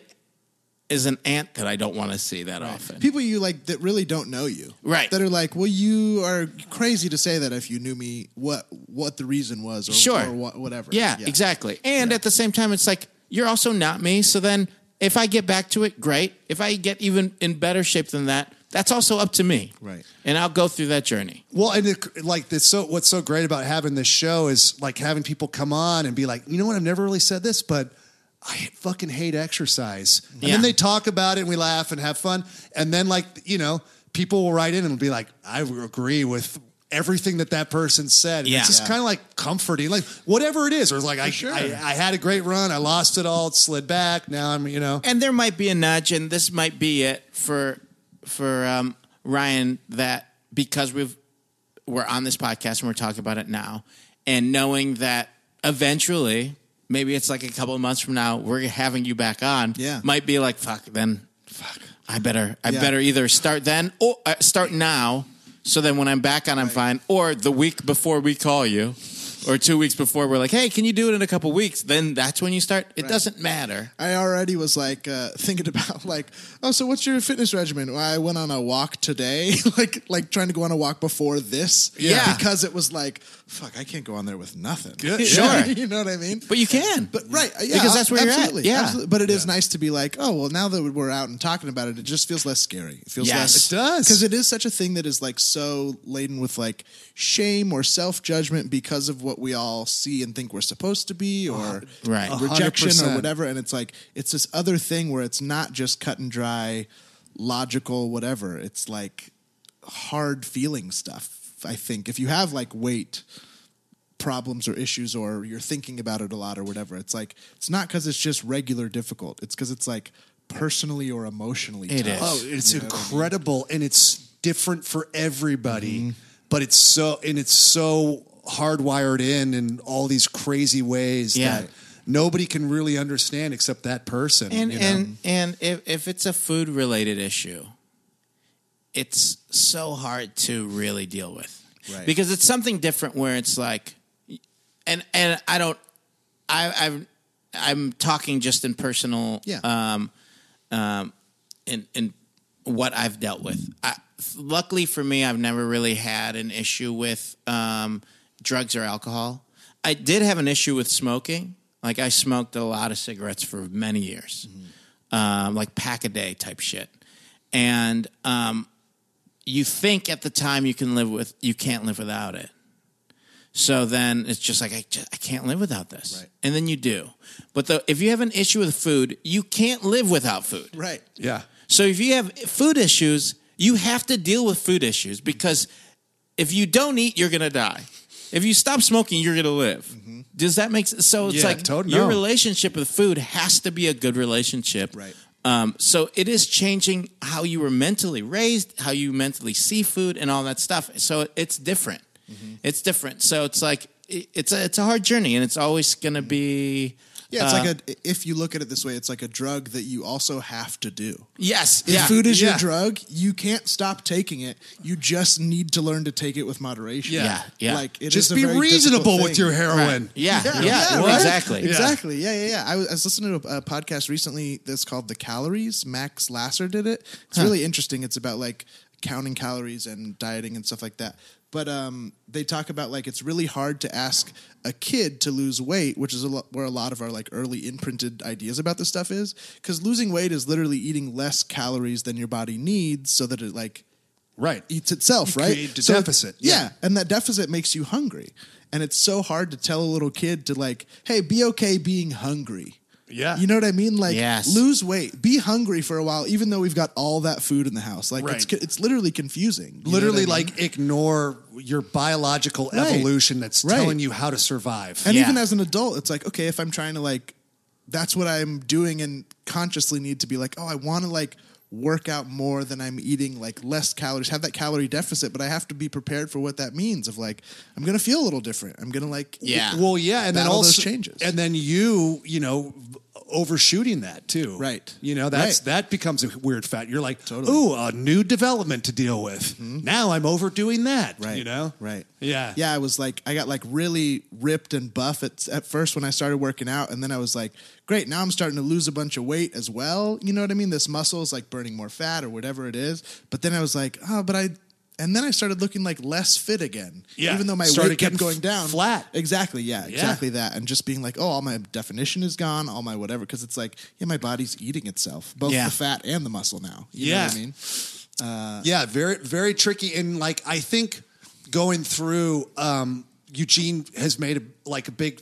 Speaker 2: is an aunt that I don't want to see that often.
Speaker 4: people you like that really don't know you,
Speaker 2: Right.
Speaker 4: That are like, well, you are crazy to say that if you knew me, what what the reason was, or,
Speaker 2: Sure.
Speaker 4: or what, whatever.
Speaker 2: Yeah, exactly. And at the same time, it's like you're also not me. So then, if I get back to it, great. If I get even in better shape than that, that's also up to me.
Speaker 4: Right.
Speaker 2: And I'll go through that journey.
Speaker 3: Well, and it, like that's so what's so great about having this show is like having people come on and be like, you know what, I've never really said this, but I fucking hate exercise. And
Speaker 2: Yeah.
Speaker 3: then they talk about it and we laugh and have fun. And then like you know, people will write in and be like, I agree with everything that that person said. And
Speaker 2: Yeah.
Speaker 3: it's just
Speaker 2: Yeah.
Speaker 3: kind of like comforting, like whatever it is, or it's like I, I I had a great run, I lost it all, it slid back. Now I'm you know.
Speaker 2: And there might be a nudge, and this might be it for for um, Ryan that because we've we're on this podcast and we're talking about it now, and knowing that eventually maybe it's like a couple of months from now, we're having you back on.
Speaker 4: Yeah.
Speaker 2: Might be like, fuck, then, fuck. I better, I
Speaker 4: Yeah.
Speaker 2: better either start then or uh, start now. So then when I'm back on, I'm fine. Or the week before we call you or two weeks before, we're like, hey, can you do it in a couple weeks? Then that's when you start. It doesn't matter.
Speaker 4: I already was like uh, thinking about like, oh, so what's your fitness regimen? Well, I went on a walk today, like like trying to go on a walk before this,
Speaker 2: Yeah.
Speaker 4: because it was like, fuck, I can't go on there with nothing.
Speaker 2: Good. Sure.
Speaker 4: you know what I mean.
Speaker 2: But you can.
Speaker 4: But right, uh, yeah,
Speaker 2: Because that's where you're at.
Speaker 4: absolutely,
Speaker 2: Yeah.
Speaker 4: absolutely. But it is nice to be like, oh well, now that we're out and talking about it, it just feels less scary. It feels
Speaker 2: Yes.
Speaker 4: less.
Speaker 2: It
Speaker 3: does.
Speaker 4: because it is such a thing that is like so laden with like shame or self judgment because of what we all see and think we're supposed to be or
Speaker 2: Uh-huh. Right. A hundred
Speaker 4: rejection or
Speaker 3: percent.
Speaker 4: whatever. And it's like it's this other thing where it's not just cut and dry, logical whatever. It's like hard feeling stuff. I think if you have like weight problems or issues or you're thinking about it a lot or whatever. It's like it's not because it's just regular difficult. It's because it's like personally or emotionally.
Speaker 2: It
Speaker 4: tough.
Speaker 2: is.
Speaker 3: Oh, it's incredible, and it's different for everybody.
Speaker 4: Mm-hmm.
Speaker 3: But it's so and it's so hardwired in in all these crazy ways
Speaker 2: Yeah.
Speaker 3: that nobody can really understand except that person.
Speaker 2: and
Speaker 3: you know?
Speaker 2: and and if, if it's a food related issue it's so hard to really deal with
Speaker 4: Right.
Speaker 2: because it's something different where it's like and and i don't i i'm i'm talking just in personal
Speaker 4: Yeah.
Speaker 2: um um in in what i've dealt with I, luckily for me i've never really had an issue with um drugs or alcohol i did have an issue with smoking like i smoked a lot of cigarettes for many years um, like pack a day type shit. And um, you think at the time you can live with, you can't live without it. So then it's just like I, ju- I can't live without this,
Speaker 4: Right.
Speaker 2: and then you do. But the, if you have an issue with food, you can't live without food.
Speaker 4: Oh, Right.
Speaker 3: yeah,
Speaker 2: So if you have food issues, you have to deal with food issues because if you don't eat, you're gonna die. If you stop smoking, you're gonna live.
Speaker 4: Mm-hmm.
Speaker 2: Does that make sense? So it's
Speaker 3: Yeah,
Speaker 2: like
Speaker 3: tot-
Speaker 2: your
Speaker 3: no.
Speaker 2: relationship with food has to be a good relationship.
Speaker 4: Right.
Speaker 2: Um, so it is changing how you were mentally raised, how you mentally see food, and all that stuff. So it's different.
Speaker 4: Mm-hmm.
Speaker 2: It's different. So it's like it- it's a it's a hard journey, and it's always gonna be uh,
Speaker 4: Yeah, it's like a if you look at it this way, it's like a drug that you also have to do.
Speaker 2: yes.
Speaker 4: If
Speaker 2: yeah.
Speaker 4: food is
Speaker 3: yeah.
Speaker 4: your drug, you can't stop taking it. You just need to learn to take it with moderation.
Speaker 2: Yeah, yeah.
Speaker 4: Like it is
Speaker 3: just
Speaker 4: a
Speaker 3: be
Speaker 4: very
Speaker 3: reasonable
Speaker 4: difficult
Speaker 3: with
Speaker 4: thing.
Speaker 3: your heroin.
Speaker 2: yeah, yeah,
Speaker 4: right?
Speaker 2: exactly.
Speaker 4: Exactly. Yeah, yeah, yeah. I was, I was listening to a, a podcast recently that's called The Calories. Max Lasser did it. It's really interesting. It's about like counting calories and dieting and stuff like that. But um, they talk about like it's really hard to ask a kid to lose weight, which is a lot, where a lot of our like early imprinted ideas about this stuff is, because losing weight is literally eating less calories than your body needs, so that it like
Speaker 3: Right.
Speaker 4: eats itself, right?
Speaker 3: create a
Speaker 4: So-
Speaker 3: deficit.
Speaker 4: Yeah.
Speaker 3: Yeah.
Speaker 4: and that deficit makes you hungry. And it's so hard to tell a little kid to like, hey, be okay being hungry.
Speaker 3: Yeah.
Speaker 4: You know what I mean? Like
Speaker 2: Yes.
Speaker 4: lose weight, be hungry for a while even though we've got all that food in the house. Like it's
Speaker 3: Right.
Speaker 4: co- it's literally confusing. You know
Speaker 3: Literally,
Speaker 4: what I mean?
Speaker 3: like ignore your biological
Speaker 4: Right.
Speaker 3: evolution that's
Speaker 4: Right.
Speaker 3: telling you how to survive.
Speaker 4: And
Speaker 2: Yeah.
Speaker 4: even as an adult, it's like, okay, if I'm trying to like, that's what I'm doing and consciously need to be like, oh, I want to like work out more than I'm eating, like less calories, have that calorie deficit, but I have to be prepared for what that means of like, I'm going to feel a little different. I'm going to like,
Speaker 2: Yeah.
Speaker 3: Well, yeah, and then
Speaker 4: battle
Speaker 3: also
Speaker 4: those changes.
Speaker 3: and then you, you know, overshooting that too,
Speaker 4: Right.
Speaker 3: You know, that's
Speaker 4: Right.
Speaker 3: that becomes a weird fat. You're like, ooh, a new development to deal with. Now I'm overdoing that,
Speaker 4: Mm-hmm. Right.
Speaker 3: You know,
Speaker 4: Right.
Speaker 3: Yeah,
Speaker 4: Yeah. I was like, I got like really ripped and buff at, at first when I started working out. And then I was like, great. Now I'm starting to lose a bunch of weight as well. You know what I mean? This muscle is like burning more fat or whatever it is. But then I was like, oh, but I, and then I started looking like less fit again.
Speaker 3: Yeah.
Speaker 4: Even though my
Speaker 3: Started
Speaker 4: weight kept
Speaker 3: getting
Speaker 4: going
Speaker 3: f-
Speaker 4: down.
Speaker 3: flat.
Speaker 4: Exactly. Yeah. Exactly that. And just being like, oh, all my definition is gone, all my whatever. Cause it's like, yeah, my body's eating itself, both
Speaker 2: Yeah.
Speaker 4: the fat and the muscle now. You know
Speaker 3: Yeah.
Speaker 4: what I mean?
Speaker 3: yeah, very very tricky. And like, I think going through, um, Eugene has made a, like a big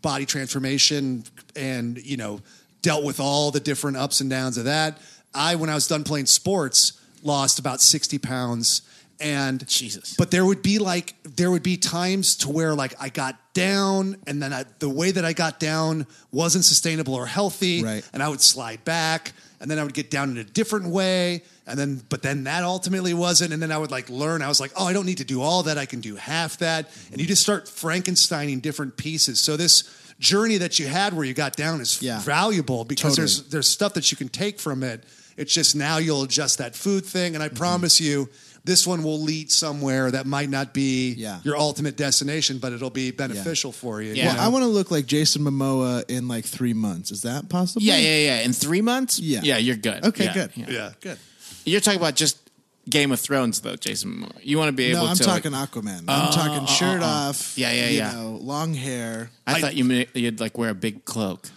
Speaker 3: body transformation, and you know, dealt with all the different ups and downs of that. I, when I was done playing sports, lost about sixty pounds. And
Speaker 2: Jesus.
Speaker 3: but there would be like there would be times to where like I got down, and then I, the way that I got down wasn't sustainable or healthy,
Speaker 4: Right.
Speaker 3: and I would slide back, and then I would get down in a different way, and then but then that ultimately wasn't, and then I would like learn. I was like, oh, I don't need to do all that; I can do half that, and you just start Frankensteining different pieces. So this journey that you had where you got down is
Speaker 4: Yeah.
Speaker 3: valuable because
Speaker 4: Totally.
Speaker 3: there's there's stuff that you can take from it. It's just now you'll adjust that food thing,
Speaker 4: Mm-hmm.
Speaker 3: and I promise you, this one will lead somewhere that might not be
Speaker 4: Yeah.
Speaker 3: your ultimate destination, but it'll be beneficial for you. you
Speaker 2: Yeah.
Speaker 3: know?
Speaker 4: Well, I want to look like Jason Momoa in like three months. Is that possible?
Speaker 2: Yeah, yeah, yeah. In three months?
Speaker 4: Yeah.
Speaker 2: Yeah, you're good.
Speaker 4: Okay,
Speaker 2: Yeah,
Speaker 4: good.
Speaker 2: yeah.
Speaker 3: yeah, good.
Speaker 2: You're talking about just Game of Thrones, though, Jason. Momoa. You want to be able
Speaker 4: No, I'm
Speaker 2: to.
Speaker 4: talking
Speaker 2: Like, Oh,
Speaker 4: Aquaman. I'm talking shirt off.
Speaker 2: Yeah, yeah,
Speaker 4: you
Speaker 2: yeah.
Speaker 4: know, long hair.
Speaker 2: I, thought you meant you'd like wear a big cloak.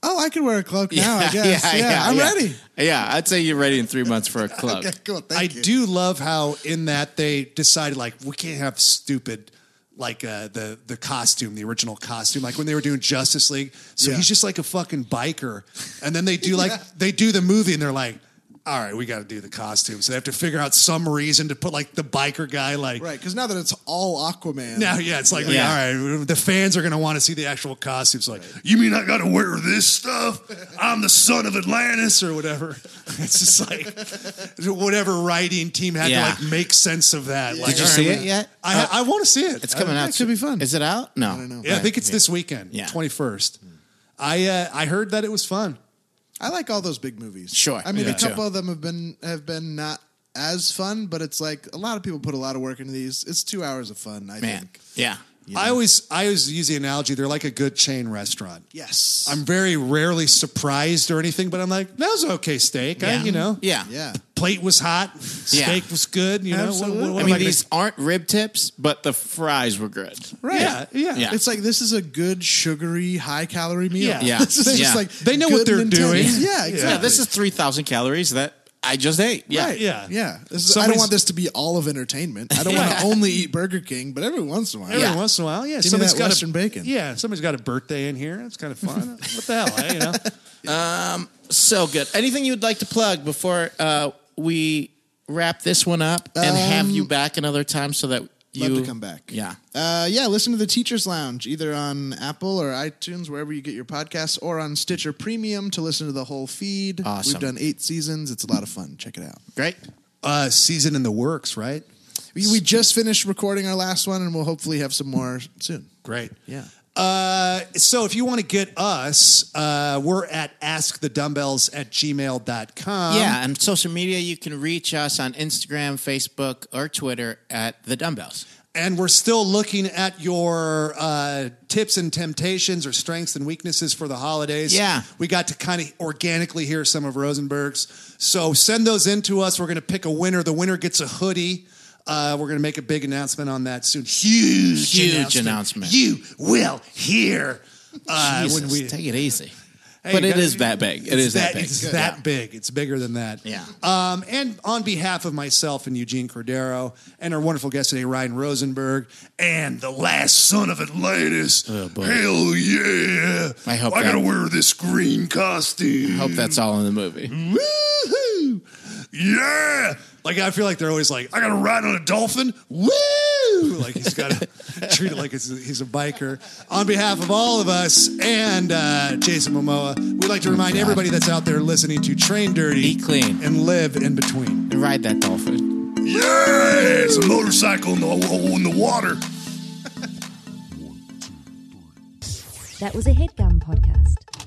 Speaker 4: Oh, I could wear a cloak now. I guess. Yeah, I'm ready.
Speaker 2: Yeah, I'd say you're ready in three months for a cloak.
Speaker 4: Cool. Thank
Speaker 3: I
Speaker 4: you.
Speaker 3: do love how in that they decided like we can't have stupid like uh, the the costume, the original costume, like when they were doing Justice League. So
Speaker 4: Yeah.
Speaker 3: he's just like a fucking biker, and then they do like they do the movie, and they're like. All right, we got to do the costume. So they have to figure out some reason to put like the biker guy, like
Speaker 4: Right, because now that it's all Aquaman.
Speaker 3: now, yeah, it's like
Speaker 2: Yeah.
Speaker 3: all right, the fans are gonna want to see the actual costumes, like
Speaker 5: You mean I gotta wear this stuff? I'm the son of Atlantis.
Speaker 3: this or whatever. It's just like whatever writing team had
Speaker 2: Yeah.
Speaker 3: to like make sense of that. Like,
Speaker 2: Did you
Speaker 3: all
Speaker 2: see
Speaker 3: we-
Speaker 2: it yet?
Speaker 3: I, I want to see it.
Speaker 2: It's coming
Speaker 3: I-
Speaker 2: out.
Speaker 4: Uh, it should be fun.
Speaker 2: Is it out? No. I
Speaker 4: don't know.
Speaker 3: Yeah, I think it's this weekend,
Speaker 2: Yeah. Hmm.
Speaker 3: twenty first. I uh, I heard that it was fun.
Speaker 4: I like all those big movies.
Speaker 2: Sure,
Speaker 4: I mean,
Speaker 2: me
Speaker 4: a couple
Speaker 2: too.
Speaker 4: of them have been have been not as fun, but it's like a lot of people put a lot of work into these. It's two hours of fun. I
Speaker 2: Man.
Speaker 4: think.
Speaker 2: Yeah.
Speaker 3: I always I always use the analogy they're like a good chain restaurant.
Speaker 4: Yes.
Speaker 3: I'm very rarely surprised or anything, but I'm like that was an okay steak. I,
Speaker 2: Yeah.
Speaker 3: you know,
Speaker 2: Yeah.
Speaker 4: yeah.
Speaker 3: plate was hot, steak was good. You know,
Speaker 4: Absolutely.
Speaker 2: I
Speaker 3: am
Speaker 2: mean,
Speaker 3: gonna-
Speaker 2: these aren't rib tips, but the fries were good.
Speaker 3: right? Yeah, yeah.
Speaker 2: Yeah.
Speaker 4: It's like this is a good sugary, high calorie meal.
Speaker 3: Yeah. Yeah.
Speaker 4: This is just
Speaker 2: Yeah.
Speaker 4: like
Speaker 3: They know what
Speaker 4: good
Speaker 3: they're
Speaker 4: and intense.
Speaker 3: doing.
Speaker 4: Yeah, exactly.
Speaker 2: Yeah, this is 3,000 calories that I just ate. Yeah.
Speaker 4: Right.
Speaker 3: Yeah.
Speaker 4: yeah. This is, I
Speaker 3: Somebody's-
Speaker 4: don't want this to be all of entertainment. I don't want to only eat Burger King, but every once in a while,
Speaker 3: Every
Speaker 2: Yeah.
Speaker 3: once in a while, yeah.
Speaker 4: me
Speaker 3: somebody's
Speaker 4: that
Speaker 3: got
Speaker 4: Western
Speaker 3: a,
Speaker 4: bacon.
Speaker 3: Yeah, somebody's got a birthday in here. That's kind of fun. what the hell, eh, you know?
Speaker 2: So good. Anything you'd like to plug before uh, we wrap this one up and have you back another time so that you
Speaker 4: love to come back.
Speaker 2: Yeah.
Speaker 4: Uh, yeah, listen to the Teacher's Lounge either on Apple or iTunes, wherever you get your podcasts, or on Stitcher Premium to listen to the whole feed.
Speaker 2: Awesome.
Speaker 4: We've done eight seasons. It's a lot of fun. Check it out.
Speaker 2: Great.
Speaker 3: Uh, season in the works, right?
Speaker 4: We, we just finished recording our last one, and we'll hopefully have some more soon.
Speaker 3: Great.
Speaker 4: Yeah.
Speaker 3: Uh, so if you want to get us, uh, we're at askthedumbbells at gmail.com.
Speaker 2: yeah. And social media, you can reach us on Instagram, Facebook, or Twitter at The Dumbbells.
Speaker 3: And we're still looking at your uh, tips and temptations or strengths and weaknesses for the holidays.
Speaker 2: Yeah.
Speaker 3: We got to kind of organically hear some of Rosenberg's. So send those in to us. We're going to pick a winner. The winner gets a hoodie. Uh, we're going to make a big announcement on that soon. Huge,
Speaker 2: Huge announcement.
Speaker 3: You will hear uh,
Speaker 2: Jesus,
Speaker 3: when we
Speaker 2: take it easy.
Speaker 3: Hey,
Speaker 2: but
Speaker 3: you
Speaker 2: it
Speaker 3: gotta-
Speaker 2: is that big. It
Speaker 3: it's
Speaker 2: is that, big.
Speaker 3: It's that big. It's bigger than that.
Speaker 2: Yeah.
Speaker 3: Um, and on behalf of myself and Eugene Cordero and our wonderful guest today, Ryan Rosenberg,
Speaker 5: And the last son of Atlantis.
Speaker 2: Oh, boy.
Speaker 5: Hell yeah.
Speaker 2: I hope
Speaker 5: I gotta
Speaker 2: that-
Speaker 5: wear this green costume.
Speaker 2: Hope that's all in the movie.
Speaker 5: Woohoo! Yeah!
Speaker 3: like I feel like they're always like,
Speaker 5: I gotta ride on a dolphin.
Speaker 3: woo! Like he's got to treat it like it's, he's a biker. On behalf of all of us and uh, Jason Momoa, we'd like to remind everybody that's out there listening to Train Dirty,
Speaker 2: Eat clean.
Speaker 3: and live in between.
Speaker 2: And ride that dolphin.
Speaker 5: Yeah! It's a motorcycle in the, in the water.
Speaker 1: That was a headgum podcast.